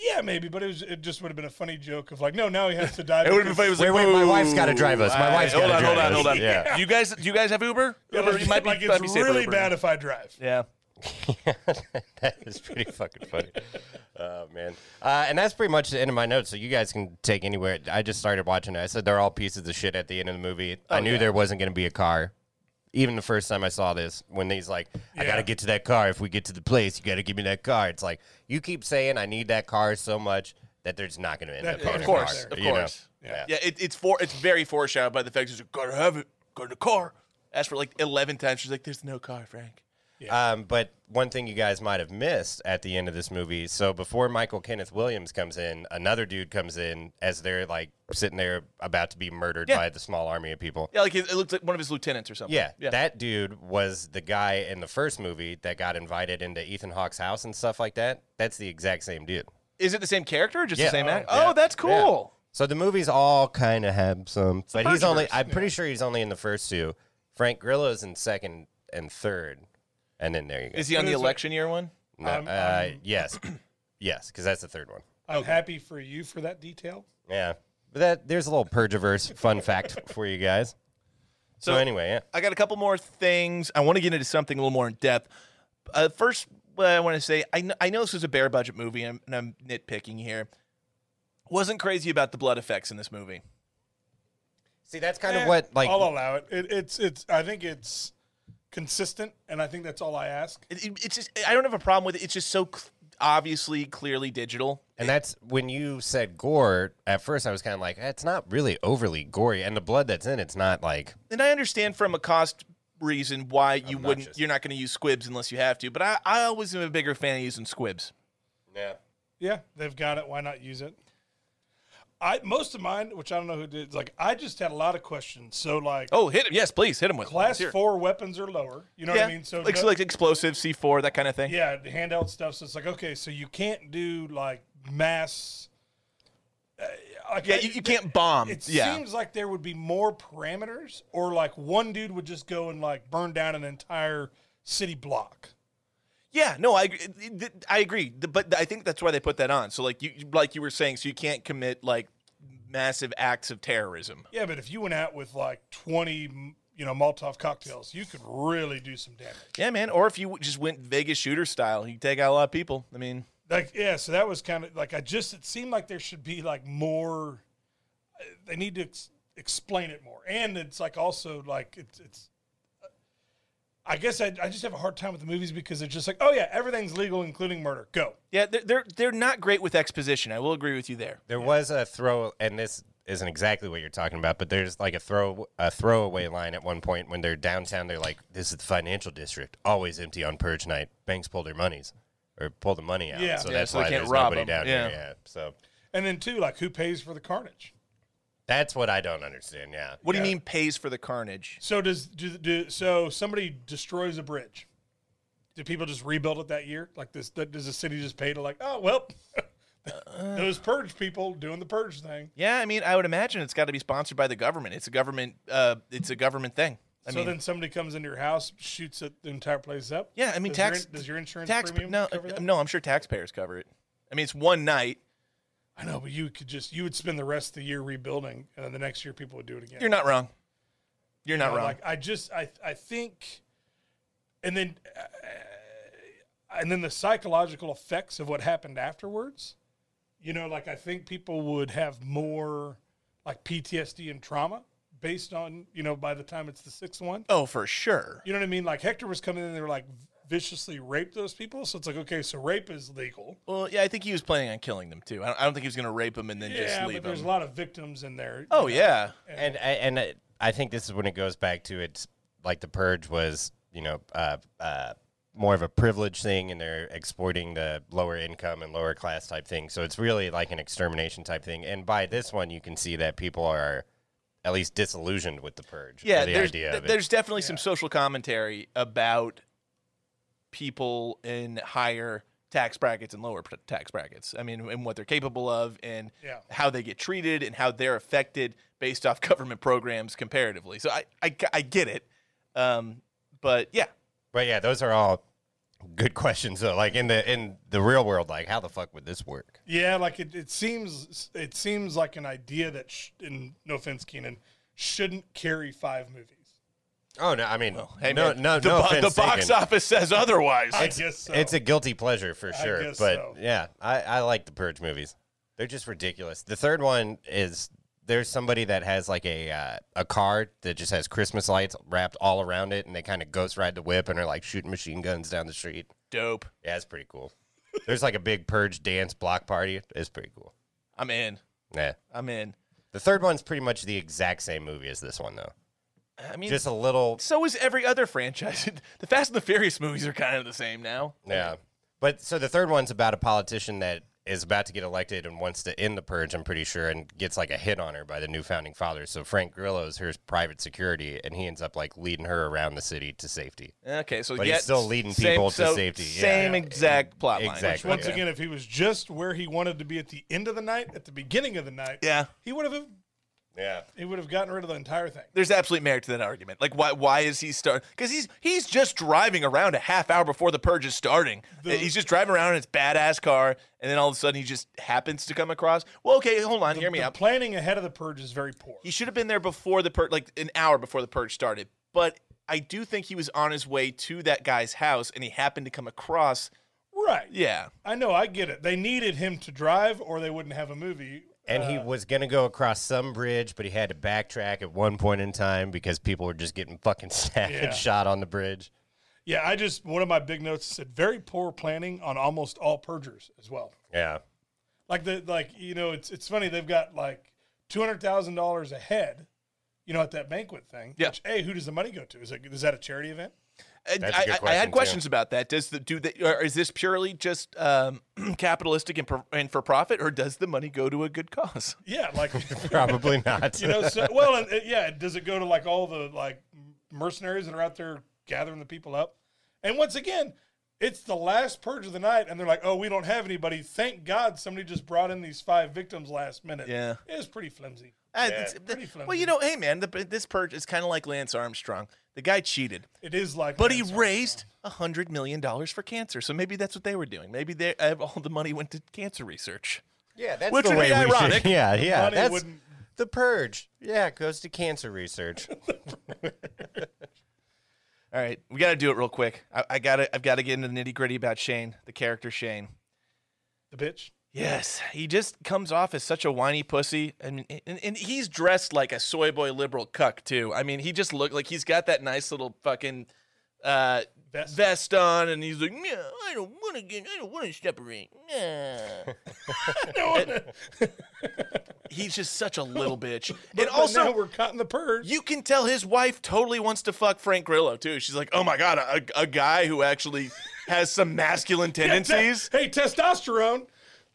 Speaker 1: Yeah, maybe, but it was it just would have been a funny joke of like, no, now he has to die.
Speaker 3: It would have been funny.
Speaker 1: because-
Speaker 3: if It was
Speaker 2: Wait,
Speaker 3: like,
Speaker 2: wait, my
Speaker 3: "Whoa,
Speaker 2: wife's gotta drive us. My
Speaker 3: I-
Speaker 2: wife's
Speaker 3: hold
Speaker 2: gotta
Speaker 3: on,
Speaker 2: drive
Speaker 3: hold on,
Speaker 2: us."
Speaker 3: hold on.
Speaker 2: Yeah.
Speaker 3: Do you guys, do you guys have Uber? Uber,
Speaker 1: Like,
Speaker 3: you might be,
Speaker 1: like
Speaker 3: might be
Speaker 1: it's
Speaker 3: safer
Speaker 1: really
Speaker 3: Uber.
Speaker 1: bad if I drive.
Speaker 3: Yeah.
Speaker 2: that is pretty fucking funny. Oh man. Uh, and that's pretty much the end of my notes. So you guys can take anywhere. I just started watching it. I said they're all pieces of shit at the end of the movie.
Speaker 3: Oh,
Speaker 2: I knew there wasn't going to be a car. Even the first time I saw this, when he's like, "I
Speaker 1: Yeah.
Speaker 2: gotta get to that car. If we get to the place, you gotta give me that car." It's like you keep saying, "I need that car so much that there's not gonna end
Speaker 1: That-
Speaker 2: up
Speaker 1: of
Speaker 2: being
Speaker 3: Of
Speaker 2: a
Speaker 3: course,
Speaker 2: car,"
Speaker 3: of
Speaker 2: you know?
Speaker 3: course.
Speaker 2: Yeah.
Speaker 3: Yeah, it, it's for it's very foreshadowed by the fact he's like, gotta have it, go to the car. Asked for like eleven times. She's like, "There's no car, Frank."
Speaker 2: Um, but one thing you guys might have missed at the end of this movie. So before Michael Kenneth Williams comes in, another dude comes in as they're like sitting there about to be murdered
Speaker 3: Yeah.
Speaker 2: by the small army of people.
Speaker 3: Yeah, like it, it looks like one of his lieutenants or something.
Speaker 2: Yeah,
Speaker 3: yeah.
Speaker 2: that dude was the guy in the first movie that got invited into Ethan Hawke's house and stuff like that. That's the exact same dude.
Speaker 3: Is it the same character or just
Speaker 2: Yeah.
Speaker 3: the same act?
Speaker 2: Yeah.
Speaker 3: Oh, that's cool.
Speaker 2: So the movies all kind of have some, but he's only. I'm pretty sure he's only in the first two. Frank Grillo's in second and third, and then there you go.
Speaker 3: Is um, he on the
Speaker 1: Who's that?
Speaker 3: election year one?
Speaker 2: No,
Speaker 1: I'm-
Speaker 2: uh,
Speaker 1: I'm-
Speaker 2: yes, yes, because that's the third one.
Speaker 1: I'm happy for you for that detail.
Speaker 2: Yeah. But that there's a little Pergiverse fun fact for you guys. So,
Speaker 3: So-
Speaker 2: anyway, yeah.
Speaker 3: I got a couple more things. I want to get into something a little more in depth. Uh, first, what I want to say, I know, I know this was a bare budget movie, and I'm, and I'm nitpicking here. Wasn't crazy about the blood effects in this movie.
Speaker 2: See, that's kind
Speaker 1: Eh,
Speaker 2: of what like
Speaker 1: I'll allow it. it. It's it's. I think it's consistent, and I think that's all I ask.
Speaker 3: It, it- it's just I don't have a problem with it. It's just so cl- obviously, clearly digital.
Speaker 2: and that's when you said gore, at first I was kind of like, eh, it's not really overly gory and the blood that's in it's not like
Speaker 3: And I understand from a cost reason why you wouldn't. You're not going to use squibs unless you have to. But I, I always am a bigger fan of using squibs.
Speaker 2: Yeah.
Speaker 1: Yeah, they've got it. Why not use it? I most of mine, which I don't know who did. Like I just had a lot of questions. So like
Speaker 3: Oh, hit him! Yes, please hit him with it.
Speaker 1: class
Speaker 3: Here.
Speaker 1: four weapons are lower. You know
Speaker 3: Yeah,
Speaker 1: what I mean? So
Speaker 3: like,
Speaker 1: no-
Speaker 3: so like explosive C four that kind of thing.
Speaker 1: yeah, the handheld stuff. So it's like okay, so you can't do like mass. uh, like,
Speaker 3: Yeah,
Speaker 1: I-
Speaker 3: you, you can't bomb.
Speaker 1: It
Speaker 3: yeah.
Speaker 1: seems like there would be more parameters, or like one dude would just go and like burn down an entire city block.
Speaker 3: Yeah, no, I agree. Th- th- I agree, Th- but I think that's why they put that on. So like you like you were saying, so you can't commit like massive acts of terrorism.
Speaker 1: Yeah, but if you went out with like twenty, m- you know, Molotov cocktails, you could really do some damage.
Speaker 3: Yeah, man. Or if you just went Vegas shooter style, you take out a lot of people. I mean,
Speaker 1: Like yeah, so that was kind of like I just it seemed like there should be like more. uh, They need to ex- explain it more, and it's like also like it's it's. I guess I, I just have a hard time with the movies because they're just like, oh yeah, everything's legal, including murder. Go.
Speaker 3: yeah, they're they're, they're not great with exposition. I will agree with you there.
Speaker 2: There was a throw, and this isn't exactly what you're talking about, but there's like a throw a throwaway line at one point when they're downtown. They're like, "This is the financial district, always empty on purge night. Banks pull their monies or pull the money out,
Speaker 1: Yeah.
Speaker 2: so
Speaker 3: Yeah,
Speaker 2: that's
Speaker 3: so they
Speaker 2: why
Speaker 3: can't
Speaker 2: there's
Speaker 3: rob
Speaker 2: nobody
Speaker 3: them.
Speaker 2: down
Speaker 3: Yeah.
Speaker 2: here." Yeah, so
Speaker 1: And then two, like who pays for the carnage?
Speaker 2: that's what I don't understand. Yeah,
Speaker 3: What do you mean pays for the carnage?
Speaker 1: So does do, do so somebody destroys a bridge? Do people just rebuild it that year? Like this? that- Does the city just pay to like? Oh well, those purge people doing the purge thing.
Speaker 3: Yeah, I mean, I would imagine it's got to be sponsored by the government. It's a government. Uh, it's a government thing. I
Speaker 1: so
Speaker 3: mean,
Speaker 1: then somebody comes into your house, shoots it, the entire place up.
Speaker 3: Yeah, I mean,
Speaker 1: does
Speaker 3: tax.
Speaker 1: Your, does your insurance
Speaker 3: tax,
Speaker 1: premium
Speaker 3: no,
Speaker 1: cover
Speaker 3: uh,
Speaker 1: that?
Speaker 3: No, I'm sure taxpayers cover it. I mean, it's one night.
Speaker 1: I know, but you could just you would spend the rest of the year rebuilding, and then the next year people would do it again.
Speaker 3: You're not wrong. You're not
Speaker 1: know,
Speaker 3: wrong.
Speaker 1: Like I just I I think, and then uh, and then the psychological effects of what happened afterwards. You know, like I think people would have more like PTSD and trauma based on you know by the time it's the sixth one.
Speaker 3: oh, for sure.
Speaker 1: You know what I mean? Like Hector was coming in, they were like viciously raped those people, so it's like okay, so rape is legal.
Speaker 3: Well, yeah, I think he was planning on killing them too. I don't, I don't think he was going to rape them and then just
Speaker 1: yeah,
Speaker 3: leave
Speaker 1: but there's
Speaker 3: them.
Speaker 1: a lot of victims in there.
Speaker 3: oh
Speaker 1: you know?
Speaker 3: yeah,
Speaker 2: and I- and I- I think this is when it goes back to it's like the purge was you know uh, uh, more of a privilege thing, and they're exploiting the lower income and lower class type thing. So it's really like an extermination type thing. And by this one, you can see that people are at least disillusioned with the purge. or
Speaker 3: yeah.
Speaker 2: the
Speaker 3: there's
Speaker 2: idea
Speaker 3: th-
Speaker 2: of it.
Speaker 3: there's definitely some social commentary about people in higher tax brackets and lower pr- tax brackets. I mean, and what they're capable of, and
Speaker 1: Yeah.
Speaker 3: how they get treated, and how they're affected based off government programs comparatively. So I I, I get it, um, but yeah,
Speaker 2: But yeah, those are all Good question. So, like in the in the real world, like how the fuck would this work?
Speaker 1: Yeah, like it, it seems it seems like an idea that, sh- and no offense, Keenan, shouldn't carry five movies.
Speaker 2: Oh no, I mean,
Speaker 3: Hey,
Speaker 2: no,
Speaker 3: man,
Speaker 2: no,
Speaker 3: the,
Speaker 2: no.
Speaker 3: bo-
Speaker 2: offense
Speaker 3: the box
Speaker 2: taken.
Speaker 3: office says otherwise.
Speaker 1: I guess so.
Speaker 2: It's a guilty pleasure for sure.
Speaker 1: guess
Speaker 2: but
Speaker 1: so.
Speaker 2: yeah, I, I like the Purge movies. They're just ridiculous. The third one is there's somebody that has like a uh, a car that just has Christmas lights wrapped all around it, and they kind of ghost ride the whip and are like shooting machine guns down the street.
Speaker 3: Dope.
Speaker 2: Yeah, it's pretty cool. there's like a big Purge dance block party. It's pretty cool.
Speaker 3: I'm in.
Speaker 2: Yeah.
Speaker 3: I'm in.
Speaker 2: The third one's pretty much the exact same movie as this one, though.
Speaker 3: I mean,
Speaker 2: Just a little
Speaker 3: so is every other franchise. the Fast and the Furious movies are kind of the same now.
Speaker 2: Yeah. But so the third one's about a politician that is about to get elected and wants to end the purge, I'm pretty sure, and gets like a hit on her by the new founding fathers. So Frank Grillo's her private security, and he ends up like leading her around the city to safety.
Speaker 3: Okay, so
Speaker 2: But
Speaker 3: yeah,
Speaker 2: he's still leading people to
Speaker 3: so
Speaker 2: safety, yeah.
Speaker 3: Same
Speaker 2: Yeah.
Speaker 3: exact plot line.
Speaker 2: Exactly.
Speaker 1: Once
Speaker 2: yeah.
Speaker 1: again, if he was just where he wanted to be at the end of the night, at the beginning of the night,
Speaker 3: Yeah.
Speaker 1: he would have
Speaker 2: Yeah.
Speaker 1: he would have gotten rid of the entire thing.
Speaker 3: There's absolute merit to that argument. Like, why? Why is he start? Because he's he's just driving around a half hour before the purge is starting. he's just driving around in his badass car, and then all of a sudden he just happens to come across. Well, okay, hold on, hear me
Speaker 1: The
Speaker 3: out.
Speaker 1: planning ahead of the purge is very poor.
Speaker 3: He should have been there before the purge, like an hour before the purge started. But I do think he was on his way to that guy's house, and he happened to come across.
Speaker 1: right.
Speaker 3: Yeah,
Speaker 1: I know, I get it. They needed him to drive or they wouldn't have a movie.
Speaker 2: And he was going to go across some bridge, but he had to backtrack at one point in time because people were just getting fucking stabbed
Speaker 1: Yeah.
Speaker 2: and shot on the bridge.
Speaker 1: Yeah, I just one of my big notes said very poor planning on almost all purgers as well.
Speaker 2: Yeah.
Speaker 1: Like the like you know it's it's funny they've got like two hundred thousand dollars ahead, you know, at that banquet thing.
Speaker 3: Yeah.
Speaker 1: Which, hey, who does the money go to? Is it is that a charity event?
Speaker 3: And
Speaker 2: That's a
Speaker 3: I,
Speaker 2: good
Speaker 3: I- I
Speaker 2: question,
Speaker 3: had
Speaker 2: too.
Speaker 3: questions about that. Does the do they, or is this purely just um, capitalistic and, pro- and for profit, or does the money go to a good cause?
Speaker 1: Yeah, like
Speaker 2: Probably not.
Speaker 1: you know, so well, and, and, yeah, does it go to like all the like mercenaries that are out there gathering the people up? And once again, it's the last purge of the night, and they're like, "Oh, we don't have anybody." Thank God, somebody just brought in these five victims last minute.
Speaker 3: Yeah.
Speaker 1: it was pretty flimsy.
Speaker 3: Uh, it's-
Speaker 1: pretty
Speaker 3: well, you
Speaker 1: flimsy.
Speaker 3: know, hey man, the, this purge is kind of like Lance Armstrong. The guy cheated,
Speaker 1: It is like,
Speaker 3: but he
Speaker 1: Lance
Speaker 3: raised a hundred million dollars for cancer. So maybe that's what they were doing. Maybe they uh, all the money went to cancer research.
Speaker 2: yeah, that's
Speaker 3: Which
Speaker 2: the
Speaker 3: would
Speaker 2: way
Speaker 3: be
Speaker 2: we should-
Speaker 3: ironic.
Speaker 2: Yeah, yeah.
Speaker 1: money
Speaker 2: that's
Speaker 1: wouldn't-
Speaker 2: the purge. Yeah, it goes to cancer research.
Speaker 3: All right, we got to do it real quick. I, I gotta, I've got to get into the nitty gritty about Shane, the character Shane.
Speaker 1: Armstrong, the bitch.
Speaker 3: Yes, he just comes off as such a whiny pussy, and and, and he's dressed like a soy boy liberal cuck too. I mean, he just looked like he's got that nice little fucking uh,
Speaker 1: Vest.
Speaker 3: vest on, and he's like, "No, I don't want to get, I don't want to separate." Nah." he's just such a little bitch, and
Speaker 1: But now
Speaker 3: also.
Speaker 1: we're caught in the purge.
Speaker 3: You can tell his wife totally wants to fuck Frank Grillo too. She's like, "Oh my god, a, a guy who actually has some masculine tendencies."
Speaker 1: Hey, testosterone.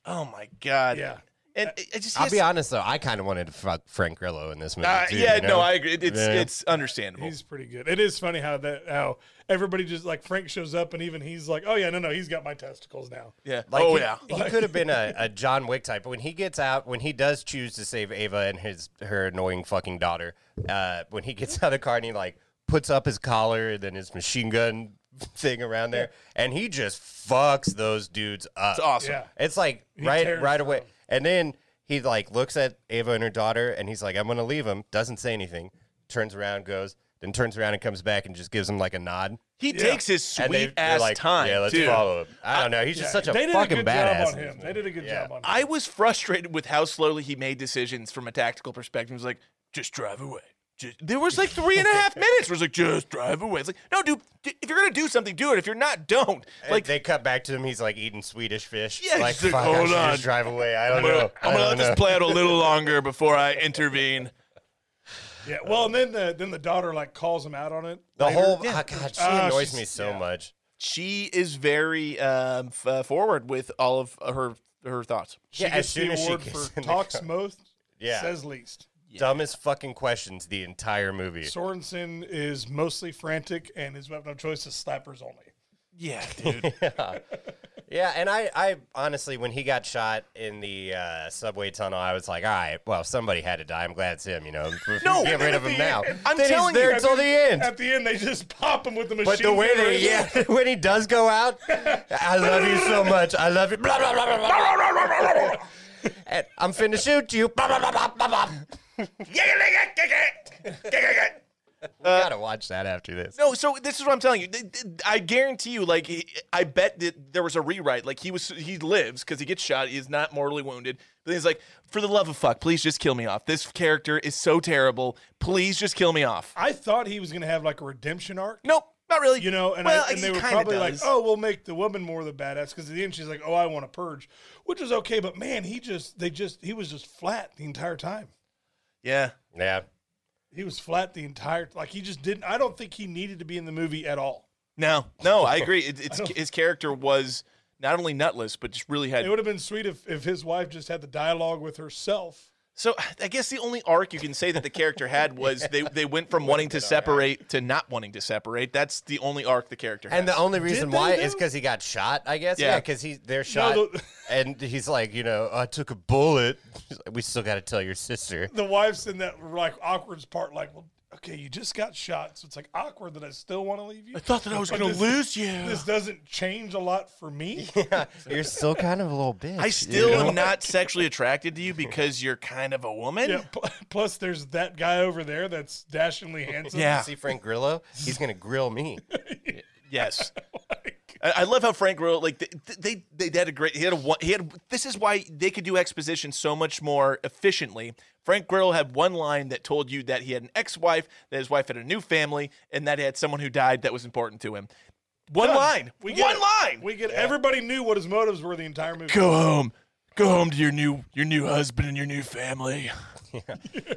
Speaker 3: Oh my god.
Speaker 1: Yeah.
Speaker 3: And it, it just
Speaker 2: I'll
Speaker 3: yes-
Speaker 2: be honest though, I kind of wanted to fuck Frank Grillo in this movie.
Speaker 3: Uh,
Speaker 2: too,
Speaker 3: yeah,
Speaker 2: you know?
Speaker 3: no, I agree. It- It's
Speaker 2: Yeah.
Speaker 3: it's understandable.
Speaker 1: He's pretty good. It is funny how that how everybody just like Frank shows up, and even he's like, "Oh yeah, no, no, he's got my testicles now."
Speaker 3: yeah.
Speaker 2: Like,
Speaker 3: oh
Speaker 2: he,
Speaker 3: yeah.
Speaker 2: he could have been a, a John Wick type. But when he gets out, when he does choose to save Ava and his her annoying fucking daughter, uh, when he gets out of the car and he like puts up his collar and then his machine gun thing around there, and he just fucks those dudes up.
Speaker 3: It's awesome.
Speaker 1: Yeah.
Speaker 2: It's like right
Speaker 1: tears
Speaker 2: right
Speaker 1: through
Speaker 2: away.
Speaker 1: 'em.
Speaker 2: And then he like looks at Ava and her daughter and he's like, I'm gonna leave him, doesn't say anything, turns around, goes, then turns around and comes back and just gives him like a nod.
Speaker 3: He takes his sweet
Speaker 2: and they- they're
Speaker 3: ass
Speaker 2: like,
Speaker 3: time.
Speaker 2: Yeah, let's
Speaker 3: too.
Speaker 2: follow him. I don't know. He's just such a
Speaker 1: they did
Speaker 2: fucking
Speaker 1: a good
Speaker 2: badass.
Speaker 1: job on him. They did a good
Speaker 2: Yeah.
Speaker 1: job on him.
Speaker 3: I was frustrated with how slowly he made decisions from a tactical perspective. It was like, just drive away. Just, there was like three and a half minutes. Where it was like, just drive away. It's like, no, dude. d- If you're gonna do something, do it. If you're not, don't.
Speaker 2: Like
Speaker 3: Like,
Speaker 2: they cut back to him, he's like eating Swedish fish.
Speaker 3: Yeah,
Speaker 2: like,
Speaker 3: he's like,
Speaker 2: fuck, I
Speaker 3: hold
Speaker 2: should
Speaker 3: on.
Speaker 2: just drive away. I don't
Speaker 3: I'm gonna,
Speaker 2: know.
Speaker 3: I'm
Speaker 2: I
Speaker 3: gonna
Speaker 2: don't
Speaker 3: let
Speaker 2: know.
Speaker 3: this play out a little longer before I intervene.
Speaker 1: Yeah. Well, and then the then the daughter like calls him out on it.
Speaker 2: The
Speaker 1: later.
Speaker 2: whole oh, God, she
Speaker 1: Ah,
Speaker 2: annoys
Speaker 1: she's-
Speaker 2: me so
Speaker 1: yeah.
Speaker 2: much.
Speaker 3: She is very um, f- uh, forward with all of her her thoughts.
Speaker 1: she
Speaker 2: yeah, as
Speaker 1: gets
Speaker 2: soon
Speaker 1: the
Speaker 2: as she
Speaker 1: award
Speaker 2: gets
Speaker 1: for
Speaker 2: in the
Speaker 1: talks most,
Speaker 2: Yeah.
Speaker 1: says least.
Speaker 2: Dumbest fucking questions the entire movie.
Speaker 1: Sorensen is mostly frantic, and his weapon of choice is slappers only.
Speaker 3: Yeah, dude.
Speaker 2: yeah. Yeah, and I, I honestly, when he got shot in the uh, subway tunnel, I was like, all right, well, somebody had to die. I'm glad it's him, you know.
Speaker 3: No,
Speaker 2: get rid of
Speaker 1: at the
Speaker 2: him now.
Speaker 1: end-
Speaker 3: I'm
Speaker 2: Then he's
Speaker 3: telling you,
Speaker 2: there
Speaker 3: I
Speaker 2: till the end.
Speaker 1: At the end, they just pop him with the machine.
Speaker 2: But the way
Speaker 1: gun
Speaker 2: they,
Speaker 1: right there.
Speaker 2: yeah, when he does go out, I love you so much. I love you. Blah, blah, blah, blah, blah, blah, blah, blah, blah, blah, blah. And I'm finna shoot you. Blah, blah, blah, blah, blah, blah. We gotta watch that after this.
Speaker 3: No, so this is what I'm telling you. Th- th- I guarantee you, like, he- I bet that there was a rewrite. Like, he was, he lives because he gets shot. He's not mortally wounded. But he's like, for the love of fuck, please just kill me off. This character is so terrible. Please just kill me off.
Speaker 1: I thought he was going to have like a redemption arc.
Speaker 3: Nope, not really.
Speaker 1: You know, and,
Speaker 3: well,
Speaker 1: I, and
Speaker 3: he
Speaker 1: they were
Speaker 3: kinda
Speaker 1: probably like,
Speaker 3: does.
Speaker 1: "Oh, we'll make the woman more the badass." Because at the end, she's like, "Oh, I want to purge," which was okay. But man, he just—they just—he was just flat the entire time.
Speaker 3: yeah,
Speaker 2: Yeah.
Speaker 1: He was flat the entire like he just didn't. I don't think he needed to be in the movie at all.
Speaker 3: no, no, I agree. It, it's
Speaker 1: don't-
Speaker 3: his character was not only nutless, but just really had
Speaker 1: It would have been sweet if, if his wife just had the dialogue with herself.
Speaker 3: So I guess the only arc you can say that the character had was they, they went from wanting to separate to not wanting to separate. That's the only arc the character had.
Speaker 2: And the only reason
Speaker 1: they,
Speaker 2: why is
Speaker 1: though?
Speaker 2: because he got shot, I guess.
Speaker 3: Yeah.
Speaker 2: Yeah, because he they're shot,
Speaker 1: the-
Speaker 2: and he's like, you know, I took a bullet. He's like, we still got to tell your sister.
Speaker 1: The wife's in that like awkward part, like, well, okay, you just got shot, so it's like awkward that I still want to leave you. I
Speaker 3: thought that I was gonna lose you.
Speaker 1: This doesn't change a lot for me.
Speaker 2: You're still kind of a little bitch.
Speaker 3: I
Speaker 2: you
Speaker 3: still
Speaker 2: know?
Speaker 3: am not sexually attracted to you because you're kind of a woman.
Speaker 1: yeah. pl- Plus, there's that guy over there that's dashingly handsome.
Speaker 3: Yeah.
Speaker 2: See Frank Grillo? He's gonna grill me.
Speaker 3: Yes.
Speaker 1: Oh
Speaker 3: I, I love how Frank Grillo like they, they they had a great he had a one- he had this is why they could do exposition so much more efficiently. Frank Grillo had one line that told you that he had an ex-wife, that his wife had a new family, and that he had someone who died that was important to him. One line.
Speaker 1: We get
Speaker 3: one
Speaker 1: it.
Speaker 3: line.
Speaker 1: We get everybody knew what his motives were the entire movie.
Speaker 3: go home. Go home to your new your new husband and your new family.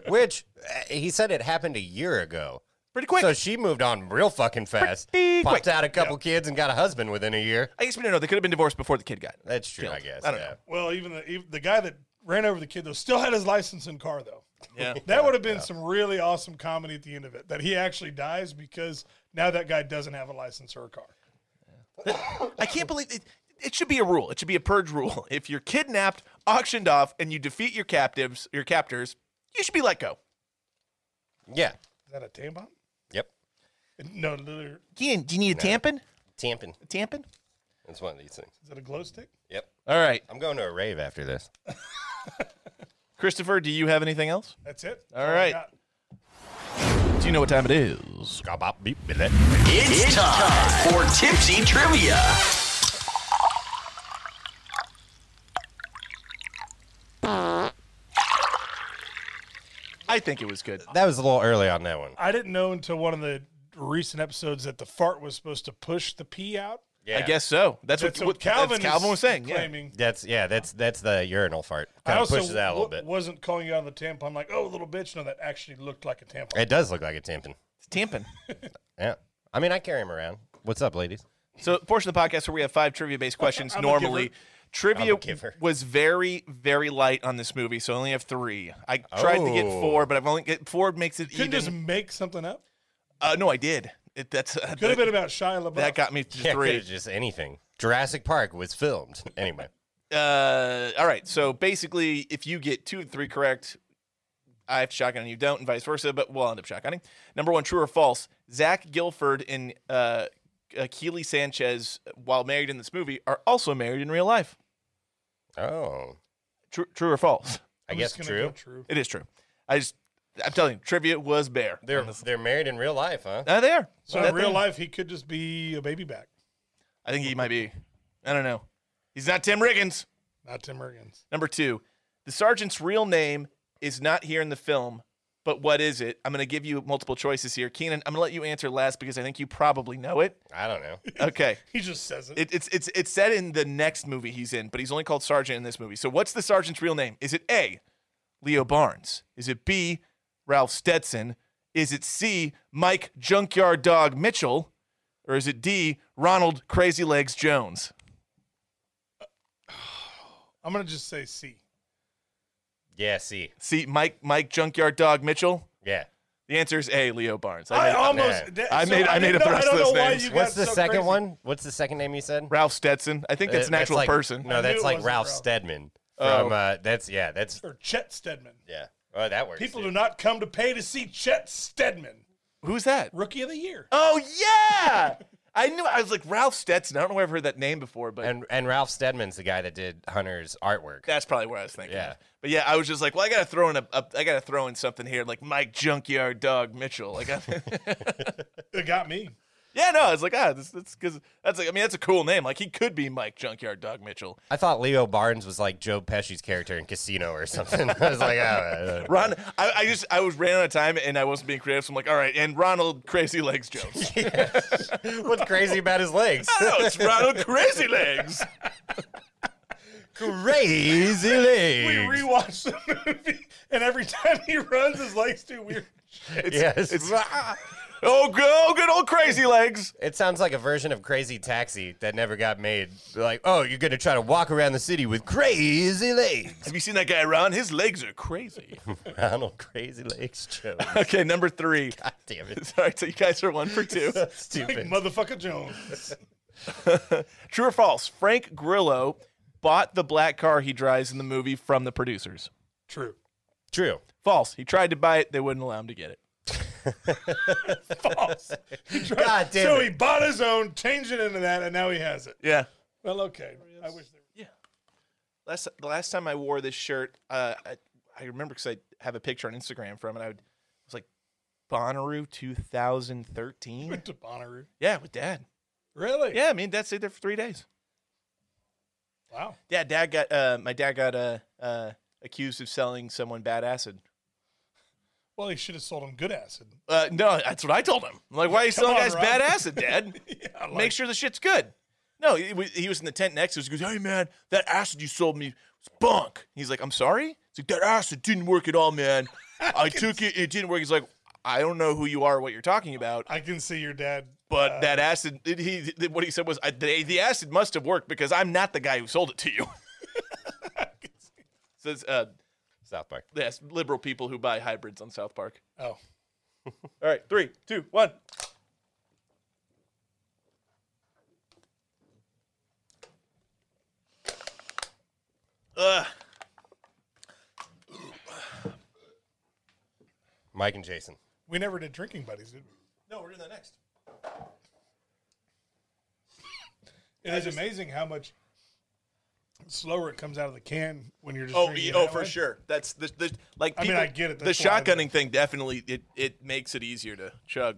Speaker 2: Which uh, he said it happened a year ago.
Speaker 3: Pretty quick.
Speaker 2: So she moved on real fucking fast.
Speaker 3: Pretty
Speaker 2: Popped
Speaker 3: quick.
Speaker 2: out a couple kids and got a husband within a year.
Speaker 3: I guess we don't know. They could have been divorced before the kid got.
Speaker 2: That's true, I
Speaker 3: Killed.
Speaker 2: guess.
Speaker 3: I don't
Speaker 2: yeah.
Speaker 3: know.
Speaker 1: Well, even the even the guy that ran over the kid though still had his license and car though.
Speaker 3: Yeah.
Speaker 1: That would have been some really awesome comedy at the end of it that he actually dies because now that guy doesn't have a license or a car.
Speaker 3: I can't believe it. It should be a rule. It should be a purge rule. If you're kidnapped, auctioned off, and you defeat your captives, your captors, you should be let go.
Speaker 2: Yeah.
Speaker 1: Is that a tampon?
Speaker 2: Yep.
Speaker 1: No, literally-
Speaker 3: Do you, do you need a tampon?
Speaker 2: Tamping.
Speaker 3: A tampon?
Speaker 2: It's one of these things.
Speaker 1: is that a glow stick?
Speaker 2: Yep.
Speaker 3: All right,
Speaker 2: I'm going to a rave after this.
Speaker 3: Christopher. Do you have anything else?
Speaker 1: That's it.
Speaker 3: All right. Do you know what time it is?
Speaker 8: It's time for Tipsy Trivia.
Speaker 3: I think it was good.
Speaker 2: That was a little early on that one.
Speaker 1: I didn't know until one of the recent episodes that the fart was supposed to push the pee out.
Speaker 2: Yeah.
Speaker 3: I guess so. That's,
Speaker 1: That's
Speaker 3: what,
Speaker 1: what Calvin,
Speaker 3: that's Calvin
Speaker 1: is
Speaker 3: was saying. Yeah.
Speaker 1: Claiming.
Speaker 2: That's yeah, that's that's the urinal fart.
Speaker 1: I
Speaker 2: Kind of
Speaker 1: also
Speaker 2: pushes out a little
Speaker 1: w-
Speaker 2: bit.
Speaker 1: wasn't calling you out on the tampon like, oh, little bitch. No, that actually looked like a tampon.
Speaker 2: It does look like a tampon.
Speaker 3: It's tampon.
Speaker 2: Yeah. I mean I carry him around. What's up, ladies?
Speaker 3: So, a portion of the podcast where we have five trivia-based questions
Speaker 1: I'm a
Speaker 3: normally.
Speaker 1: giver.
Speaker 3: Trivia
Speaker 2: I'm a giver.
Speaker 3: was very, very light on this movie, so I only have three. I tried to get
Speaker 2: Oh.
Speaker 3: four, but I've only get four makes it
Speaker 1: Couldn't
Speaker 3: even.
Speaker 1: just make something up.
Speaker 3: Uh, no, I did. It, that's uh,
Speaker 1: Could
Speaker 3: that,
Speaker 1: have been about Shia LaBeouf.
Speaker 3: that got me to
Speaker 2: Yeah,
Speaker 3: three.
Speaker 2: could've just anything. Jurassic Park was filmed. Anyway.
Speaker 3: Uh, all right. So basically, if you get two of three correct, I have to shotgun and you don't, and vice versa. But we'll end up shotgunning. Number one, true or false? Zach Gilford and uh, uh, Keely Sanchez, while married in this movie, are also married in real life.
Speaker 2: Oh.
Speaker 3: True, true or false?
Speaker 2: I
Speaker 1: I'm
Speaker 2: guess
Speaker 1: just gonna
Speaker 2: true.
Speaker 1: go true.
Speaker 3: It is true. I just, I'm telling you, trivia was bare.
Speaker 2: They're they're married in real life, huh?
Speaker 3: Uh, they are.
Speaker 1: So in real life, he could just be a baby back,
Speaker 3: I think he might be. I don't know. He's not Tim Riggins.
Speaker 1: not Tim Riggins.
Speaker 3: Number two, the sergeant's real name is not here in the film, but what is it? I'm going to give you multiple choices here. Keenan, I'm going to let you answer last because I think you probably know it.
Speaker 2: I don't know.
Speaker 3: Okay.
Speaker 1: He just says it.
Speaker 3: It, it's it's it's said in the next movie he's in, but he's only called Sergeant in this movie. So what's the sergeant's real name? Is it A, Leo Barnes? Is it B, Ralph Stetson? Is it C, Mike Junkyard Dog Mitchell? Or is it D, Ronald Crazy Legs Jones?
Speaker 1: I'm gonna just say C.
Speaker 2: Yeah, see.
Speaker 3: See, Mike Mike Junkyard Dog Mitchell.
Speaker 2: Yeah.
Speaker 3: The answer is A, Leo Barnes.
Speaker 1: I
Speaker 3: made-
Speaker 1: almost.
Speaker 3: Yeah. I made- I
Speaker 1: didn't
Speaker 3: made it
Speaker 1: know-
Speaker 3: for
Speaker 1: I
Speaker 3: us
Speaker 1: don't
Speaker 3: those
Speaker 1: know why
Speaker 3: names.
Speaker 1: you got
Speaker 2: What's the
Speaker 1: so
Speaker 2: second
Speaker 1: crazy.
Speaker 2: one? What's the second name you said?
Speaker 3: Ralph Stetson. I think that's
Speaker 2: Uh,
Speaker 3: an actual
Speaker 2: like-
Speaker 3: person.
Speaker 2: No,
Speaker 1: I knew
Speaker 2: that's
Speaker 1: it
Speaker 2: like
Speaker 1: wasn't
Speaker 2: Ralph
Speaker 1: Ralph.
Speaker 2: Stedman
Speaker 3: Oh.
Speaker 2: from. Uh, that's yeah. That's
Speaker 1: Or Chet Stedman.
Speaker 2: yeah. Oh, that works.
Speaker 1: People
Speaker 2: dude.
Speaker 1: do not come to pay to see Chet Stedman,
Speaker 3: Who's that?
Speaker 1: rookie of the year.
Speaker 3: Oh yeah. I knew I was like Ralph Stetson. I don't know where I've heard that name before, but
Speaker 2: And and Ralph Stedman's the guy that did Hunter's artwork.
Speaker 3: that's probably where I was thinking.
Speaker 2: Yeah.
Speaker 3: But yeah, I was just like, well, I gotta throw in a, a I gotta throw in something here, like Mike Junkyard Dog Mitchell. Like, I,
Speaker 1: It got me.
Speaker 3: yeah, no, I was like, ah, this, that's because that's like, I mean, that's a cool name. Like, he could be Mike Junkyard Dog Mitchell.
Speaker 2: I thought Leo Barnes was like Joe Pesci's character in Casino or something. I was like, oh, uh,
Speaker 3: Ron, I, I just I was ran out of time and I wasn't being creative, so I'm like, all right, and Ronald Crazy Legs Jones.
Speaker 2: uh, what's crazy about his legs?
Speaker 3: no, it's Ronald Crazy Legs.
Speaker 2: crazy
Speaker 1: We
Speaker 2: legs.
Speaker 1: rewatched the movie, and every time he runs, his legs do weird.
Speaker 2: yes,
Speaker 3: Oh, go good old Crazy Legs.
Speaker 2: it sounds like a version of Crazy Taxi that never got made. Like, oh, you're gonna try to walk around the city with crazy legs.
Speaker 3: Have you seen that guy, Ron? His legs are crazy.
Speaker 2: Ronald Crazy Legs Jones.
Speaker 3: okay, number three.
Speaker 2: God damn it,
Speaker 3: All right, so you guys are one for two.
Speaker 1: Like
Speaker 2: stupid.
Speaker 1: motherfucker Jones.
Speaker 3: True or false? Frank Grillo bought the black car he drives in the movie from the producers.
Speaker 1: True.
Speaker 2: True.
Speaker 3: False. He tried to buy it, they wouldn't allow him to get it.
Speaker 1: False.
Speaker 2: God damn
Speaker 1: so
Speaker 2: it.
Speaker 1: he bought his own, changed it into that, and now he has it.
Speaker 3: Yeah.
Speaker 1: Well, okay. I wish there
Speaker 3: Last the last time I wore this shirt, uh, I, I remember because I have a picture on Instagram from it. I would, it was like Bonnaroo 2013.
Speaker 1: went to Bonnaroo.
Speaker 3: yeah, with Dad.
Speaker 1: Really?
Speaker 3: Yeah, me and Dad stayed there for three days.
Speaker 1: Wow.
Speaker 3: Yeah, Dad got uh, my dad got uh, uh, accused of selling someone bad acid.
Speaker 1: Well, he should have sold him good acid.
Speaker 3: Uh, no, that's what I told him. I'm like, why are you selling
Speaker 1: on,
Speaker 3: guys
Speaker 1: Rob.
Speaker 3: bad acid, Dad?
Speaker 1: Yeah,
Speaker 3: Make sure the shit's good. No, he, wa- he was in the tent next to us. He goes, hey, man, that acid you sold me was bunk. He's like, I'm sorry? He's like, that acid didn't work at all, man. I took it, it didn't work. He's like, I don't know who you are or what you're talking about,
Speaker 1: I can see your dad.
Speaker 3: but that acid, it- he, th- what he said was, I, the, the acid must have worked because I'm not the guy who sold it to you. so it's, uh,
Speaker 2: South Park.
Speaker 3: yes, liberal people who buy hybrids on South Park.
Speaker 1: Oh.
Speaker 3: All right, three, two, one. Ugh.
Speaker 2: Mike and Jason.
Speaker 1: We never did drinking buddies, did we?
Speaker 3: No, we're doing that next.
Speaker 1: It is amazing how much slower it comes out of the can when you're just.
Speaker 3: Oh,
Speaker 1: drinking
Speaker 3: e-
Speaker 1: it
Speaker 3: oh,
Speaker 1: that
Speaker 3: for
Speaker 1: way.
Speaker 3: sure. That's the, the like.
Speaker 1: I mean,
Speaker 3: People,
Speaker 1: I get it.
Speaker 3: The
Speaker 1: That's why I
Speaker 3: shotgunning thing definitely it it makes it easier to chug.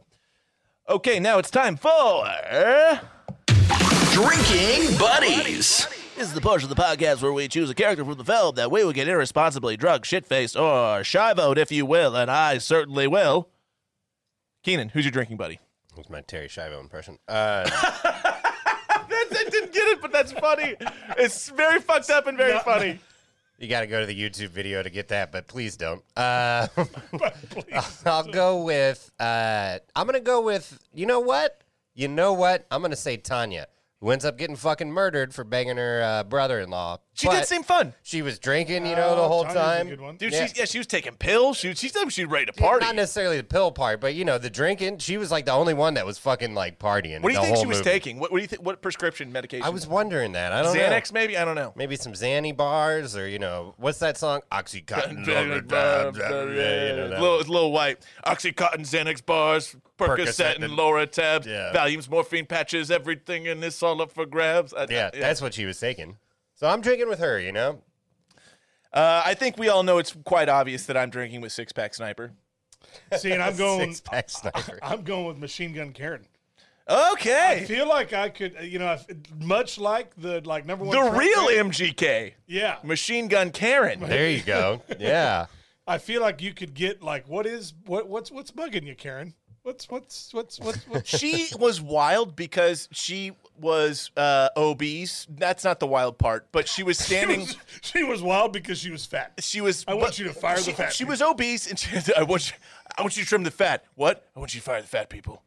Speaker 3: Okay, now it's time for.
Speaker 8: Drinking buddies.
Speaker 3: This is the portion of the podcast where we choose a character from the film that we would get irresponsibly drunk, shit faced, or shivoed if you will, and I certainly will. Keenan, who's your drinking buddy?
Speaker 2: That was my Terry Schiavo impression. Uh,
Speaker 3: I didn't get it, but that's funny. It's very fucked up and very funny.
Speaker 2: you got to go to the YouTube video to get that, but please don't. Uh,
Speaker 1: Please.
Speaker 2: I'll go with. Uh, I'm gonna go with. You know what? You know what? I'm gonna say Tanya, who ends up getting fucking murdered for banging her uh, brother-in-law.
Speaker 3: She
Speaker 2: but
Speaker 3: did seem Oh, fun,
Speaker 2: She was drinking, you know, the whole
Speaker 1: Tanya's Oh, a
Speaker 2: time.
Speaker 1: good one.
Speaker 3: dude.
Speaker 2: Yeah.
Speaker 3: She's yeah, she was taking pills. She she said she was ready to party.
Speaker 2: Not necessarily the pill part, but you know, the drinking. She was like the only one that was fucking like partying.
Speaker 3: What do you
Speaker 2: the
Speaker 3: think
Speaker 2: whole
Speaker 3: she was
Speaker 2: movie.
Speaker 3: taking? What, what do you think? What prescription medication?
Speaker 2: I was wondering that. I don't know.
Speaker 3: Xanax, maybe. I don't know.
Speaker 2: Maybe some Xanny bars, or you know, what's that song? Oxycontin. blah, blah, blah, blah, blah, you know, that
Speaker 3: Little, little white OxyContin, Xanax bars, Percocet,
Speaker 2: Percocet
Speaker 3: and
Speaker 2: and-
Speaker 3: Loratab,
Speaker 2: Yeah.
Speaker 3: Valiums, morphine patches, everything in this all up for grabs. I,
Speaker 2: Yeah, that's what she was taking. So I'm drinking with her, you know?
Speaker 3: Uh, I think we all know it's quite obvious that I'm drinking with Six Pack Sniper.
Speaker 1: See, and I'm going.
Speaker 2: Six pack sniper.
Speaker 1: I'm going with Machine Gun Karen. I
Speaker 3: Okay,
Speaker 1: feel like I could, you know, if, much like the like number one.
Speaker 3: the
Speaker 1: Trump
Speaker 3: real
Speaker 1: thing-
Speaker 3: MGK,
Speaker 1: Yeah,
Speaker 3: Machine Gun Karen.
Speaker 2: there you go. Yeah.
Speaker 1: I feel like you could get like what is what what's what's bugging you, Karen? What's what's what's what's what's
Speaker 3: she was wild because she was uh, obese. That's not the wild part, but she was standing.
Speaker 1: she was wild because she was fat.
Speaker 3: She was.
Speaker 1: I want
Speaker 3: but-
Speaker 1: you to fire the
Speaker 3: she-
Speaker 1: fat
Speaker 3: She
Speaker 1: people.
Speaker 3: was obese, and she, I want you. I want you to trim the fat. What? I want you to fire the fat people.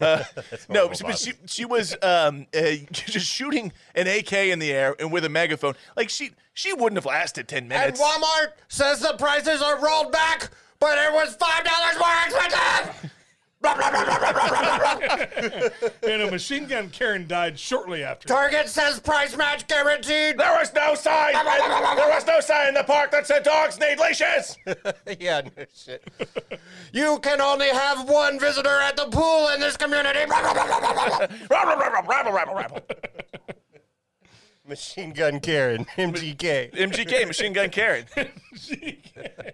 Speaker 3: Uh, no,
Speaker 2: horrible,
Speaker 3: but
Speaker 2: Bob.
Speaker 3: she she was um, uh, just shooting an AK in the air and with a megaphone. Like she she wouldn't have lasted ten minutes.
Speaker 2: Walmart says the prices are rolled back but it was five dollars more expensive. Blah, blah, blah, blah, blah, blah, blah, blah.
Speaker 1: And a machine gun Karen died shortly after.
Speaker 2: Target says price match guaranteed.
Speaker 3: There was no sign. there was no sign in the park that said dogs need leashes.
Speaker 2: yeah, no shit. you can only have one visitor at the pool in this community. Blah, blah, blah, blah, blah, blah.
Speaker 3: rabble, rabble, rabble, rabble, rabble.
Speaker 2: Machine Gun Karen, MGK.
Speaker 3: MGK, Machine Gun Karen. do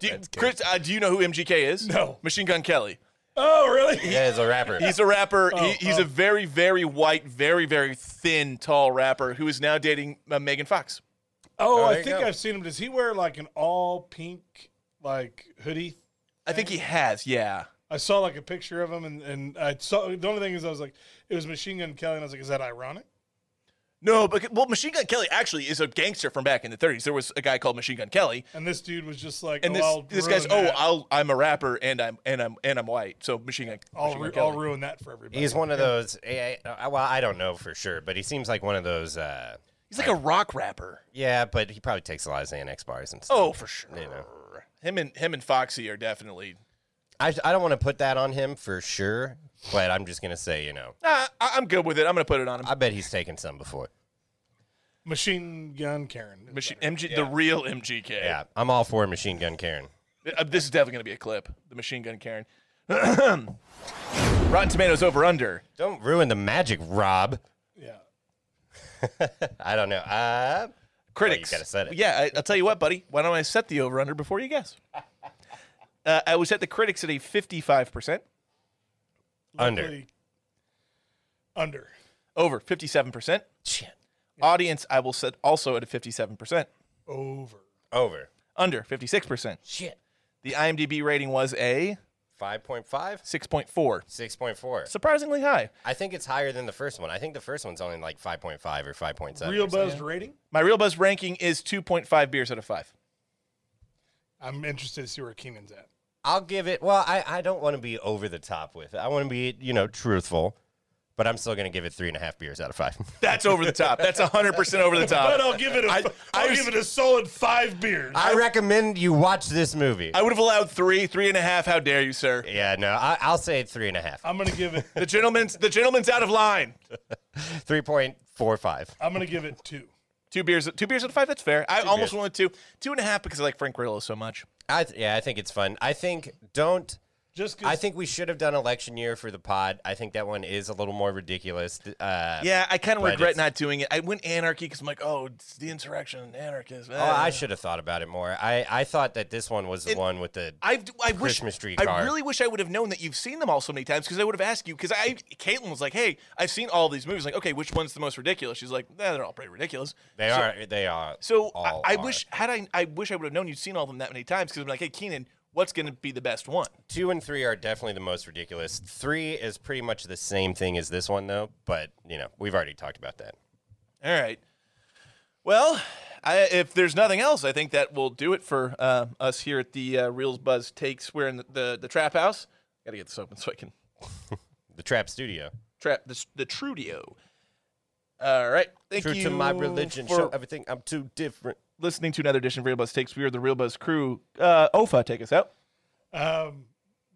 Speaker 3: you, Chris, uh, do you know who MGK is?
Speaker 1: No.
Speaker 3: Machine Gun Kelly.
Speaker 1: Oh, really?
Speaker 2: Yeah, as a rapper.
Speaker 3: He's a rapper. he, he's
Speaker 1: oh.
Speaker 3: a very, very white, very, very thin, tall rapper who is now dating uh, Megan Fox.
Speaker 1: Oh,
Speaker 2: there
Speaker 1: I
Speaker 2: you
Speaker 1: think
Speaker 2: go.
Speaker 1: I've seen him. Does he wear like an all pink like hoodie?
Speaker 3: I think he has, yeah.
Speaker 1: I saw like a picture of him, and, and I saw the only thing is I was like, it was Machine Gun Kelly, and I was like, is that ironic?
Speaker 3: No, but well, Machine Gun Kelly actually is a gangster from back in the 30s. There was a guy called Machine Gun Kelly,
Speaker 1: And this dude was just like,
Speaker 3: and
Speaker 1: oh, I'll
Speaker 3: this this guy's
Speaker 1: ruin
Speaker 3: oh,
Speaker 1: that.
Speaker 3: I'll, I'm a rapper and I'm and I'm and I'm white, so Machine Gun.
Speaker 1: I'll,
Speaker 3: Machine Gun
Speaker 1: ru-
Speaker 3: Kelly.
Speaker 1: I'll ruin that for everybody.
Speaker 2: He's one of those. eh, eh, Well, I don't know for sure, but he seems like one of those. Uh,
Speaker 3: He's like a rock rapper.
Speaker 2: yeah, but he probably takes a lot of Xanax bars and stuff.
Speaker 3: Oh, for sure.
Speaker 2: You know.
Speaker 3: Him and him and Foxy are definitely.
Speaker 2: I, I don't want to put that on him for sure, but I'm just gonna say, you know,
Speaker 3: Nah, Uh, I, I'm good with it. I'm gonna put it on him.
Speaker 2: I bet he's taken some before.
Speaker 1: Machine Gun Karen. is
Speaker 3: Machine
Speaker 1: better.
Speaker 3: MG, the real MGK.
Speaker 2: Yeah, I'm all for Machine Gun Karen.
Speaker 3: Uh, This is definitely gonna be a clip. The Machine Gun Karen. Rotten Tomatoes over under.
Speaker 2: Don't ruin the magic, Rob.
Speaker 1: Yeah.
Speaker 2: I don't know. Uh,
Speaker 3: Critics.
Speaker 2: gotta set it.
Speaker 3: Yeah, I, I'll tell you what, buddy. Why don't I set the over under before you guess? Uh, I was at the critics at a 55%,
Speaker 2: Under.
Speaker 1: Luckily- Under.
Speaker 3: over 57%.
Speaker 2: shit.
Speaker 3: Audience, I will set also at a 57%,
Speaker 1: Over.
Speaker 2: Over.
Speaker 3: under 56%.
Speaker 2: Shit.
Speaker 3: The IMDb rating was a
Speaker 2: 5.5?
Speaker 3: 6.4,
Speaker 2: 6.4.
Speaker 3: surprisingly high.
Speaker 2: I think it's higher than the first one. I think the first one's only like 5.5 or 5.7.
Speaker 1: Real buzzed rating.
Speaker 3: My Real Buzz ranking is 2.5 beers out of 5.
Speaker 1: I'm interested to see where Keenan's at.
Speaker 2: I'll give it. Well, I, I don't want to be over the top with it. I want to be, you know, truthful, but I'm still going to give it three and a half beers out of five.
Speaker 3: That's over the top. That's 100% over the
Speaker 1: But
Speaker 3: top.
Speaker 2: uh,
Speaker 1: I'll give it a.
Speaker 3: I- I
Speaker 1: will
Speaker 3: was-
Speaker 1: give it a solid five beers.
Speaker 2: I recommend you watch this movie.
Speaker 3: I would have allowed three, three and a half. How dare you, sir?
Speaker 2: yeah, no, I, I'll say three and a half.
Speaker 1: I'm gonna give it.
Speaker 3: The gentleman's the gentleman's out of line.
Speaker 2: 3.45.
Speaker 1: I'm gonna give it two.
Speaker 3: Two beers, two beers out of five. That's fair. I almost wanted two, two and a half because I like Frank Grillo so much.
Speaker 2: I th- yeah, I think it's fun. I think don't.
Speaker 1: Just 'cause
Speaker 2: I think we should have done election year for the pod. I think that one is a little more ridiculous. Th- Uh,
Speaker 3: Yeah, I kind of
Speaker 2: But
Speaker 3: regret
Speaker 2: it's-
Speaker 3: not doing it. I went anarchy because I'm like, oh, it's the insurrection, eh. anarchists.
Speaker 2: Oh, I should have thought about it more. I, I thought that this one was the one with the.
Speaker 3: I've, I wish
Speaker 2: Christmas tree
Speaker 3: I
Speaker 2: car.
Speaker 3: really wish I would have known that you've seen them all so many times because I would have asked you because I Caitlin was like, "Hey, I've seen all these movies. Like, okay, which one's the most ridiculous?" She's like, nah, "They're all pretty ridiculous."
Speaker 2: They
Speaker 3: so,
Speaker 2: are. They are.
Speaker 3: So
Speaker 2: all
Speaker 3: I, I
Speaker 2: are.
Speaker 3: wish had I I wish I would have known you'd seen all of them that many times because I'm like, "Hey, Keenan, what's going to be the best one?"
Speaker 2: two and three are definitely the most ridiculous. Three is pretty much the same thing as this one, though. But you know, we've already talked about that.
Speaker 3: All right. Well, I, if there's nothing else, I think that will do it for uh, us here at the uh, Reels Buzz Takes. We're in the, the, the trap house. Got to get this open so I can
Speaker 2: The Trap Studio.
Speaker 3: trap the, the Trudio. All right. Thank
Speaker 2: True
Speaker 3: you
Speaker 2: to my religion,
Speaker 3: for
Speaker 2: show everything. I'm too different.
Speaker 3: listening to another edition of Real Buzz Takes. We are the Real Buzz crew. Uh, Ofa, take us out.
Speaker 1: Um,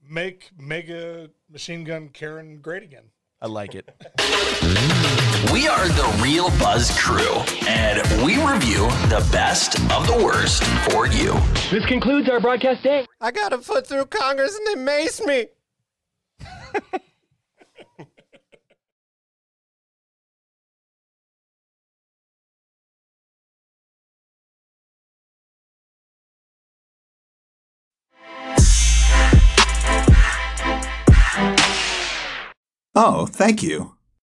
Speaker 1: make Mega Machine Gun Karen great again.
Speaker 3: I like it.
Speaker 8: We are the Real Buzz Crew, and we review the best of the worst for you.
Speaker 9: This concludes our broadcast day.
Speaker 2: I got a foot through Congress and they maced me.
Speaker 10: Oh, thank you.